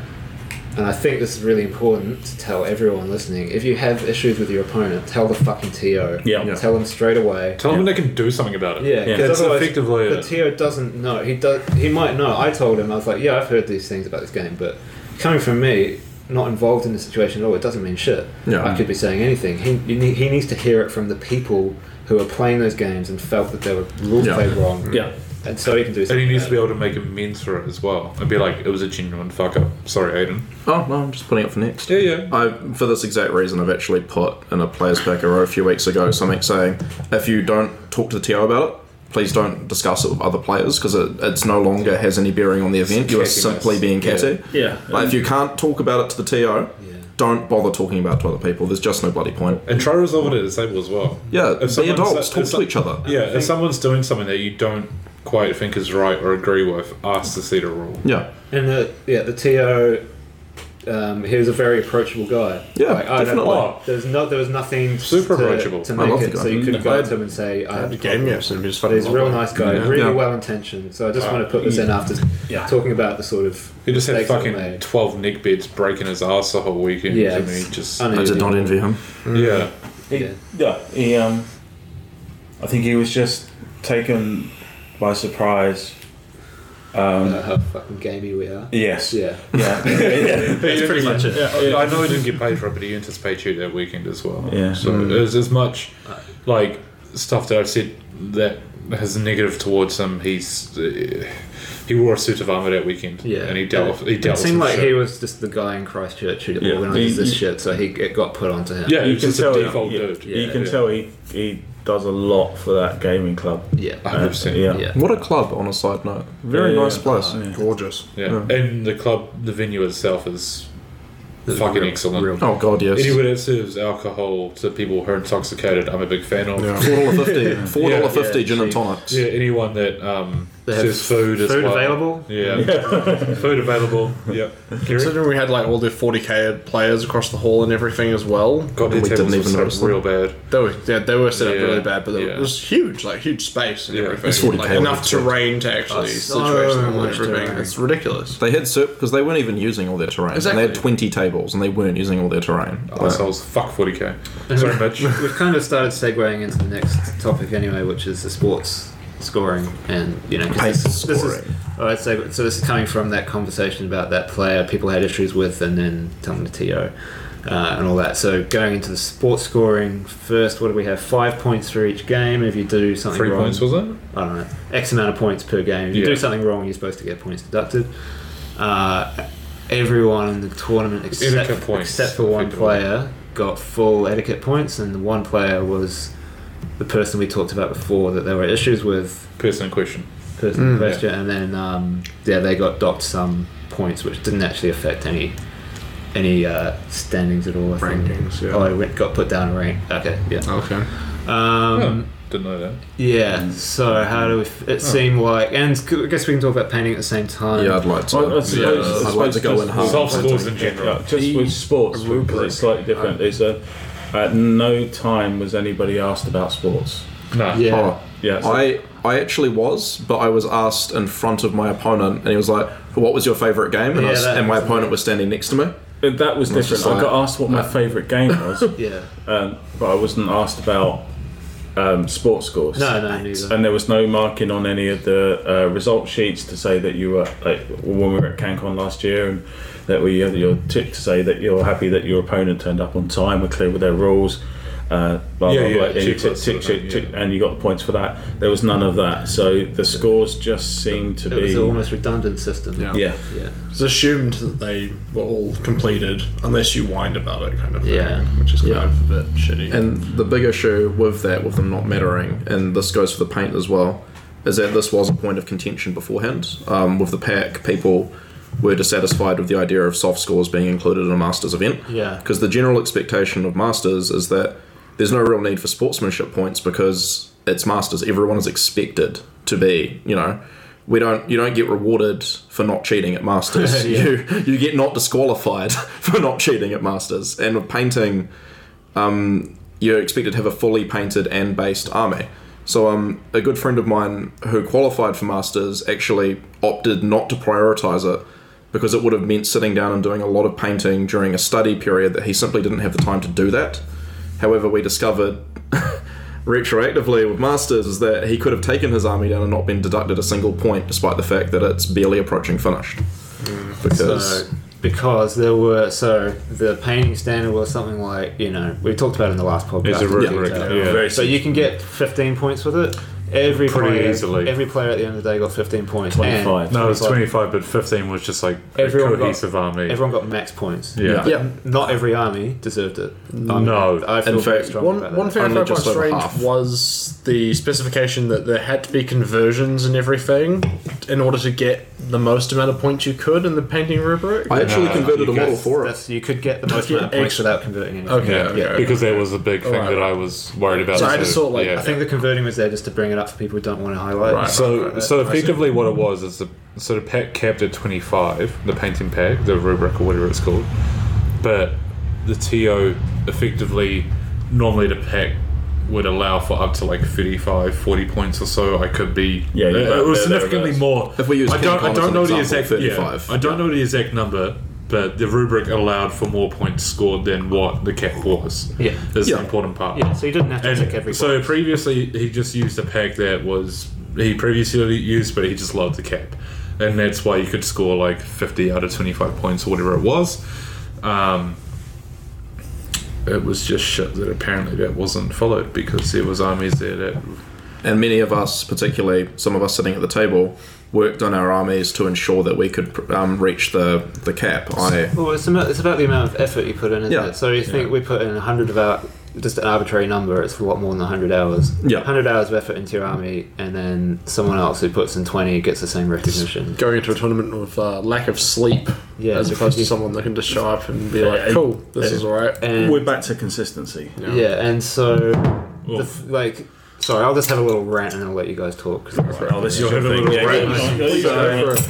S8: And I think this is really important to tell everyone listening. If you have issues with your opponent, tell the fucking TO.
S5: Yeah. Yeah.
S8: Tell them straight away.
S2: tell them they can do something about it.
S8: Yeah,
S5: Yeah.
S8: because
S12: That's
S8: otherwise
S12: effectively
S8: the
S12: it.
S8: TO doesn't know. He does. He might know. I told him. I was like, yeah, I've heard these things about this game, but coming from me, not involved in the situation at all, it doesn't mean shit.
S3: Yeah.
S8: I could be saying anything. He you need, he needs to hear it from the people who are playing those games and felt that they were rules
S3: Yeah.
S8: played wrong.
S5: Yeah.
S8: and so he can do.
S2: And
S8: Something
S2: he needs to be
S8: about
S2: able to make amends for it as well. And be like, it was a genuine fuck up. Sorry, Aiden.
S3: Oh, no, I'm just putting it for next.
S2: Yeah, yeah.
S3: I, for this exact reason, I've actually put in a players pack a row a few weeks ago something saying if you don't talk to the TO about it, please don't discuss it with other players because it, it's no longer has any bearing on the event. You are
S2: cattiness.
S3: simply being catty.
S5: Yeah.
S3: Like, if you can't talk about it to the TO, don't bother talking about it to other people. There's just no bloody point.
S2: And try to resolve it at the table as well.
S3: Yeah,
S2: If
S3: be
S2: someone's-
S3: adults,
S2: if
S3: talk
S2: some-
S3: to each other.
S2: Yeah, if someone's doing something that you don't quite think is right or agree with, ask to see the rule.
S3: Yeah.
S8: it. And the yeah, the TO. Um, he was a very approachable guy.
S3: Yeah,
S8: Like, I don't-
S3: definitely.
S2: Oh.
S8: There's no, there was nothing
S2: Super
S8: to,
S2: approachable.
S8: to
S2: I
S8: make
S3: love
S8: it
S3: the guy.
S8: so you could
S5: Mm.
S8: go to him and say, "I have
S4: The game yes, and we just fucking
S8: He's a real nice guy, really
S3: Yeah.
S8: well intentioned. So I just want to put this in after talking about the sort of
S2: He just had
S8: mistakes I've
S2: fucking
S8: made.
S2: twelve neck beds breaking his ass the whole weekend.
S8: Yeah,
S2: and he
S8: it's
S2: just
S3: I did not envy him.
S2: yeah.
S5: He, yeah, he. Um, I think he was just taken by surprise. Um,
S8: know how fucking gamey we are.
S5: Yes.
S8: Yeah,
S5: Yeah. yeah.
S2: That's pretty much
S5: it.
S8: Oh,
S2: Yeah, I know he didn't get paid for it, but he anticipated you that weekend as well.
S5: Yeah.
S2: So
S8: Mm.
S2: there's as much
S8: Uh,
S2: like stuff that I've said that has negative towards him. He's uh, he wore a suit of armor that weekend.
S8: Yeah.
S2: and he dealt. with He
S8: it
S2: dealt.
S8: seemed
S2: with
S8: like
S2: some
S8: he
S2: shit.
S8: was just the guy in Christchurch who
S5: Yeah.
S8: organises
S5: He-
S8: this
S5: he-
S8: shit, so he it got put onto him.
S2: yeah,
S5: You
S2: he's
S5: can
S2: just a
S5: tell.
S2: default
S5: yeah,
S2: dude.
S5: you can
S2: Yeah.
S5: tell he he does a lot for that gaming club.
S8: yeah,
S2: A hundred percent.
S5: Yeah.
S8: yeah.
S3: What a club, on a side note. Very
S5: Yeah,
S3: nice
S5: yeah.
S3: place.
S4: gorgeous.
S2: Yeah. and the club, the venue itself is fucking excellent.
S3: Oh, God, yes.
S2: Anyone that serves alcohol to people who are intoxicated, I'm a big fan of. Yeah,
S3: $4.50, $4.50
S8: Yeah,
S3: gin and
S8: cheap.
S3: tonics.
S2: anyone that um,
S8: They have
S2: serves food, as
S13: Food
S2: well.
S13: available?
S2: Yeah, food available. Yep.
S4: Considering we had like all the 40k players across the hall and everything as well,
S2: God, their
S3: We
S2: tables
S3: didn't
S2: were
S3: even
S2: set up
S3: notice them.
S2: real bad.
S4: they were yeah, they were set up
S2: Yeah,
S4: really bad, but they were-
S2: yeah.
S4: it was huge, like huge space and
S2: Yeah.
S4: everything,
S3: It's 40K
S4: like,
S3: when
S4: enough
S3: it's
S4: terrain to actually
S8: so
S4: situate them and
S8: much
S4: everything.
S8: terrain.
S4: It's ridiculous.
S3: They had SERP because they weren't even using all their terrain. And they had
S4: Exactly.
S3: 20 tables and they weren't using all their
S8: Oh,
S3: terrain. Like,
S2: Assholes, fuck 40k. Sorry, Mitch.
S13: We've kind of started segueing into the next topic anyway, which is the sports scoring and you know 'cause
S3: Pace
S13: this, this is
S3: scoring.
S13: all right. So, so this is coming from that conversation about that player people had issues with, and then telling the to uh, and all that. So going into the sports scoring first, what do we have? Five points for each game. If you do something
S2: Three
S13: wrong,
S2: points, was it?
S13: I don't know, X amount of points per game. If you
S2: Yeah.
S13: do something wrong, you're supposed to get points deducted. Uh, everyone in the tournament except,
S2: Etiquette points,
S13: except for one
S2: effectively.
S13: player got full etiquette points, and the one player was the person we talked about before that there were issues with,
S2: Person in question.
S13: person
S4: Mm.
S13: in question, and then um, yeah, they got docked some points, which didn't actually affect any any uh, standings at all. I
S4: Rankings,
S13: think.
S4: yeah.
S13: Oh, it went- got put down a rank. Okay, yeah.
S4: Okay.
S13: Um,
S2: Oh, didn't know that.
S13: yeah. So how do we? F- it seemed like, and c- I guess we can talk about painting at the same time.
S3: yeah, I'd like to.
S5: I- I suppose-
S3: yeah,
S5: I
S3: I'd
S5: suppose
S3: like to go
S5: just-
S3: in hard.
S2: Soft scores in general.
S5: Yeah, just with sports, because it's slightly different. It's a, at no time was anybody asked about sports.
S2: Nah.
S13: Yeah.
S3: Oh,
S5: Yeah, so-
S3: I I actually was, but I was asked in front of my opponent, and he was like, "What was your favourite game?" And, I
S13: Yeah,
S3: s-
S13: that
S3: and my
S13: was-
S3: opponent was standing next to me.
S5: But that was different.
S3: just
S5: I
S3: like-
S5: got asked what my favourite game was,
S13: Yeah.
S5: um, but I wasn't asked about um, sports scores.
S13: No, no, neither.
S5: And there was no marking on any of the uh, result sheets to say that you were like when we were at CanCon last year, and that we had your tick to say that you're happy that your opponent turned up on time, were clear with their rules. Uh, blah,
S2: Yeah,
S5: blah,
S2: yeah,
S5: blah, and, you
S2: checklists
S5: tick,
S2: sort
S5: tick,
S2: of
S5: tick,
S2: thing,
S5: tick, and you got the points for that. There was none of that, so the scores just seemed to
S13: It was
S5: be
S13: an almost redundant system.
S4: Yeah.
S5: yeah,
S13: Yeah.
S4: It's assumed that they were all completed unless you whined about it, kind of thing,
S13: Yeah.
S4: which is kind
S3: Yeah.
S4: of a bit shitty.
S3: And the big issue with that, with them not mattering, and this goes for the paint as well, is that this was a point of contention beforehand. Um, with the pack, people
S4: were dissatisfied with the idea of soft scores being included in a Masters event.
S8: Yeah.
S4: Because the general expectation of Masters is that there's no real need for sportsmanship points because it's Masters. Everyone is expected to be, you know, we don't you don't get rewarded for not cheating at Masters. You you get not disqualified for not cheating at Masters. And with painting, um, you're expected to have a fully painted and based army. So, um, a good friend of mine who qualified for Masters actually opted not to prioritize it because it would have meant sitting down and doing a lot of painting during a study period that he simply didn't have the time to do that. However, we discovered retroactively with Masters is that he could have taken his army down and not been deducted a single point despite the fact that it's barely approaching finished.
S3: Mm.
S4: Because.
S8: So, because there were so the painting standard was something like you know we talked about it in the last podcast.
S14: It's a
S8: in
S14: rubric,
S8: detail.
S14: yeah.
S5: Very
S8: So you can get 15 points with it. Every
S2: Pretty
S8: player,
S2: easily.
S8: Every player at the end of the day got 15 points.
S11: 25.
S8: and
S2: No, it was 25, but 15 was just like a
S8: Everyone got-
S2: cohesive army.
S8: Everyone got max points.
S2: yeah.
S4: yeah.
S8: Not every army deserved it. Um,
S2: No.
S8: I feel
S4: In
S8: very
S4: fact,
S8: strong about
S3: One,
S8: that.
S3: one thing I
S4: Only
S3: found quite
S4: just over
S3: strange
S4: half.
S3: was the specification that there had to be conversions and everything in order to get the most amount of points you could in the painting rubric.
S4: I actually converted a model for it.
S8: That's, Ah, you could get the most
S3: Yeah,
S8: amount of points
S3: ex-
S8: without converting anything.
S3: okay,
S14: Yeah,
S3: okay.
S14: because that was a big thing
S3: Alright.
S14: that I was worried about.
S3: So I just thought, like,
S14: yeah.
S8: I think the converting was there just to bring it up for people who don't want to highlight.
S14: Right. So, so effectively, what it was is the so the pack capped at twenty five, the painting pack, the rubric or whatever it's called. But the TO effectively, normally the pack would allow for up to like 35, 40 points or so. I could be
S11: Yeah,
S2: Uh,
S11: you
S2: it was
S11: there-
S2: significantly
S11: thereabouts.
S2: more.
S4: If we use
S2: I don't,
S4: King
S2: I
S4: Kong as
S2: don't
S4: an
S2: know the
S4: example,
S2: exact. yeah,
S4: 35.
S2: I don't know the exact number, but the rubric allowed for more points scored than what the cap was.
S8: Yeah.
S2: is
S4: Yeah.
S2: the important part.
S8: Yeah, so you didn't have to
S2: And
S8: tick every
S2: so previously he just used a pack that was he previously used, but he just loved the cap, and that's why you could score like fifty out of twenty five points or whatever it was. Um, it was just shit that apparently that wasn't followed because there was armies there that
S4: and many of us, particularly some of us sitting at the table, worked on our armies to ensure that we could um, reach the the cap. I
S8: Well, it's about, it's about the amount of effort you put in, isn't
S4: Yeah.
S8: it? So you think we put in 100 of our, just an arbitrary number, it's a lot more than 100 hours.
S4: Yeah.
S8: 100 hours of effort into your army, and then someone else who puts in 20 gets the same recognition.
S3: Going into a tournament with uh, lack of sleep,
S8: Yeah,
S3: as
S8: because
S3: opposed to
S8: you-
S3: someone that can just show up and be
S11: Yeah,
S3: like, "Cool, this
S11: yeah.
S3: is all right."
S8: And,
S11: We're back to consistency.
S8: yeah. and so, the, f- like, sorry, I'll just have a little rant and I'll let you guys talk. 'cause that's
S11: Oh, this is your
S2: having a
S11: thing.
S2: little
S11: Yeah,
S2: break.
S11: go on, go on,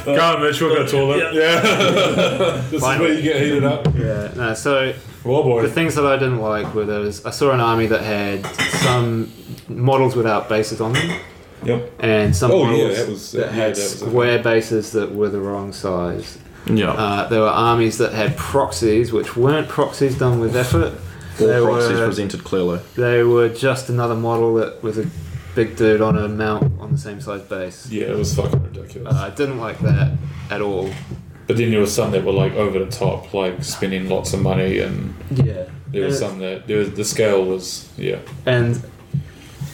S11: go on.
S2: God, Mitch, we'll go toilet. Yeah. this is where you get heated up.
S8: Yeah, no, so
S2: Oh
S8: the
S2: boy.
S8: things that I didn't like were there was I saw an army that had some models without bases on them.
S14: Yep.
S8: And some
S14: Oh, yeah,
S8: models
S14: that was-
S8: that
S14: yeah,
S8: had
S14: that was a-
S8: square bases that were the wrong size.
S4: yeah,
S8: Uh, there were armies that had proxies, which weren't proxies done with effort. They
S4: all proxies
S8: were,
S4: presented clearly.
S8: they were just another model that was a big dude on a mount on the same size base.
S14: Yeah, it was fucking ridiculous.
S8: Uh, I didn't like that at all.
S14: but then there were some that were like over the top, like spending lots of money, and
S8: Yeah.
S14: there was some that there was the scale was yeah.
S8: and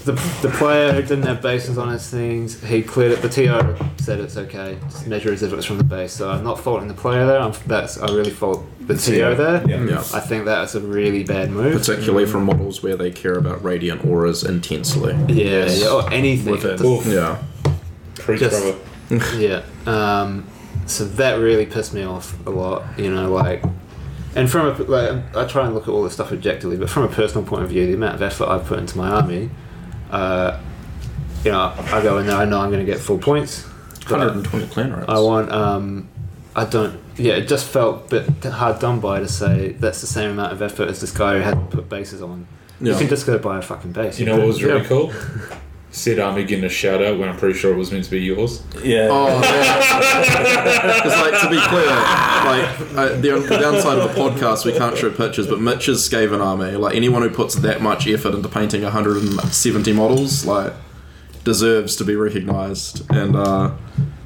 S8: the, the player who didn't have bases on his things, he cleared it. The TO said it's okay, just measure as if it was from the base. So I'm not faulting the player there. I'm, that's I really fault the TO there.
S4: Yeah.
S8: I think that's a really bad move.
S4: Particularly for models where they care about radiant auras intensely.
S8: Yeah, yeah, or anything. Just-
S4: Yeah,
S14: Preach,
S8: Just-
S14: brother.
S8: yeah. Um, so that really pissed me off a lot. You know, like, and from a like, I try and look at all this stuff objectively, but from a personal point of view, the amount of effort I've put into my army, uh, you know, I go in there. I know I'm going to get full points. but
S4: 120 clan rates.
S8: I want. Um, I don't. Yeah, it just felt a bit hard done by to say that's the same amount of effort as this guy who hadn't put bases on. You
S4: Yeah.
S8: can just go buy a fucking base.
S14: You know what was really
S8: Yeah.
S14: cool? Said Army getting a shout out when I'm pretty sure it was meant to be yours.
S11: Yeah.
S4: Oh, yeah. 'Cause, like to be clear, like uh, the, the downside of the podcast, we can't show pictures. But Mitch is Skaven army. Like anyone who puts that much effort into painting 170 models, like deserves to be recognised. And uh,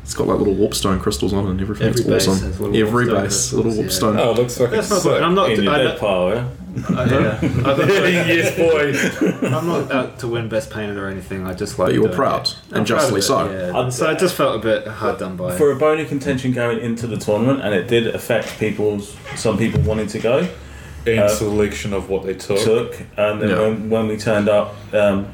S4: it's got like little warpstone crystals on it and everything.
S8: Every
S4: it's
S8: base
S4: awesome.
S8: has little
S4: Every
S8: warpstone
S4: base, little
S8: crystals,
S4: warpstone.
S14: Oh, it looks fucking
S8: That's not good. I'm not.
S11: in
S13: Oh,
S11: your
S8: I
S11: dead
S8: don't,
S11: power.
S8: yeah. I don't-
S14: yes, boy.
S8: I'm not out to win best painted or anything. I just like.
S4: But you were
S8: doing
S4: proud,
S8: it.
S4: and justly
S8: proud of
S4: so.
S8: it, yeah. And So I just felt a bit hard done by.
S11: For a bone of contention going into the tournament, and it did affect people's some people wanting to go.
S14: And
S11: Uh,
S14: selection of what they took.
S11: took, and then
S4: Yeah.
S11: when, when we turned up, um,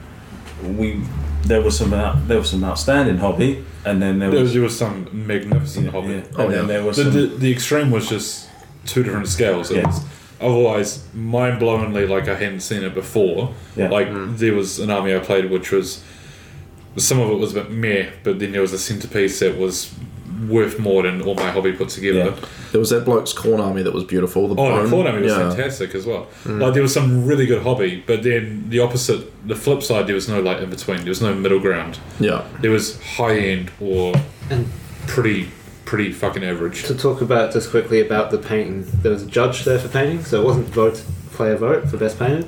S11: we
S5: there was some out, there was some outstanding hobby, and then there
S2: There was,
S5: was,
S2: there was some magnificent
S5: Yeah,
S2: hobby.
S5: yeah. Oh,
S2: and
S5: yeah.
S2: then there was the, the, the extreme was just two different scales. It
S5: Yeah.
S2: was otherwise mind blowingly like I hadn't seen it before.
S5: Yeah.
S2: Like there was an army I played which was some of it was a bit meh, but then there was a centerpiece that was worth more than all my hobby put together.
S5: Yeah.
S4: There was that bloke's corn army that was beautiful. The
S2: Oh,
S4: bone.
S2: the corn army was
S4: yeah.
S2: fantastic as well. Like there was some really good hobby, but then the opposite, the flip side, there was no like in between. There was no middle ground.
S4: Yeah.
S2: There was high end or
S8: And-
S2: pretty, pretty fucking average.
S8: To talk about just quickly about the painting, there was a judge there for painting, so it wasn't vote player vote for best painted.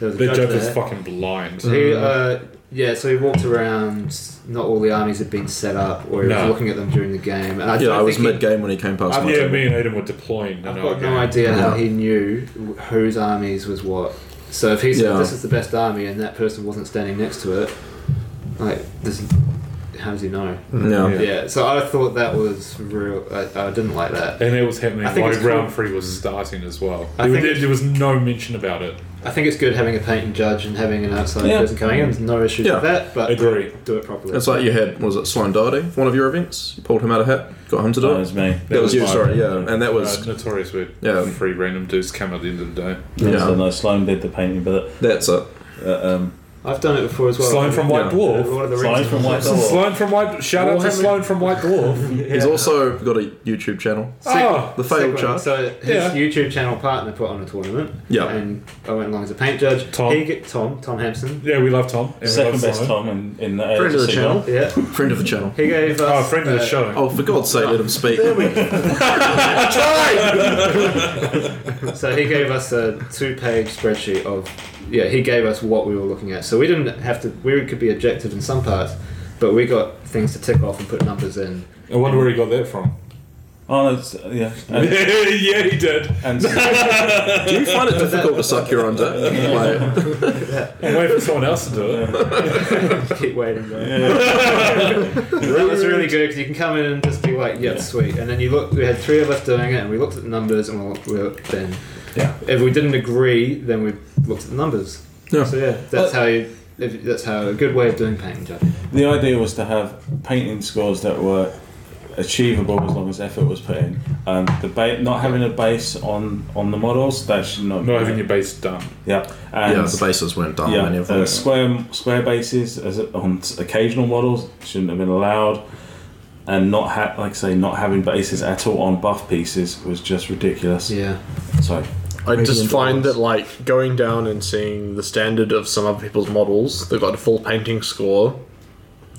S8: There was a
S2: The
S8: judge
S2: joke was
S8: there.
S2: fucking blind.
S8: He, uh, yeah, so he walked around. Not all the armies had been set up, or he
S2: No.
S8: was looking at them during the game. And I
S4: Yeah,
S8: don't
S4: I was
S8: think he-
S4: mid game when he came past.
S8: I've-
S4: my
S2: Uh, Yeah,
S4: table.
S2: me and Aiden were deploying.
S8: I've
S2: in our
S8: got no
S2: game.
S8: idea how
S4: Yeah.
S8: he knew whose armies was what. So if he said
S4: Yeah.
S8: this is the best army and that person wasn't standing next to it, like this, how does he know?
S4: Yeah.
S8: Yeah. So I thought that was real. I, I didn't like that.
S2: And it was happening
S8: I think
S2: while
S8: it's cool. Mm.
S2: round three was starting as well.
S8: I
S2: There,
S8: think
S2: there-
S8: it's-
S2: there was no mention about it.
S8: I think it's good having a painting judge and having an outside
S5: Yeah.
S8: person coming in. There's no issues
S4: Yeah.
S8: with that, but
S2: Agree.
S8: do it properly.
S4: It's like you had was it Sloan Doherty for one of your events? You pulled him out of hat, got him to do
S5: that
S4: it.
S5: was me.
S4: That was you,
S2: mine.
S4: sorry, yeah, and that
S2: Uh,
S4: was
S2: notorious where
S4: Yeah.
S2: three random dudes come at the end of the day.
S5: That was
S4: Yeah.
S5: the nice Sloan did the painting, but
S4: that's it.
S5: uh, um,
S8: I've done it before as well.
S2: Sloan from White
S4: Yeah.
S2: Dwarf.
S8: Lord of the
S5: Sloan
S8: Rings.
S5: from White Dwarf.
S2: Sloan from White. Shout out to Sloan from White Dwarf.
S4: He's also got a YouTube channel,
S2: oh,
S4: the Ah, failed
S8: Segue.
S4: chart.
S8: So his
S2: Yeah.
S8: YouTube channel partner put on a tournament.
S4: Yeah.
S8: And I went along as a paint judge.
S2: Tom.
S8: He get, Tom. Tom Hampson.
S2: yeah, we love Tom. And we
S5: Second
S2: love
S5: best
S2: Sloan.
S5: Tom in, in the
S3: Friend of the
S5: AFC
S3: channel.
S8: Yeah.
S4: Friend of the channel.
S8: He gave
S2: Oh,
S8: us.
S2: friend of the
S8: uh,
S2: show.
S4: Oh, for God's sake, let him speak.
S8: So he gave us a two-page spreadsheet of, yeah, he gave us what we were looking at. So we didn't have to. We could be objective in some parts, but we got things to tick off and put numbers in.
S2: I wonder where he got that from.
S5: Oh, that's, yeah. And,
S2: yeah, he did.
S5: and
S4: Do you find it difficult to suck your own dick? Like,
S2: And wait for someone else to do it.
S8: Keep waiting. Bro. that was really good because you can come in and just be like, yeah, sweet. And then you look. We had three of us doing it, and we looked at the numbers, and we looked- we looked, then
S5: Yeah.
S8: if we didn't agree, then we looked at the numbers.
S4: Yeah. Uh,
S8: So yeah, that's how you. If, that's how a good way of doing painting judging.
S5: the idea was to have painting scores that were achievable as long as effort was put in. Um, the ba- not having a base on on the models that should not
S2: Not having your base done.
S5: yeah and
S4: yeah, the bases weren't done.
S5: yeah,
S4: many of
S5: uh,
S4: them.
S5: square square bases as a- on occasional models shouldn't have been allowed, and not ha- like I say not having bases at all on buff pieces was just ridiculous.
S8: Yeah.
S5: So
S3: I just
S4: into
S3: find
S4: ones.
S3: that like going down and seeing the standard of some other people's models, they've got a full painting score.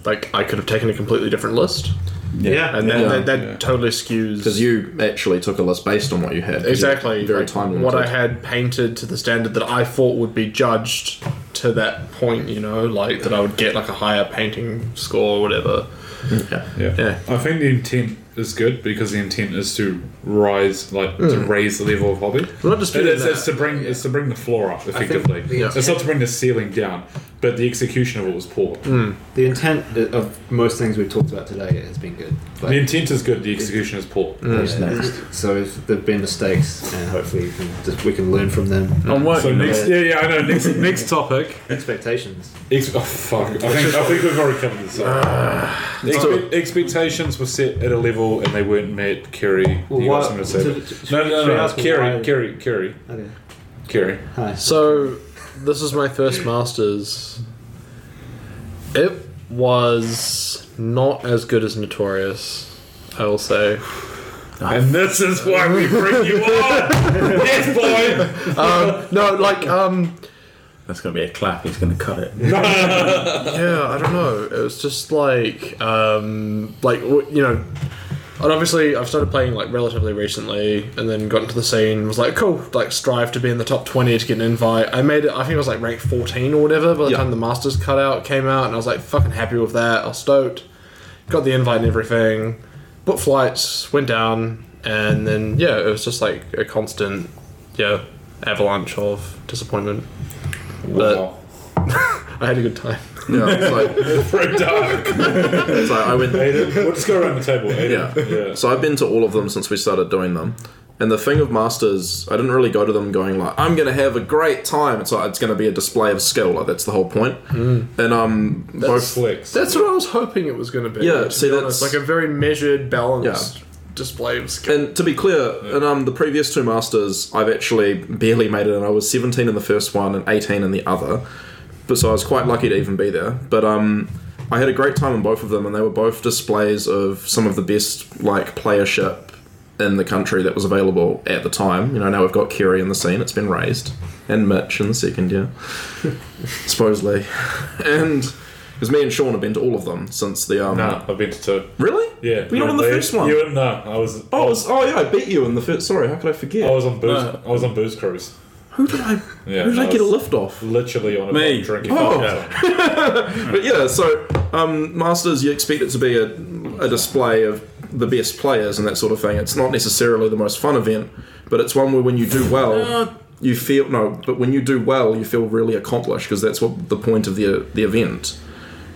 S3: Like I could have taken a completely different list,
S5: yeah,
S3: and
S4: Yeah.
S3: that, that, that totally skews
S4: Because you actually took a list based on what you had.
S3: exactly
S4: You're Very
S3: like,
S4: time limited.
S3: what I had painted to the standard that I thought would be judged to that point. You know, like that I would get like a higher painting score or whatever.
S4: Yeah.
S2: Yeah.
S3: Yeah.
S2: I think the intent is good because the intent is to rise, like to raise the level of hobby.
S3: I'm Mm. not disputing
S2: It's,
S3: that.
S2: it's to bring it's to bring the floor up effectively.
S8: the
S2: It's not to bring the ceiling down, but the execution of it was poor.
S3: Mm.
S8: The intent i- of most things we've talked about today has been good.
S2: The
S8: Like,
S2: intent is good, the execution is poor.
S3: Mm.
S8: yeah, So if there've been mistakes, and hopefully we can, just, we can learn from them.
S3: I'm working.
S2: So
S3: on it.
S2: next, yeah, yeah, I know. Next, next topic.
S8: Expectations.
S2: Ex- oh fuck! I think, I think we've already covered this.
S3: Ah,
S2: Expe- expectations were set at a level and they weren't met. Kerry,
S8: Well,
S2: you
S8: why-
S2: got something to say?
S8: to-
S2: about-
S8: to-
S2: no, no,
S8: should I
S2: no, no.
S8: ask why-
S2: Kerry, Kerry, Kerry,
S8: Okay.
S2: Kerry.
S8: Hi.
S3: So, this is my first Masters. It was not as good as Notorious, I will say.
S2: And this is why we bring you on. yes, boy.
S3: No, like, um,
S5: that's gonna be a clap. He's gonna cut it.
S3: yeah, I don't know. It was just like, um, like, w- you know, and obviously I've started playing like relatively recently and then got into the scene, was like, cool, like, strive to be in the top 20 to get an invite. I made it, I think I was like ranked 14 or whatever by the
S4: Yeah.
S3: time the Masters cutout came out, and I was like, fucking happy with that. I was stoked. got the invite and everything, booked flights, went down, and then yeah, it was just like a constant, yeah, avalanche of disappointment. But I had a good time.
S4: Yeah, it's like,
S2: Very dark.
S4: it's like I went.
S2: Aiden, we'll just go around the table. Aiden.
S4: Yeah.
S2: Yeah.
S4: So I've been to all of them since we started doing them, And the thing of masters, I didn't really go to them going like, "I'm gonna have a great time." It's like it's gonna be a display of skill. Like that's the whole point.
S2: Hmm.
S4: And um, both
S2: Flex.
S3: That's what I was hoping it was going to be.
S4: Yeah,
S3: to
S4: see,
S3: be honest.
S4: that's-
S3: like a very measured, balanced display of skill.
S4: And to be clear, in um, the previous two masters, I've actually barely made it, and I was 17 in the first one and 18 in the other. But so I was quite lucky to even be there. But um, I had a great time in both of them, and they were both displays of some of the best like playership in the country that was available at the time. You know, now we've got Kerry in the scene; it's been raised, and Mitch in the second year, supposedly, and. Because me and Sean have been to all of them since the um.
S2: Nah, I've been to two.
S4: Really?
S2: Yeah.
S4: Were you not on the
S2: They-
S4: first one?
S2: You were, no, I was.
S4: Oh, it was, oh yeah, I beat you in the first. Sorry, how could I forget?
S2: I
S3: Oh,
S2: was on booze. I was on booze cruise.
S4: Who did I?
S2: Yeah,
S4: who did I,
S2: I
S4: get a
S2: was-
S4: lift off?
S2: Literally on a
S5: Me.
S2: boat drinking.
S4: Oh.
S2: Yeah.
S4: But yeah, so um, Masters, you expect it to be a, a display of the best players and that sort of thing. It's not necessarily the most fun event, but it's one where when you do well, you feel no. But when you do well, you feel really accomplished because that's what the point of the the event.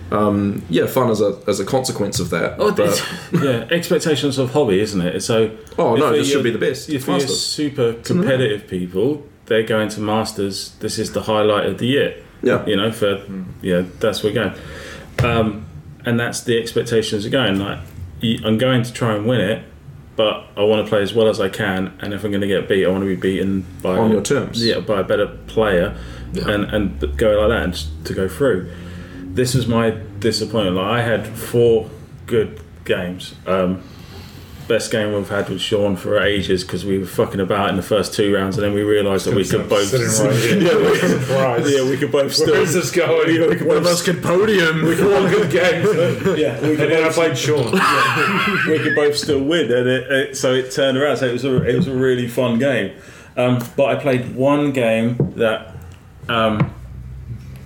S4: Um, yeah, fun as a as a consequence of that.
S5: Oh,
S4: but-
S5: it's- yeah, expectations of hobby, isn't it? So,
S4: Oh,
S5: if
S4: no,
S5: you're-
S4: this should be the best.
S5: If
S4: It's
S5: you're
S4: Masters.
S5: super competitive people, they're going to masters. This is the highlight of the year.
S4: Yeah. Hmm.
S5: you know, for yeah, that's where we're going, um, and that's the expectations are going. Like, y- I'm going to try and win it, but I want to play as well as I can. And if I'm going to get beat, I want to be beaten by
S4: On your terms.
S5: Yeah, by a better player, and and go like that and just to go through this was my disappointment. Like I had four good games. Um, best game we've had with Sean for ages because we were fucking about in the first two rounds, and then we realised that we could both.
S2: Sitting right here. yeah, surprised.
S5: Yeah, we could both
S2: Where
S5: still.
S2: is this going?
S3: One of us could podium.
S2: good games.
S5: Yeah, we could,
S2: And then I played Sean.
S5: we could both still win, and it, it, so it turned around. So it was a it was a really fun game, um, but I played one game that um,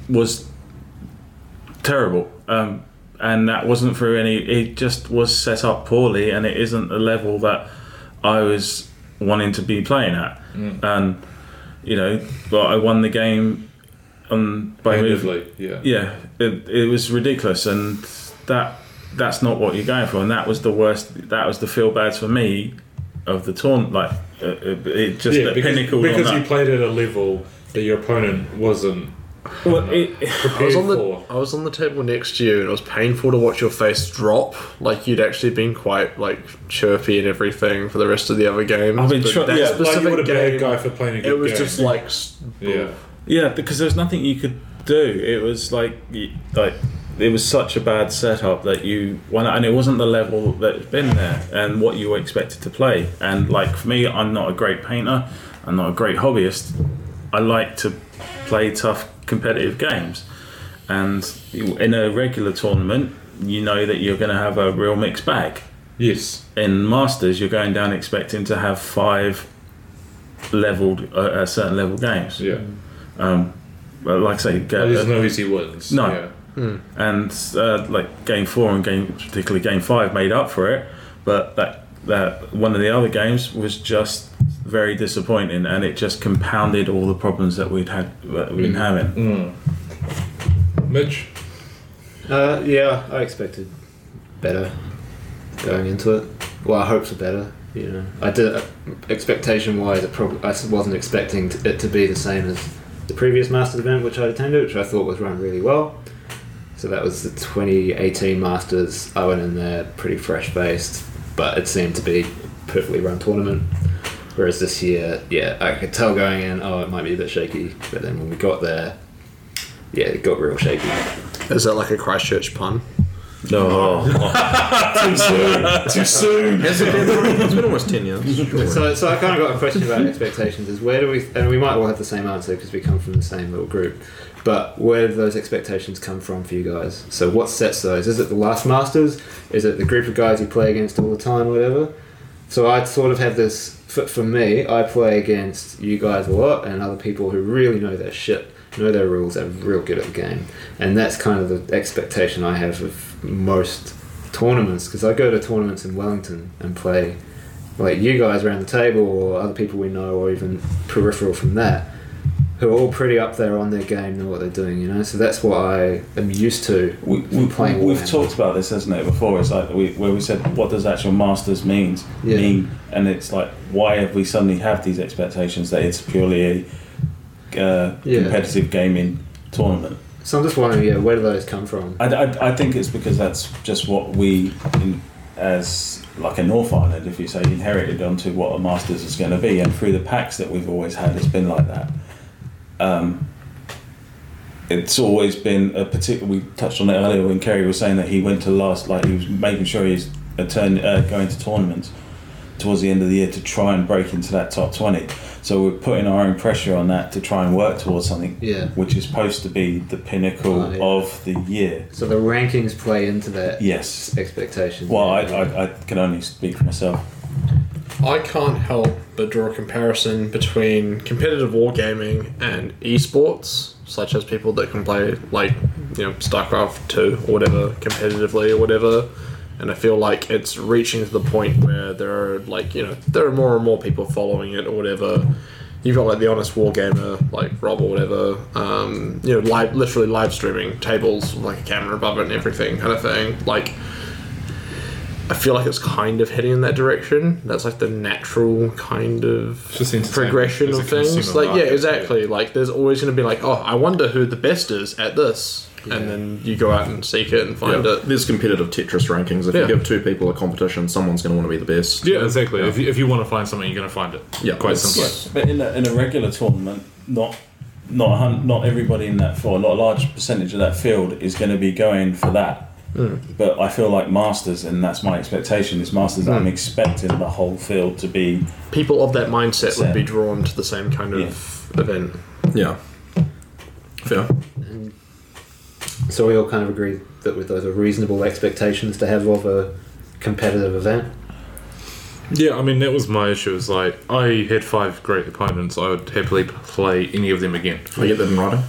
S5: was terrible. Um, and that wasn't through any. It just was set up poorly, and it isn't the level that I was wanting to be playing at. And you know, but I won the game um, by moving.
S2: Handedly, yeah.
S5: Yeah, it, it was ridiculous, and that that's not what you're going for. And that was the worst. That was the feel bad for me of the taunt. Like uh, it it just
S2: Yeah,
S5: the
S2: because,
S5: pinnacle.
S2: because you
S5: on that.
S2: played at a level that your opponent wasn't
S5: Well, it-
S2: prepared
S3: I was on the
S2: for.
S3: I was on the table next to you, and it was painful to watch your face drop. Like you'd actually been quite like chirpy and everything for the rest of the other games.
S5: I've been
S3: but
S5: try-
S3: that
S5: yeah,
S2: Like
S5: like
S2: you
S3: specific
S2: were a
S3: game,
S2: bad guy for playing a good
S3: it was
S2: game.
S3: just like s-
S2: yeah.
S5: Yeah, because there was nothing you could do. It was like y- like it was such a bad setup that you well, and it wasn't the level that's been there and what you were expected to play. And like for me, I'm not a great painter. I'm not a great hobbyist. I like to play tough competitive games. And in a regular tournament, you know that you're going to have a real mixed bag
S2: Yes.
S5: in masters you're going down expecting to have five leveled uh, uh, certain level games
S2: Yeah.
S5: um but like i say uh, go,
S2: There's no easy wins.
S5: No.
S2: Yeah.
S5: and uh, like game four and game particularly game five made up for it but that that one of the other games was just very disappointing and it just compounded all the problems that we'd had that
S8: Mm.
S5: we'd been having
S2: Mitch?
S8: Uh, yeah, I expected better going into it. Well, I hopes are better. You know, I did expectation wise. It probably I wasn't expecting t- it to be the same as the previous Masters event, which I attended, which I thought was run really well. So that was the 2018 Masters. I went in there pretty fresh faced, but it seemed to be a perfectly run tournament. Whereas this year, yeah, I could tell going in, oh, it might be a bit shaky. But then when we got there, yeah, it got real shaky.
S3: Is that like a Christchurch pun?
S5: oh,
S4: Has it been- it's been almost 10 years.
S8: So, so I kind of got a question about expectations: is where do we, and we might all have the same answer because we come from the same little group, but where do those expectations come from for you guys? So, what sets those? Is it the last Masters? Is it the group of guys you play against all the time, whatever? So, I sort of have this. For, for me, I play against you guys a lot and other people who really know their shit, know their rules, are real good at the game, and that's kind of the expectation I have of most tournaments because I go to tournaments in Wellington and play like you guys around the table or other people we know or even peripheral from that who are all pretty up there on their game and what they're doing, you know. So that's what I am used to.
S5: we, we,
S8: playing
S5: we've
S8: Warhammer.
S5: talked about this, hasn't it, before? It's like we, where we said, what does actual masters means
S8: Yeah.
S5: mean? And it's like, why have we suddenly have these expectations that it's purely a uh,
S8: Yeah.
S5: competitive gaming tournament?
S8: So I'm just wondering, yeah, where do those come from?
S5: I, I, I think it's because that's just what we, in, as like a North Island, if you say, inherited onto what a Masters is going to be, and through the packs that we've always had, it's been like that. Um, it's always been a particular. We touched on it earlier when Kerry was saying that he went to last, like he was making sure he's a turn, uh, going to tournaments towards the end of the year to try and break into that top twenty. So we're putting our own pressure on that to try and work towards something
S8: Yeah.
S5: which is supposed to be the pinnacle
S8: Oh, yeah.
S5: of the year.
S8: So the rankings play into that
S5: Yes.
S8: expectation.
S5: Well, I, I, I can only speak for myself.
S3: I can't help but draw a comparison between competitive wargaming and esports, such as people that can play like you know StarCraft two or whatever competitively or whatever. And I feel like it's reaching to the point where there are like you know there are more and more people following it or whatever. You've got like the honest wargamer like Rob or whatever, um, you know, live literally live streaming tables with, like a camera above it and everything kind of thing. Like I feel like it's kind of heading in that direction. That's like the natural kind of
S2: just entertainment.
S3: progression
S2: It's
S3: of
S2: a consumer
S3: things. Like, yeah,
S2: market,
S3: exactly. Like, there's always going to be like, oh, I wonder who the best is at this, and then you go out and seek it and find
S4: Yeah,
S3: it.
S4: There's competitive Tetris rankings. If
S3: Yeah.
S4: you give two people a competition, someone's going to want to be the best.
S2: Yeah, exactly. If, you, if you want to find something, you're going to find it.
S4: Yeah.
S2: quite
S4: It's-
S2: simply.
S5: But in a, in a regular tournament, not not a hun- not everybody in that field, not a large percentage of that field is going to be going for that. But I feel like Masters, and that's my expectation, is Masters. I'm expecting the whole field to be
S3: People of that mindset would be
S5: Same.
S3: drawn to the same kind of event.
S4: Yeah. Fair.
S8: so we all kind of agree that with those are reasonable expectations to have of a competitive event.
S2: Yeah, I mean that was my issue. Is like I had five great opponents. I would happily play any of them again.
S4: I get that in writing.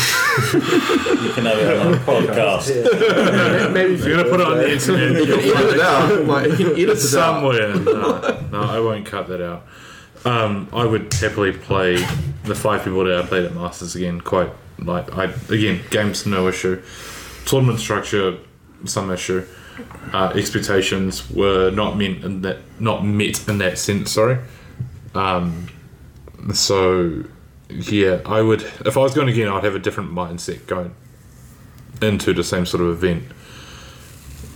S5: you can have it on a podcast.
S3: Maybe if you're going to put it on the internet
S4: Edit it out. Like, you can edit it out.
S2: somewhere. no, no, I won't cut that out. Um, I would happily play the five people that I played at Masters again. Quite like I again, games no issue, tournament structure some issue. Uh, expectations were not meant in that not met in that sense. Sorry. Um, so yeah, I would if I was going again, I'd have a different mindset going into the same sort of event.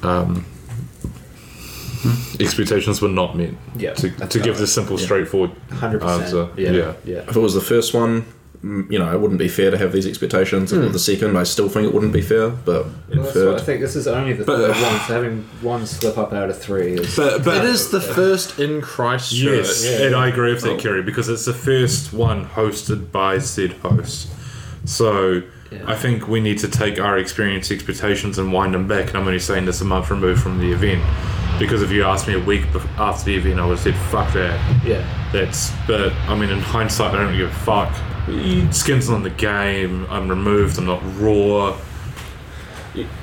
S2: Um, Expectations were not met.
S8: Hmm. Yeah,
S2: to,
S8: that's
S2: to give
S8: right.
S2: the simple, straightforward
S8: Hundred
S2: answer.
S8: percent. Yeah.
S2: yeah.
S8: Yeah.
S4: If it was the first one, mm, you know, it wouldn't be fair to have these expectations. If it was the second, I still think it wouldn't be fair, but
S8: Well, that's what I
S4: third.
S8: think. This is only the third one, so having one slip up out of three is.
S2: But,
S3: it is the first in Christchurch.
S2: Yes, and I agree with that, Kerry, because it's the first one hosted by said host. So I think we need to take our experience, expectations, and wind them back. And I'm only saying this a month removed from the event, because if you asked me a week bef- after the event, I would have said fuck that.
S8: yeah.
S2: That's. But I mean, in hindsight, I don't give a fuck. Skin's on the game. I'm removed. I'm not raw.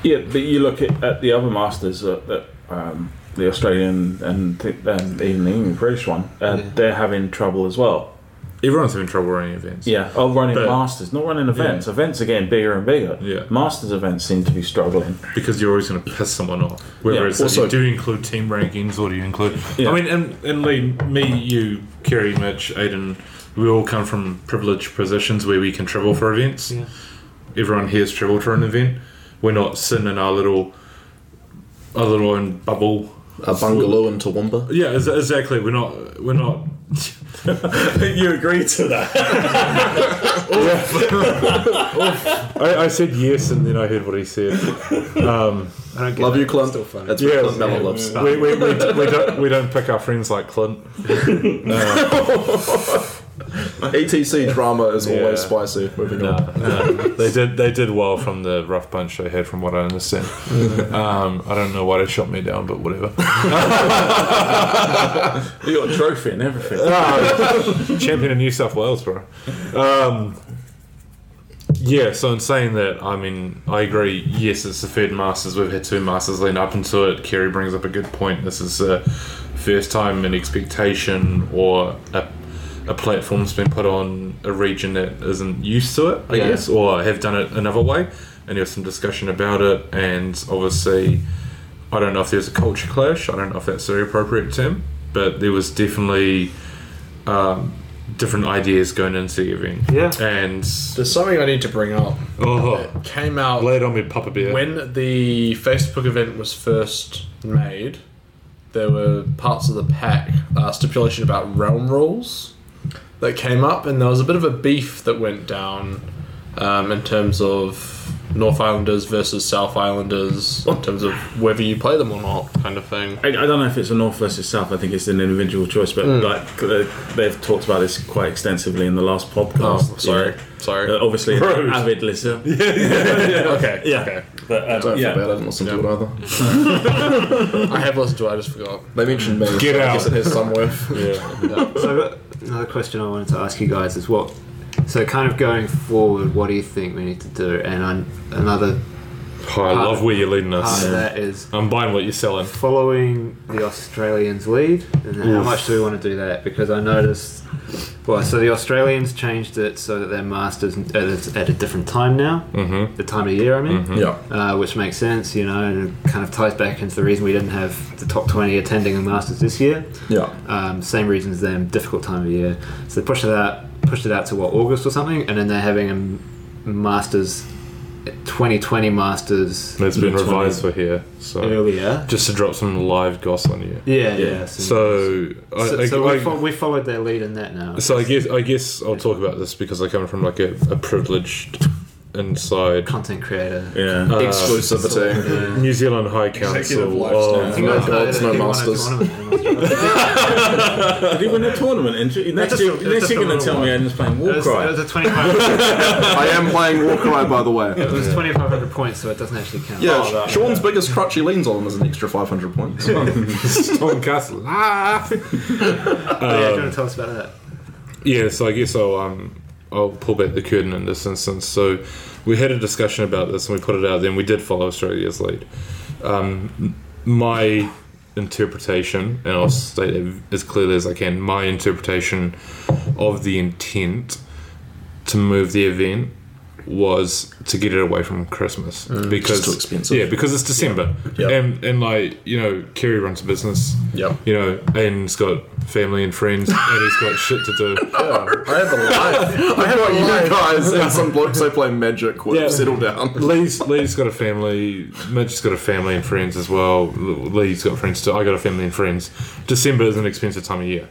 S5: Yeah, but you look at, at the other Masters, uh, that, um, the Australian and, th- and even the English- British one, uh, they're having trouble as well.
S2: Everyone's having trouble running events.
S5: Yeah, oh, running
S2: But-
S5: masters, not running events. Events are getting bigger and bigger.
S2: Yeah.
S5: masters events seem to be struggling.
S2: because you're always going to piss someone off. Whether
S5: Yeah,
S2: it's also,
S4: also-
S2: do you include team rankings or do you include?
S5: Yeah.
S2: I mean, and, and Lee, me, you, Kerry, Mitch, Aiden, we all come from privileged positions where we can travel for events. Everyone here's travelled for an event. We're not sitting in our little, our little own bubble.
S4: A bungalow in Toowoomba.
S2: Yeah, ex- exactly. We're not. We're not.
S5: you agree to that?
S2: I, I said yes, and then I heard what he said. Um,
S15: I don't get
S4: Love
S15: it.
S4: you, Clint.
S15: Still funny.
S4: That's yeah, Clint Mallett loves.
S2: we, we, we, we don't we don't pick our friends like Clint.
S4: ETC E drama is
S2: Yeah.
S4: always spicy. Moving
S2: No,
S4: on.
S2: no. they did. They did well from the rough punch they had, from what I understand. um, I don't know why they shot me down, but whatever.
S5: you got a trophy and everything.
S2: Champion of New South Wales, bro. Um, yeah. So in saying that, I mean, I agree. Yes, it's the third Masters. We've had two Masters leading up into it. Kerry brings up a good point. This is the first time an expectation or a a platform's been put on a region that isn't used to it, I
S16: Yeah.
S2: guess, or have done it another way. And there was some discussion about it, and obviously, I don't know if there's a culture clash. I don't know if that's the appropriate term, but there was definitely um, different ideas going into the event.
S8: Yeah.
S2: and
S3: There's something I need to bring up.
S2: oh,
S3: It came out
S2: lay it on me, Papa Bear.
S3: When the Facebook event was first made, there were parts of the pack uh, stipulation about realm rules that came up, and there was a bit of a beef that went down um, in terms of North Islanders versus South Islanders, in terms of whether you play them or not, kind of thing.
S5: I, I don't know if it's a north versus south. I think it's an individual choice, but like uh, they've talked about this quite extensively in the last podcast.
S3: Oh, sorry, sorry.
S5: Uh, obviously, an
S2: Rude.
S5: avid listener.
S3: okay,
S5: Yeah.
S3: okay.
S5: But, um,
S4: Don't feel
S5: yeah.
S4: bad. I didn't listen to it either.
S3: I have listened to it. I just forgot.
S4: They mentioned me.
S2: Get
S4: so I
S2: out.
S4: guess it has some worth.
S8: So I've got another question I wanted to ask you guys is what. So kind of going forward, what do you think we need to do? And i another
S2: Oh, I love where you're leading
S8: part
S2: us.
S8: of that is
S2: I'm buying what you're selling.
S8: following the Australians' lead, and how much do we want to do that? Because I noticed, well, so the Australians changed it so that their masters at a, at a different time now,
S2: Mm-hmm.
S8: the time of year, I mean,
S4: Yeah.
S8: uh, which makes sense, you know, and it kind of ties back into the reason we didn't have the top twenty attending the masters this year.
S4: Yeah.
S8: Um, same reasons as them, difficult time of year. So they pushed it out, pushed it out to what August or something, and then they're having a m- masters, 2020 masters
S2: It's been
S5: 20.
S2: revised for here, so
S8: earlier.
S2: just to drop some live goss on you.
S8: Yeah, yeah.
S2: So, I,
S8: so,
S2: I,
S8: so
S2: I-
S8: we, fo- we followed their lead in that now.
S2: so I guess I guess I'll talk about this because I come from like a, a privileged inside
S8: Content creator.
S5: Yeah.
S2: uh,
S4: Exclusivity.
S2: New Zealand High Council.
S3: Executive lifestyle.
S2: of-
S8: You guys know
S4: Well, it's
S8: that
S4: no
S8: he won a
S4: Masters.
S8: tournament in Australia.
S5: Did he win a tournament? And next
S8: just
S5: year,
S8: a-
S5: next
S8: just
S5: you're
S8: a
S5: going to tell
S8: little
S5: me I'm just playing
S8: It was, it
S5: Warcry.
S8: was a 2500
S4: I am playing Warcry, by the way.
S8: it was 2500 points, so it doesn't actually count.
S4: Yeah, Sean's biggest crutch he leans on is an extra 500 points. yeah,
S2: Tom Castle. Ah!
S8: Oh, yeah, do you
S2: Um,
S8: want to tell us about that?
S2: Yeah, so I guess I'll um, I'll pull back the curtain in this instance. So we had a discussion about this and we put it out. Then we did follow Australia's lead. Um, m- my interpretation, and I'll state it as clearly as I can, my interpretation of the intent to move the event was to get it away from Christmas because
S4: Mm. It's too expensive.
S2: Yeah, because it's December,
S4: Yeah.
S2: and and like you know, Kerry runs a business.
S4: Yeah.
S2: you know, and he's got family and friends, and he's got shit to do.
S4: I have a life. I have got you guys and some blokes I play Magic with.
S2: Yeah.
S4: Settle down.
S2: Lee's Lee's got a family. Mitch's got a family and friends as well. Lee's got friends too. I got a family and friends. December is an expensive time of year.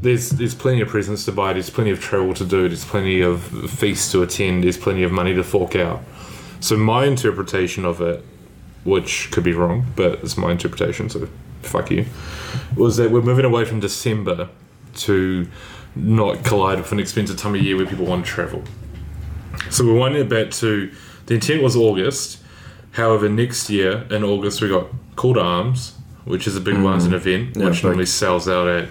S2: There's there's plenty of presents to buy. There's plenty of travel to do. There's plenty of feasts to attend. There's plenty of money to fork out. So my interpretation of it, which could be wrong, but it's my interpretation. So fuck you. Was that we're moving away from December to not collide with an expensive time of year where people want to travel. So we winding it back to the intent was August. However, next year in August we got Call to Arms, which is a big Wellington event,
S4: Yeah,
S2: which
S4: big.
S2: normally sells out at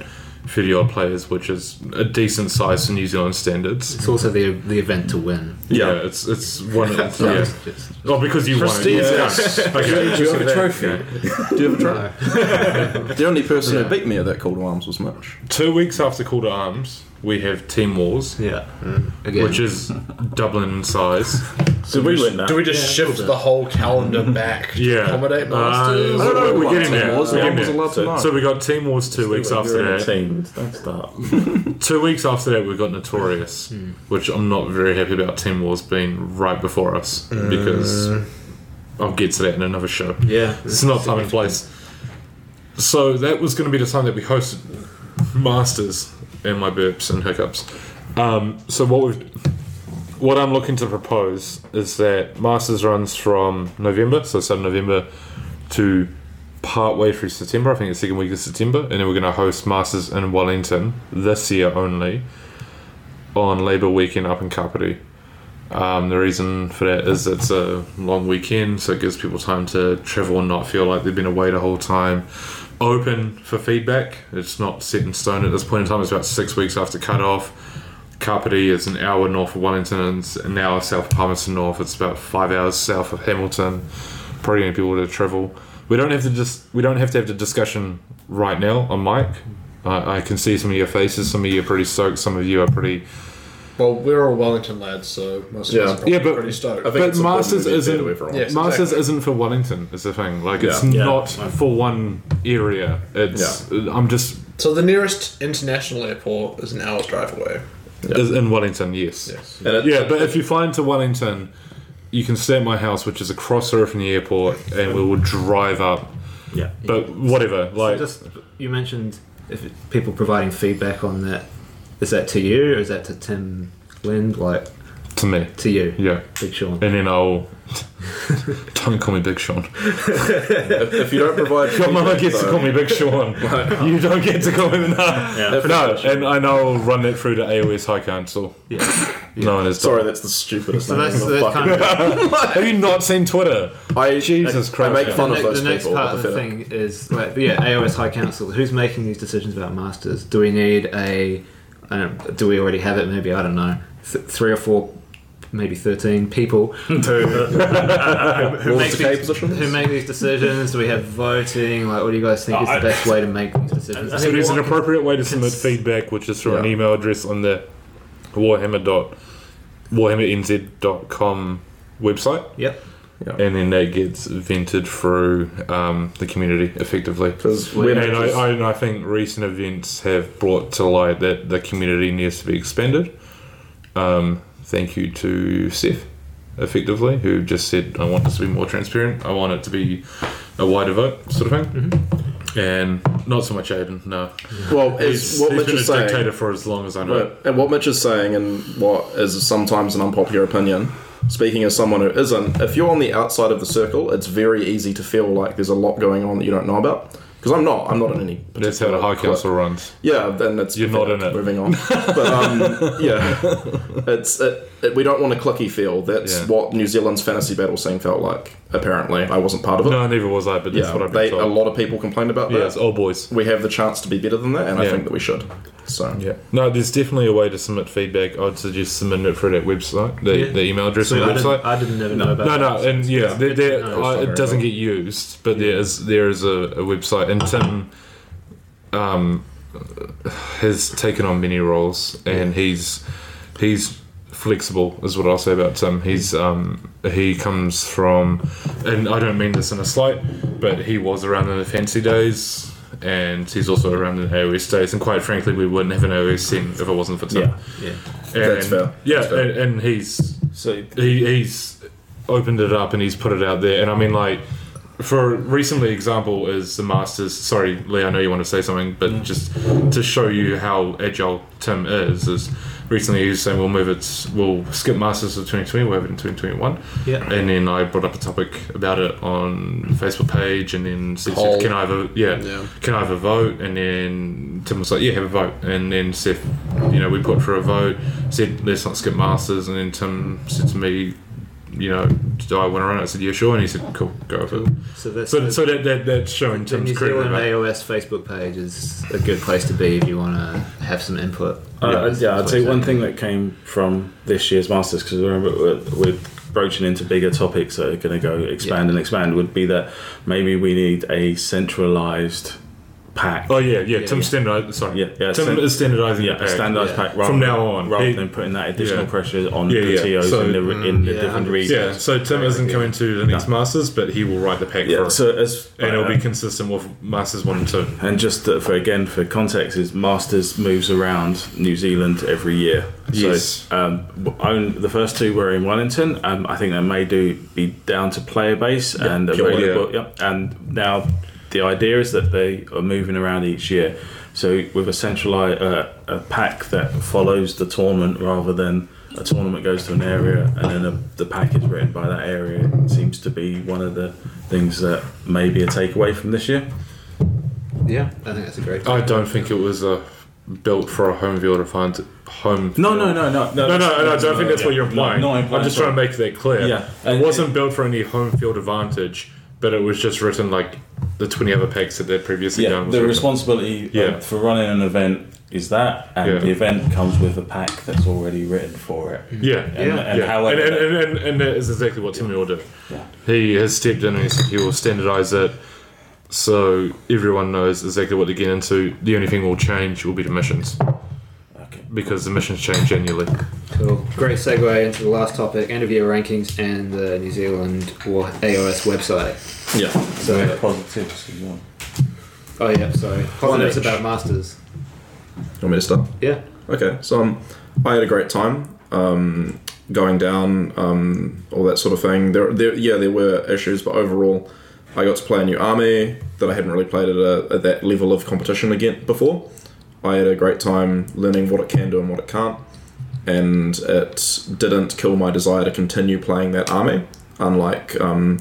S2: thirty odd players, which is a decent size for New Zealand standards.
S8: It's also the the event to win.
S2: Yeah, it's it's one. of the- yeah.
S8: Just,
S2: Oh, because you won. it.
S4: Jesus.
S2: Yeah. Okay.
S4: you have a
S2: trophy?
S4: Do you have a try? the only person who beat me at that call to arms was Mitch.
S2: Two weeks after Call to Arms, we have Team Wars,
S8: yeah. Again.
S2: which is doubling in size.
S5: Did we win that?
S3: Do we just shift the whole calendar back to
S2: Yeah.
S3: accommodate
S2: Uh,
S3: masters?
S2: I don't know,
S4: Who
S2: we're
S4: won
S2: getting
S4: Team
S2: there.
S4: Wars?
S2: We're getting
S4: No one was
S2: there.
S4: allowed to know.
S2: So we got Team Wars two weeks after
S5: You're in a
S2: that.
S5: team. Don't start.
S2: Two weeks after that, we got Notorious, which I'm not very happy about Team Wars being right before us because I'll get to that in another show.
S8: yeah.
S2: It's not time and place. So that was going to be the time that we hosted Masters and my burps and hiccups. Um, so what we what I'm looking to propose is that Masters runs from November, so start of November, to part way through September. I think it's second week of September, and then we're going to host Masters in Wellington this year only on Labour Weekend up in Kapiti. Um, the reason for that is it's a long weekend, so it gives people time to travel and not feel like they've been away the whole time. Open for feedback. It's not set in stone at this point in time. It's about six weeks after cutoff. Kapiti is an hour north of Wellington and it's an hour south of Palmerston North. It's about five hours south of Hamilton. Probably going people to travel. We don't have to just we don't have to have the discussion right now on mic I, I can see some of your faces. Some of you are pretty stoked. Some of you are pretty.
S3: Well, we're all Wellington lads, so most
S4: Yeah.
S3: of us are probably
S2: Yeah, but-
S3: pretty stoked.
S4: I think
S2: But
S4: it's important
S2: Masters
S4: to be fair
S2: isn't-
S4: to everyone.
S3: Yes,
S2: Masters
S3: exactly.
S2: isn't for Wellington. Is the thing like it's
S4: Yeah.
S2: not for one area. It's I'm just
S3: So the nearest international airport is an hour's drive away.
S2: is in Wellington. Yes.
S3: Yes.
S4: And it-
S2: Yeah, but if you fly into Wellington, you can stay at my house, which is across the road from the airport, and we will drive up.
S17: Yeah.
S2: But whatever, like
S8: Just you mentioned if it- people providing feedback on that. Is that to you or is that to Tim Lind? Like
S2: to me,
S8: to you,
S2: yeah.
S8: Big Sean.
S2: And then I'll don't call me Big Sean.
S4: if, if you don't provide,
S2: Your mama
S4: feedback,
S2: gets to
S4: though-
S2: call me Big Sean. you don't get to call me that. No, and I know I'll run that through to AOS High Council.
S8: Yeah.
S2: No one is.
S4: Sorry, that's the stupidest
S8: So
S4: thing.
S8: that's,
S4: I've
S8: that's
S4: fucking-
S8: kind of
S2: Have you not seen Twitter?
S4: I,
S2: Jesus
S4: I,
S2: Christ,
S4: I make
S2: yeah.
S4: fun
S8: the,
S4: of those
S8: the next
S4: people.
S8: part of the
S4: pathetic.
S8: thing is like yeah, AOS High Council. Who's making these decisions about masters? Do we need a? I don't, do we already have it? Maybe I don't know. Th- three or four, maybe thirteen people who, who,
S4: Lords
S8: make
S4: of K
S8: these,
S4: positions?
S8: who make these decisions. Do we have voting? Like, what do you guys think is the best way to make these decisions?
S2: So there's an appropriate way to submit feedback, which is through an
S4: Yeah.
S2: email address on the Warhammer dot warhammernz.com website.
S8: Yep.
S2: and then that gets vented through um, the community effectively.
S4: 'Cause we're
S2: And I,
S4: just-
S2: I, and I think recent events have brought to light that the community needs to be expanded. Um, thank you to Seth, effectively, who just said, I want this to be more transparent. I want it to be a wider vote, sort of thing. And not so much Aiden, no.
S4: well, is
S2: He's,
S4: what
S2: he's
S4: Mitch
S2: been a
S4: is saying.
S2: dictator for as long as I know.
S4: Right. And what Mitch is saying, and what is sometimes an unpopular opinion, speaking as someone who isn't, if you're on the outside of the circle, it's very easy to feel like there's a lot going on that you don't know about. Because I'm not. I'm not in any.
S2: That's how the
S4: particular
S2: High
S4: clique.
S2: Council runs.
S4: Yeah, then it's
S2: You're not in it.
S4: Moving on, but um, yeah, it's it, it, we don't want a clicky feel. That's
S2: Yeah.
S4: what New Zealand's fantasy battle scene felt like. Apparently, I wasn't part of it.
S2: No, neither was I, but that's
S4: yeah,
S2: what I've
S4: they,
S2: been
S4: a
S2: told.
S4: lot of people complained about
S2: yeah,
S4: that.
S2: it's old boys.
S4: we have the chance to be better than that, and I
S2: Yeah.
S4: think that we should. So
S2: Yeah. No, there's definitely a way to submit feedback. I'd suggest submitting it through that website, the,
S8: Yeah.
S2: the email address
S8: So
S2: on the
S8: I didn't,
S2: website.
S8: I didn't ever know about.
S2: No, no, and yeah, there, there,
S8: know.
S2: uh, it doesn't get used, but there is there is a, a website, and Tim um, has taken on many roles, and he's he's flexible is what I'll say about Tim. He's um, he comes from, and I don't mean this in a slight, but he was around in the fancy days. And he's also around in the AOS days, and quite frankly, we wouldn't have an AOS scene if it wasn't for Tim.
S5: Yeah.
S8: Yeah.
S2: And-
S4: That's fair.
S2: Yeah,
S4: That's fair.
S2: And, and he's
S5: So
S2: he, he's opened it up and he's put it out there. And I mean, like, for recently, example is the Masters. Sorry, Lee, I know you want to say something, but just to show you how agile Tim is, is recently he was saying we'll move it, we'll skip Masters of 2020, we'll have it in 2021.
S8: Yeah.
S2: And then I brought up a topic about it on Facebook page, and then Steve
S3: Poll.
S2: said, "Can I have a yeah,
S3: Yeah.
S2: Can I have a vote?" And then Tim was like, "Yeah, have a vote." And then Seth, you know, we put for a vote. Said, "Let's not skip masters." And then Tim said to me, "You know, do I want to run?" it?" I said, "Yeah, sure." And he said, "Cool, go for it."
S8: So that's
S2: So, so that, that that's showing
S8: The New
S2: Tim's credit.
S8: Zealand
S2: about-
S8: AOS Facebook page is a good place to be if you want to have some input.
S5: Uh, yeah, I'd
S8: That's
S5: say
S8: what
S5: one
S8: I'm
S5: thing that came from this year's Masters, because remember we're, we're broaching into bigger topics that are going to go expand and expand, would be that maybe we need a centralized pack.
S2: Oh yeah, yeah.
S8: Yeah,
S2: Tim
S8: yeah.
S2: standardized. Sorry,
S5: Yeah, yeah,
S2: Tim
S5: stan-
S2: is standardizing.
S5: yeah,
S2: the
S5: a
S2: pack.
S5: standardized
S8: Yeah.
S5: pack rather
S2: From
S5: than-
S2: now on.
S5: rather
S2: He-
S5: than putting that additional
S2: Yeah.
S5: pressure on
S2: Yeah,
S5: the
S2: yeah.
S5: TOs
S2: So- mm.
S5: in the, in the
S8: Yeah,
S5: different
S8: 100%.
S5: regions.
S2: Yeah, so Tim isn't coming to the next Masters, but he will write the pack
S5: Yeah,
S2: for
S5: so
S2: it.
S5: as
S2: And it'll be consistent with Masters 1 and 2.
S5: And just uh, for again for context, is Masters moves around New Zealand every year.
S2: Yes.
S5: So, um, w- own, the first two were in Wellington. Um, I think that may do be down to player base and
S2: purely.
S5: available. Yep. And now the idea is that they are moving around each year. So with a centralized uh, a pack that follows the tournament rather than a tournament goes to an area and then a, the pack is written by that area seems to be one of the things that may be a takeaway from this year.
S8: saying. Yeah, I think that's a great.
S2: I don't think it was uh, built for a home viewer to find home.
S5: No, no, no, no, no,
S2: No, no, no, I don't think that's what you're implying.
S5: No, no, implying,
S2: I'm just trying to make that clear.
S5: Yeah.
S2: it
S5: And-
S2: wasn't built for any home field advantage, but it was just written like the 20 other packs that they'd previously
S5: Yeah,
S2: done. was
S5: the
S2: written.
S5: responsibility
S2: Yeah.
S5: um, for running an event is that, and
S2: Yeah.
S5: the event comes with a pack that's already written for it.
S2: Yeah,
S5: And,
S8: Yeah.
S5: and
S2: yeah.
S5: however,
S2: and, and, and, and, and that is exactly what Timmy will do.
S5: Yeah.
S2: He has stepped in and he said he will standardise it. so everyone knows exactly what they're getting into. The only thing will change will be the missions. Because the missions change annually.
S8: Cool. Great segue into the last topic: end of year rankings and the New Zealand War AOS website.
S5: Yeah.
S8: So-
S5: So positives as well.
S8: Oh yeah, sorry. Positives
S4: each.
S8: about masters.
S4: You want me to start?
S8: Yeah.
S4: Okay, so um, I had a great time um, going down, um, all that sort of thing. There, there, yeah, there were issues, but overall, I got to play a new army that I hadn't really played at, a, at that level of competition again before. I had a great time learning what it can do and what it can't, and it didn't kill my desire to continue playing that army. Unlike um,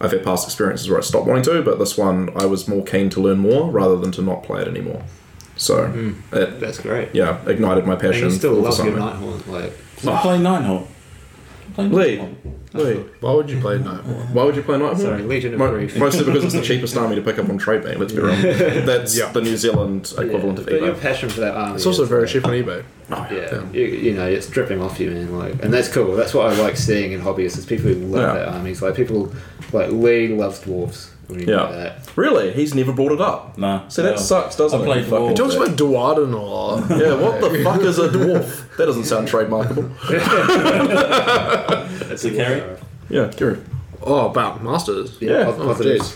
S4: I've had past experiences where I stopped wanting to, but this one I was more keen to learn more rather than to not play it anymore. So it
S8: That's great.
S4: yeah, ignited my
S8: And
S4: passion.
S8: you still
S4: for
S8: love your
S4: something.
S8: Nighthorn, like
S5: I play nine hole.
S4: Lee, Lee,
S3: Why would you play Nightborn?
S4: why would you play Nighthorn?
S8: sorry, Legion of
S4: Mo-
S8: Grief.
S4: mostly because it's the cheapest army to pick up on trade bank. Let's be real. That's the New Zealand equivalent
S8: But your
S4: of eBay. Oh,
S8: passion for that army.
S3: It's also
S8: is,
S3: very
S8: like,
S3: cheap on eBay.
S8: Yeah, you, you know, it's dripping off you, man. Like, and that's cool. That's what I like seeing in hobbyists is people who love
S4: Yeah.
S8: their armies. Like people, like Lee loves dwarves. When you do
S4: Yeah.
S8: that.
S4: Really, he's never brought it up.
S5: Nah.
S4: So that
S5: No.
S4: sucks, doesn't
S5: I
S4: it?
S5: played
S4: Fuck.
S5: four.
S3: He talks about Duarden a lot.
S4: Yeah, what the fuck is a dwarf? That doesn't sound trademarkable.
S5: It's a carry.
S4: Yeah, Kieran.
S3: Oh, about Masters.
S8: Yeah,
S4: Yeah.
S8: pos-
S3: Oh,
S8: positives.
S3: jeez.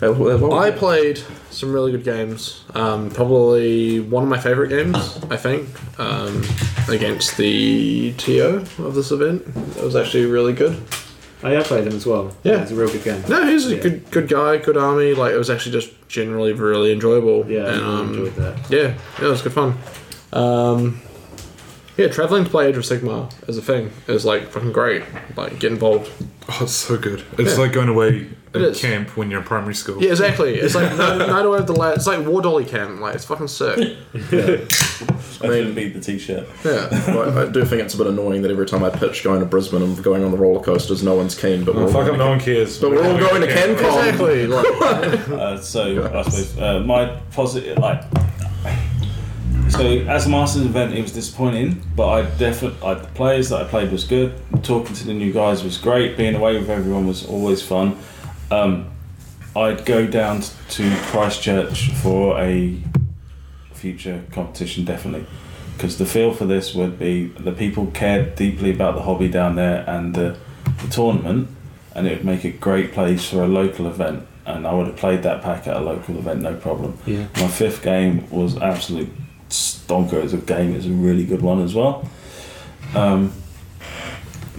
S4: That was- that was-
S3: I played some really good games. Um, probably one of my favorite games, I think, um, against the TO of this event. That was actually really good.
S8: Oh, yeah, I played them as well.
S3: Yeah.
S8: it's a real good game.
S3: No, he was a
S8: Yeah.
S3: good good guy, good army. Like it was actually just generally really enjoyable.
S8: Yeah, I
S3: and,
S8: really
S3: um,
S8: enjoyed that.
S3: Yeah, yeah, it was good fun. Um, yeah, traveling to play Age of Sigma as a thing is like fucking great. Like get involved.
S2: Oh, it's so good. It's like going away in
S3: is.
S2: camp when you're in primary school.
S3: Yeah, exactly. It's like no, no way of the lad. It's like War Dolly Camp. Like it's fucking sick.
S5: I shouldn't beat the t-shirt.
S3: Yeah.
S4: Well, I do think it's a bit annoying that every time I pitch going to Brisbane and going on the roller coasters, no one's keen. But we're all
S2: Fuck
S4: going
S2: up,
S4: to-
S2: no one cares.
S4: but we're all going to CanCon.
S3: Exactly. Like,
S5: Uh, so I suppose uh, my positive like so as a masters event it was disappointing but I definitely I, the players that I played was good talking to the new guys was great being away with everyone was always fun um, I'd go down to Christchurch for a future competition definitely because the feel for this would be the people cared deeply about the hobby down there and the, the tournament and it would make a great place for a local event and I would have played that pack at a local event no problem
S18: Yeah.
S5: my fifth game was absolute stonker it was a game it was a really good one as well um,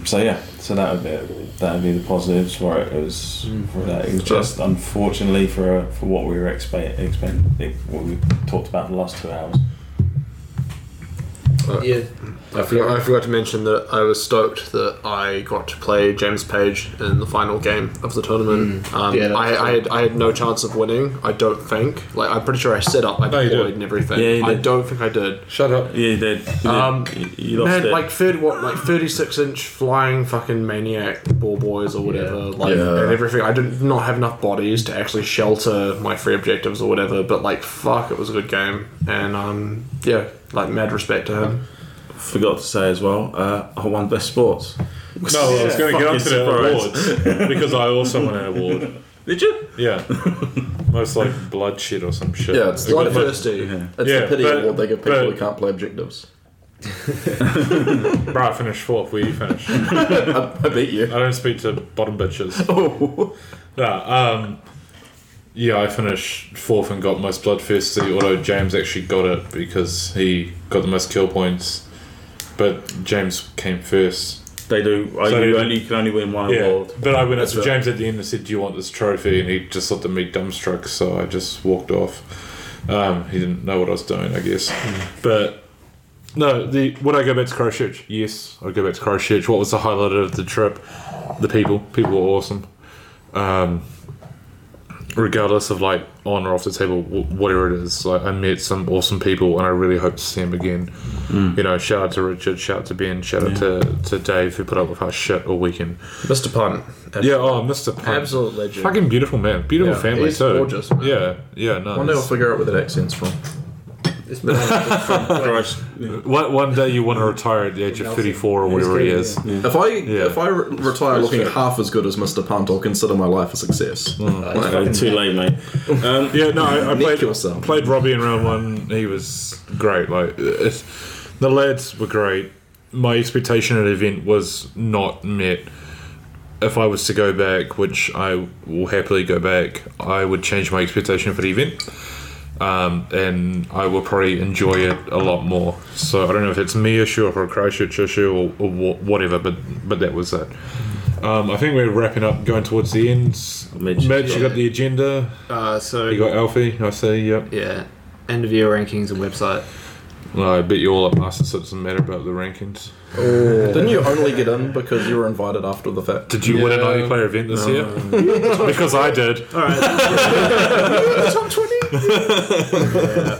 S5: so yeah so that would be that would be the positives for it it was for that it was just unfortunately for for what we were expect, expect what we talked about the last two hours
S8: Yeah,
S3: I forgot, I forgot to mention that I was stoked that I got to play James Page in the final game of the tournament. Um,
S8: Yeah, that was
S3: I, I, had, I had no chance of winning. I don't think. Like I'm pretty sure I set up, I
S2: you
S3: deployed
S2: did.
S3: and everything.
S5: Yeah, you
S3: I
S5: did.
S3: don't think I did.
S2: Shut up.
S5: Yeah, you did. You, did.
S3: Um,
S5: You- you lost
S3: Man,
S5: it.
S3: like third what, like thirty-six inch flying fucking maniac ball boys or whatever, like
S4: Yeah.
S3: and everything. I did not have enough bodies to actually shelter my free objectives or whatever, but like fuck, it was a good game, and um, yeah, like mad respect to him.
S5: Forgot to say as well. Uh, I won best sports.
S2: No, I was going to get onto the awards because I also won an award.
S5: Did you?
S2: Yeah, most like bloodshed or some shit. Uh,
S4: Yeah, it's
S2: It was-
S3: Bloodthirsty.
S4: It's
S2: Yeah,
S4: the pity
S2: but-
S4: award they give people
S2: but-
S4: who can't play objectives.
S2: Bro, I finished fourth. Where you finished? I
S4: I, I beat you.
S2: don't speak to bottom bitches.
S4: Oh.
S2: Nah, um, yeah, I finished fourth and got most bloodthirsty. Although James actually got it because he got the most kill points, but James came first.
S5: They do. I
S2: So
S5: you
S2: did-
S5: only you can only win one
S2: Yeah,
S5: award.
S2: but I went up to James at the end and said, "Do you want this trophy?" And he just looked at me dumbstruck. So I just walked off. Um, he didn't know what I was doing, I guess. But no, the would I go back to Christchurch? Yes, I'd go back to Christchurch. What was the highlight of the trip? The people. People were awesome. Um, regardless of like on or off the table, w- whatever it is, like I met some awesome people, and I really hope to see them again. You know, shout out to Richard, shout out to Ben, shout out to, to Dave who put up with our shit all weekend.
S3: Mr. Punt,
S2: Yeah, oh, Mr. Punk.
S3: absolute legend.
S2: Fucking beautiful man. Beautiful
S3: Yeah,
S2: family,
S3: he's
S2: too.
S3: gorgeous, man.
S2: Yeah, yeah,
S4: One day I'll
S2: nice.
S4: figure out where that accent's from.
S19: It's been like,
S5: Christ.
S2: One, one day you want to retire at the age of 34 or whatever it is.
S4: If I
S2: Yeah.
S4: if I re- retire looking half as good as Mr. Punt, I'll consider my life a success.
S2: Mm.
S4: Like,
S5: Uh, too late, mate. Um,
S2: Yeah, no, I, I
S4: Nick
S2: played
S4: yourself.
S2: played Robbie in round one. He was great. Like it's, the lads were great. My expectation at the event was not met. If I was to go back, which I will happily go back, I would change my expectation for the event, um, and I will probably enjoy it a lot more. So I don't know if it's me issue or a Christchurch issue or, or wha- whatever, but but that was it. Um, I think we're wrapping up, going towards the end. Mitch,
S5: Mitch.
S2: you got the agenda.
S8: Uh, so
S2: You got Alfie, I see, yep.
S8: yeah, end of year rankings and website.
S2: No, I bet you all up past so it doesn't matter about the rankings.
S4: Didn't you only get in because you were invited after the fact?
S2: Did you win an only player event this year? because I did.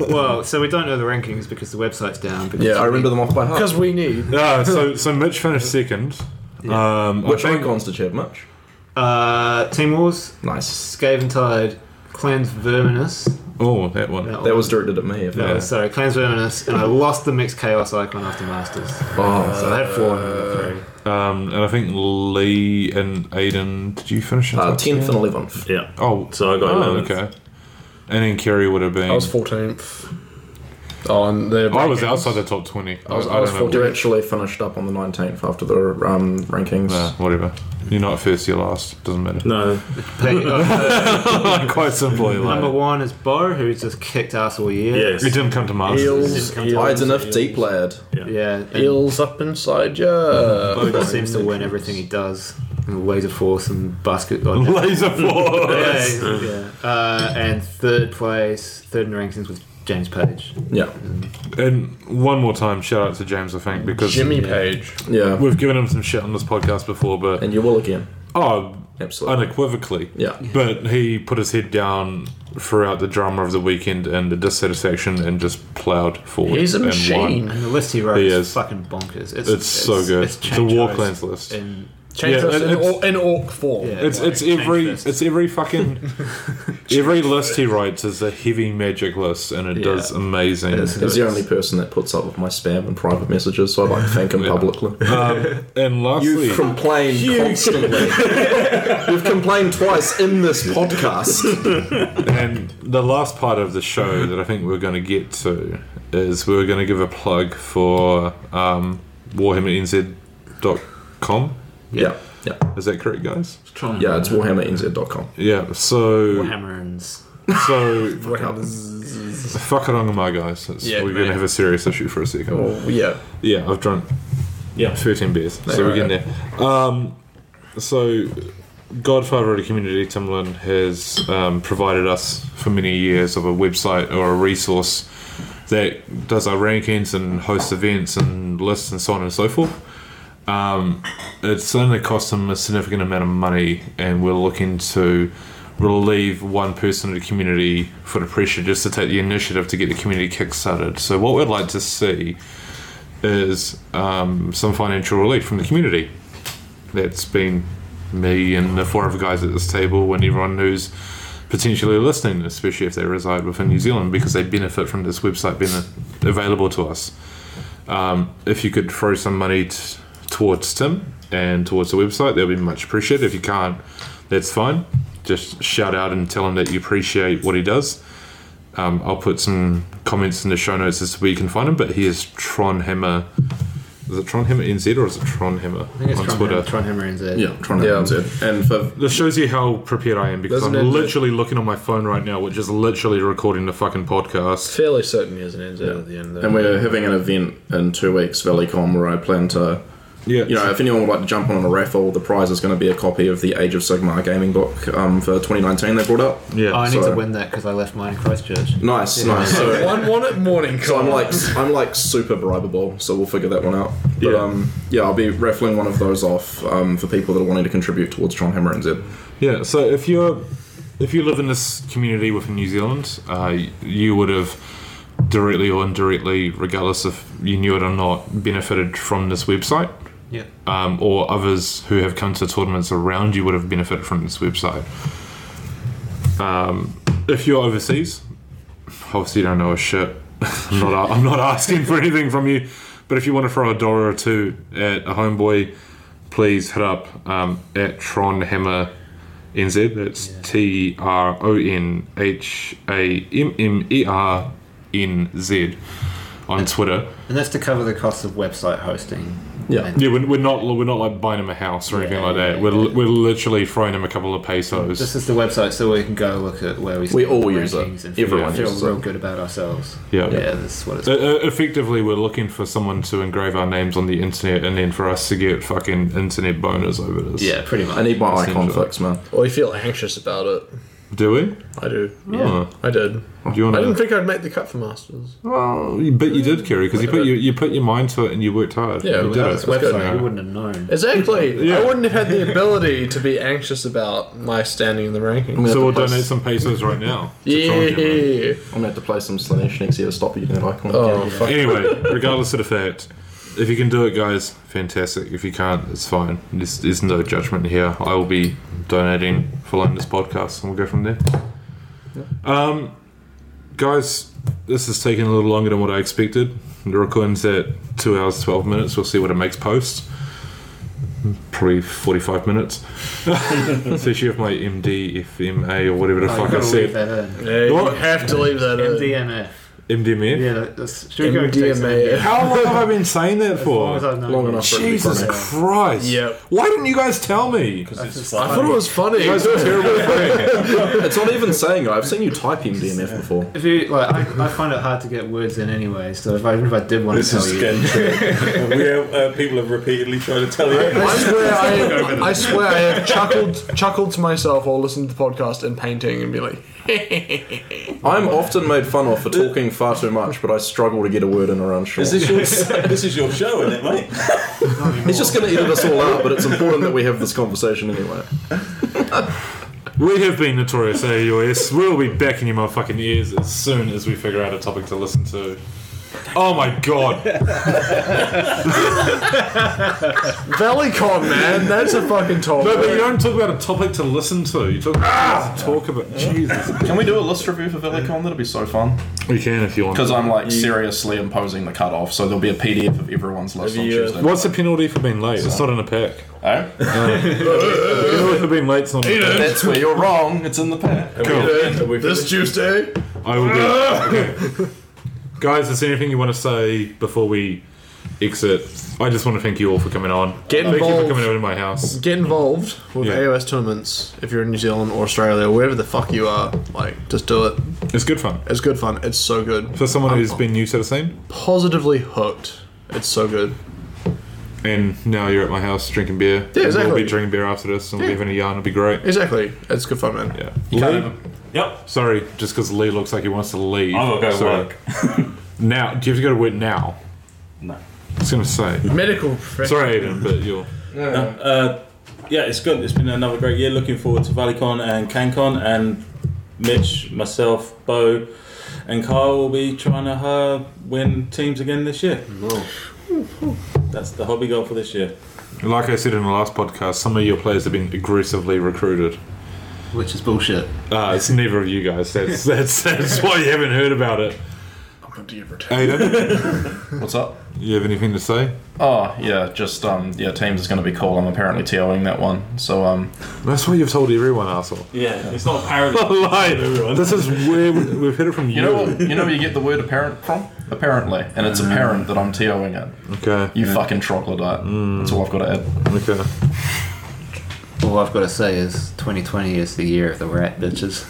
S8: Well, so we don't know the rankings because the website's down. Because
S4: Yeah, I remember them off by heart.
S3: Because we need.
S2: Ah, so so Mitch finished second. Um,
S4: Mm. Which
S2: I think-
S4: icons did you have much?
S8: Uh, Team Wars,
S4: Nice.
S8: Skaven Tide, Clans Verminous.
S2: Oh, that one.
S8: one.
S4: That was directed at me. If
S8: No,
S4: I was.
S8: sorry, Clans Verminous, and I lost the mixed chaos icon after Masters. Uh,
S4: Oh,
S2: Uh,
S8: So I had four and I got three.
S2: Um, and I think Lee and Aiden, did you finish in
S4: uh,
S2: top
S4: 10th
S2: ten?
S4: and 11th.
S5: Yeah.
S2: Oh,
S5: So I got
S2: oh,
S5: 11th.
S2: okay. And then Kerry would have been.
S3: I was 14th. Oh, and the
S2: I was outside the top 20. I,
S4: was-
S2: I,
S4: was
S2: don't know.
S4: You actually finished up on the 19th after the um, rankings.
S2: Nah, Uh, whatever. You're not first, you're last. Doesn't matter.
S5: No.
S8: Play- uh,
S2: Quite simply,
S8: number
S2: like.
S8: one is Bo, who's just kicked ass all year.
S5: Yes.
S2: You didn't come to Masters.
S4: Eels, I'd enough deep lad.
S8: Yeah, and
S3: Eels up inside ya.
S8: Bo just seems to win everything he does. And Laser Force and Basket. oh, no.
S2: Laser Force.
S8: yeah, yeah. Uh, and third place, third in the rankings with James Page.
S4: Yeah,
S2: And one more time, shout out to James, I think, because
S3: Jimmy Page.
S4: yeah,
S2: we've given him some shit on this podcast before, but
S4: and you will again.
S2: oh,
S4: Absolutely.
S2: unequivocally.
S4: Yeah,
S2: But he put his head down throughout the drama of the weekend and the dissatisfaction and just plowed forward.
S3: He's a
S2: and won.
S3: machine.
S8: And the list he wrote
S2: He
S8: is,
S2: is.
S8: fucking bonkers. It's,
S2: It's, so good.
S8: It's,
S2: It's, a
S8: change
S2: war
S8: eyes
S2: clans list.
S8: in-
S3: Change
S2: Yeah,
S3: us
S2: it-
S3: in,
S2: it's-
S3: or, in orc form.
S8: yeah,
S2: It's it's
S8: change
S2: every
S8: lists.
S2: it's every fucking every list he writes is a heavy magic list and it does amazing.
S4: he's the only person that puts up with my spam and private messages, so I like to thank him publicly.
S2: Um, and lastly,
S4: You've complained constantly. You've complained twice in this podcast.
S2: And the last part of the show that I think we're going to get to is we're going to give a plug for um, warhammernz.com.
S4: Yeah, yeah,
S2: Is that correct, guys?
S4: yeah. It's warhammernz.com.
S2: Yeah. So,
S8: Hammerins.
S2: so fuck it on my guys. It's,
S3: Yeah,
S2: we're going
S3: mate.
S2: to have a serious issue for a second.
S4: Oh, yeah,
S2: Yeah, I've drunk.
S5: Yeah.
S2: thirteen beers. So we're getting there. Um, so, Godfather of the Community Timlin has um, provided us for many years of a website or a resource that does our rankings and hosts events and lists and so on and so forth. Um, it's only cost them a significant amount of money, and we're looking to relieve one person in the community for the pressure just to take the initiative to get the community kick-started. So, what we'd like to see is um, some financial relief from the community. That's been me and the four other guys at this table, and everyone who's potentially listening, especially if they reside within New Zealand, because they benefit from this website being a- available to us. Um, if you could throw some money t- towards Tim and towards the website, that would be much appreciated. If you can't, that's fine. Just shout out and tell him that you appreciate what he does. Um, I'll put some comments in the show notes as to where you can find him, but he is Tron Hammer. Is it Tron Hammer NZ or is it Tron Hammer
S8: I think it's
S2: on
S8: Tron,
S2: Twitter?
S8: Hammer, Tron Hammerins. there.
S4: yeah. Trying to and for
S2: This shows you how prepared I am because
S3: Doesn't
S2: I'm
S3: it-
S2: literally looking on my phone right now, which is literally recording the fucking podcast.
S3: Fairly certain he has an NZ at the end. Though.
S4: and we're having an event in two weeks, ValleyCon, where I plan to.
S2: Yeah,
S4: you know, if anyone would like to jump on a raffle, the prize is going to be a copy of the Age of Sigmar gaming book um, for 2019 they brought up.
S2: yeah.
S8: Oh, I need
S4: Sorry.
S8: to win that because I left mine in Christchurch.
S4: Nice, nice. So,
S3: One one at morning.
S4: so I'm
S3: call.
S4: like, I'm like super bribable, so we'll figure that one out. But
S2: Yeah.
S4: um, yeah, I'll be raffling one of those off um, for people that are wanting to contribute towards Tron Hammer and Zed.
S2: Yeah, so if you're if you live in this community within New Zealand, uh, you would have directly or indirectly, regardless if you knew it or not, benefited from this website.
S8: Yeah.
S2: Um, or others who have come to tournaments around you would have benefited from this website. Um, if you're overseas, obviously you don't know a shit I'm not, I'm not asking for anything from you, but if you want to throw a dollar or two at a homeboy, please hit up um, at Tron Hammer NZ. That's T R O N H A M M E R N Z on Twitter.
S8: And that's to cover the cost of website hosting.
S4: Yeah.
S8: And
S2: Yeah, we're, we're not we're not like buying him a house or anything like that. We're, li- we're literally throwing him a couple of pesos.
S8: This is the website so we can go look at where we
S4: We
S8: stand
S4: all
S8: in the
S4: use it.
S8: rankings and
S4: Everyone
S8: feel,
S4: uses
S8: feel real
S4: it.
S8: good about ourselves.
S2: Yeah.
S8: Yeah, that's what it's
S2: Uh, uh, effectively, we're looking for someone to engrave our names on the internet, and then for us to get fucking internet boners over this.
S8: Yeah, pretty much.
S4: I need my icon
S2: Essentially.
S4: fixed, man.
S3: Well, you feel anxious about it.
S2: Do we?
S3: I do.
S2: Yeah.
S3: I did.
S2: Do you
S3: I
S2: want
S3: didn't
S2: to?
S3: think I'd make the cut for Masters.
S2: Well, you- but you did, Kerry, because you put your, you put your mind to it and you worked hard.
S3: Yeah,
S2: you
S3: without
S2: did
S3: this
S2: it.
S3: website,
S2: Good,
S3: you
S2: man.
S8: wouldn't have known.
S3: Exactly.
S2: Yeah.
S3: I wouldn't have had the ability to be anxious about my standing in the rankings.
S2: So we'll
S4: Place-
S2: donate some pesos right now. to
S3: Yeah.
S2: Tron Hammer.
S4: I'm gonna have to play some Slanesh next year to stop you doing icon.
S3: Oh, fuck.
S2: Anyway, regardless of the fact, if you can do it, guys, fantastic. If you can't, it's fine. There's, there's no judgment here. I will be donating following this podcast, and we'll go from there. Um, guys, this has taken a little longer than what I expected. The recording's at two hours twelve minutes. We'll see what it makes post. Probably forty-five minutes. Especially if my MDFMA or whatever the
S6: Oh,
S2: fuck I
S6: gotta leave
S2: said.
S6: that in.
S3: You have to leave that in.
S6: MDMF.
S2: MDMF.
S6: Yeah, that's, should we go and take some
S3: MDMA.
S2: How long have I been saying that for?
S6: MDMF?
S4: Long enough for it to be
S2: Jesus
S4: chronic.
S2: Christ.
S3: Yep.
S2: Why didn't you guys tell me?
S3: I thought it was funny.
S2: That's a terrible thing.
S4: It's not even saying it. I've seen you type MDMF before.
S6: If you like, I, I find it hard to get words in anyway. So if I even if I did want to tell you,
S11: we have, uh, people have repeatedly tried to tell you.
S3: I
S8: swear
S3: swear I, I swear I have chuckled chuckled to myself while listening to the podcast and painting and be like,
S4: I'm often made fun of for talking far too much, but I struggle to get a word in around short.
S11: This is your this is your show, isn't it, mate?
S4: He's just going to edit us all out, but it's important that we have this conversation anyway.
S2: we have been Notorious AUS. We'll be back in your motherfucking ears as soon as we figure out a topic to listen to. Oh my god.
S3: ValleyCon, man, that's a fucking top.
S2: No, but you don't talk about a topic to listen to. You talk, talk about. Jesus.
S4: Can we do a list review for Vilicon? That'll be so fun.
S2: We can if you want.
S4: Because I'm like seriously imposing the cutoff, so there'll be a PDF of everyone's list on
S11: you, uh,
S4: Tuesday.
S2: What's the penalty for being late? It's not in a pack. Uh,
S4: Eh?
S2: The penalty for being late's not in a pack.
S4: That's where you're wrong. It's in the pack.
S3: This Tuesday,
S2: I will be. okay. Guys, is there anything you want to say before we exit? I just want to thank you all for coming on.
S3: Get
S2: thank you
S3: involved.
S2: for coming over to my house.
S3: get involved with
S2: Yeah.
S3: AOS tournaments if you're in New Zealand or Australia, wherever the fuck you are. Like, just do it.
S2: It's good fun.
S3: It's good fun. It's so good.
S2: For someone who's been new to the scene,
S3: Positively hooked. It's so good.
S2: and now you're at my house drinking beer.
S3: Yeah,
S2: We'll
S3: exactly.
S2: be drinking beer after this, and we'll
S3: Yeah.
S2: be having a yarn. It'll be great.
S3: Exactly. It's good fun, man.
S2: Yeah.
S11: can't
S2: Lee?
S11: Yep.
S2: Sorry, just because Lee looks like he wants to leave.
S11: I'm gonna go
S2: Sorry.
S11: work.
S2: Now, do you have to go to work now?
S11: No.
S2: I was going to say.
S3: Medical professional.
S2: Sorry, Aiden, but you're.
S11: Uh, yeah, it's good. It's been another great year. Looking forward to ValleyCon and CanCon, and Mitch, myself, Bo, and Kyle will be trying to uh, win teams again this year. That's the hobby goal for this year.
S2: Like I said in the last podcast, some of your players have been aggressively recruited.
S6: which is bullshit.
S2: Uh, it's neither of you guys. That's, that's, that's why you haven't heard about it. Aiden,
S4: What's up?
S2: you have anything to say?
S4: Oh yeah, just um yeah, teams is going to be cool. I'm apparently TOing that one, so um
S2: That's why you've told everyone, asshole.
S11: Yeah, it's not a parody.
S2: Like, Uh, this is where we- we've heard it from you.
S4: you know what, you know where you get the word apparent from? Apparently, and it's apparent that I'm TOing it.
S2: Okay.
S4: You fucking troglodyte. That's all I've got to add.
S2: Okay.
S6: All I've got to say is 2020 is the year of the rat bitches.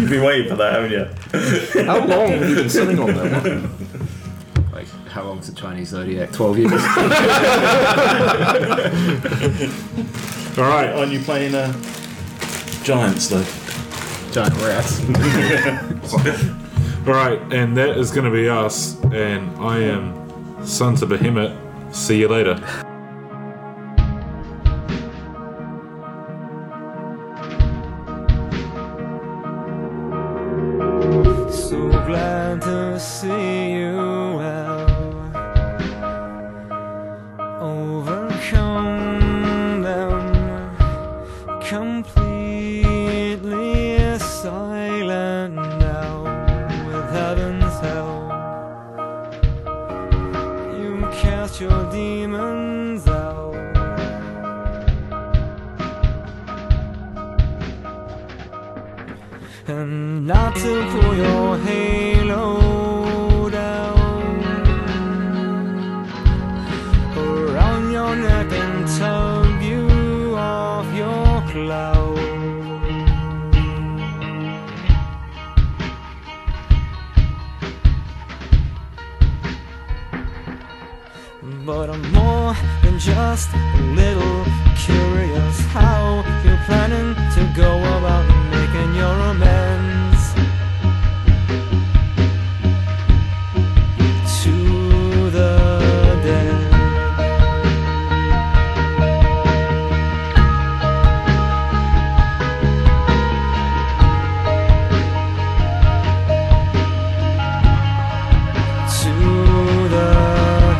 S11: You've been waiting for that, haven't you?
S4: How long have you been sitting on that one?
S6: Like, how long's the Chinese zodiac? 12 years.
S2: All right.
S11: Aren't you playing uh, Giants though?
S6: Giant rats.
S2: All right. And that is going to be us. And I am Sons of Behemoth. See you later.
S20: So glad to see you well. Overcome them completely silent now with heaven's help. and not to pull your halo down around your neck and tug you off your cloud. But I'm more than just a little curious how you're planning to go about making your amends to the dead. To the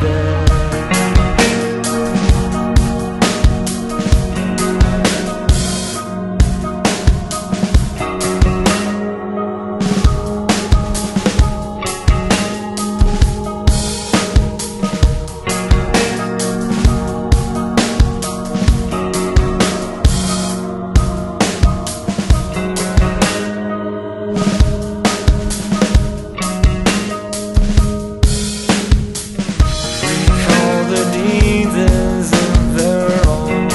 S20: dead. All the deeds is their own.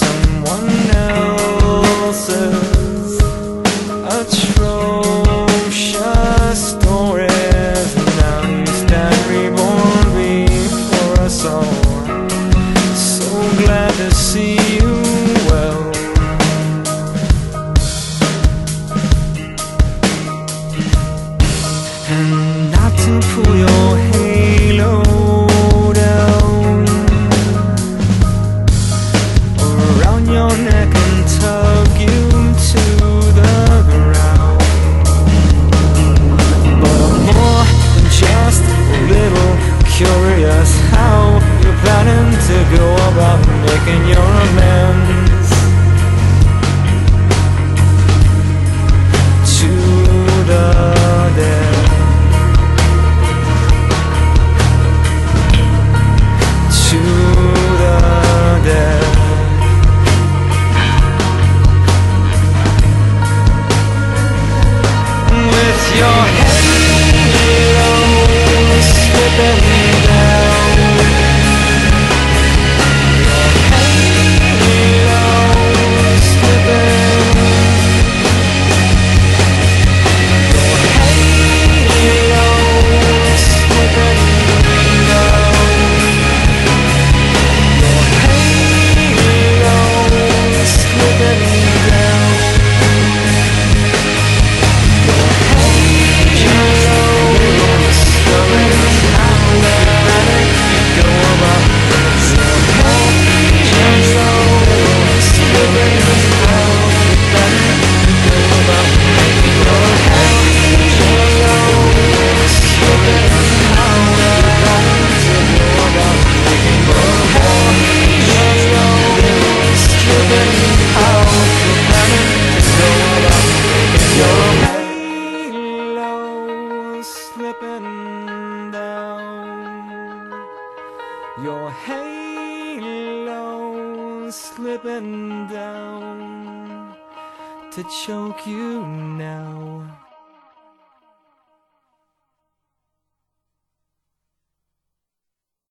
S20: Someone else's atrocious stories. Now you stand reborn before us all. So glad to see you well. and not to pull your halo down around your neck and tug you to the ground. But I'm more than just a little curious how you're planning to go about making your amends to the dead. to the dead. With your halo slipping down, your halo slipping. Your halo slipping down. Halo slipping down. Your halo slipping down to choke you now.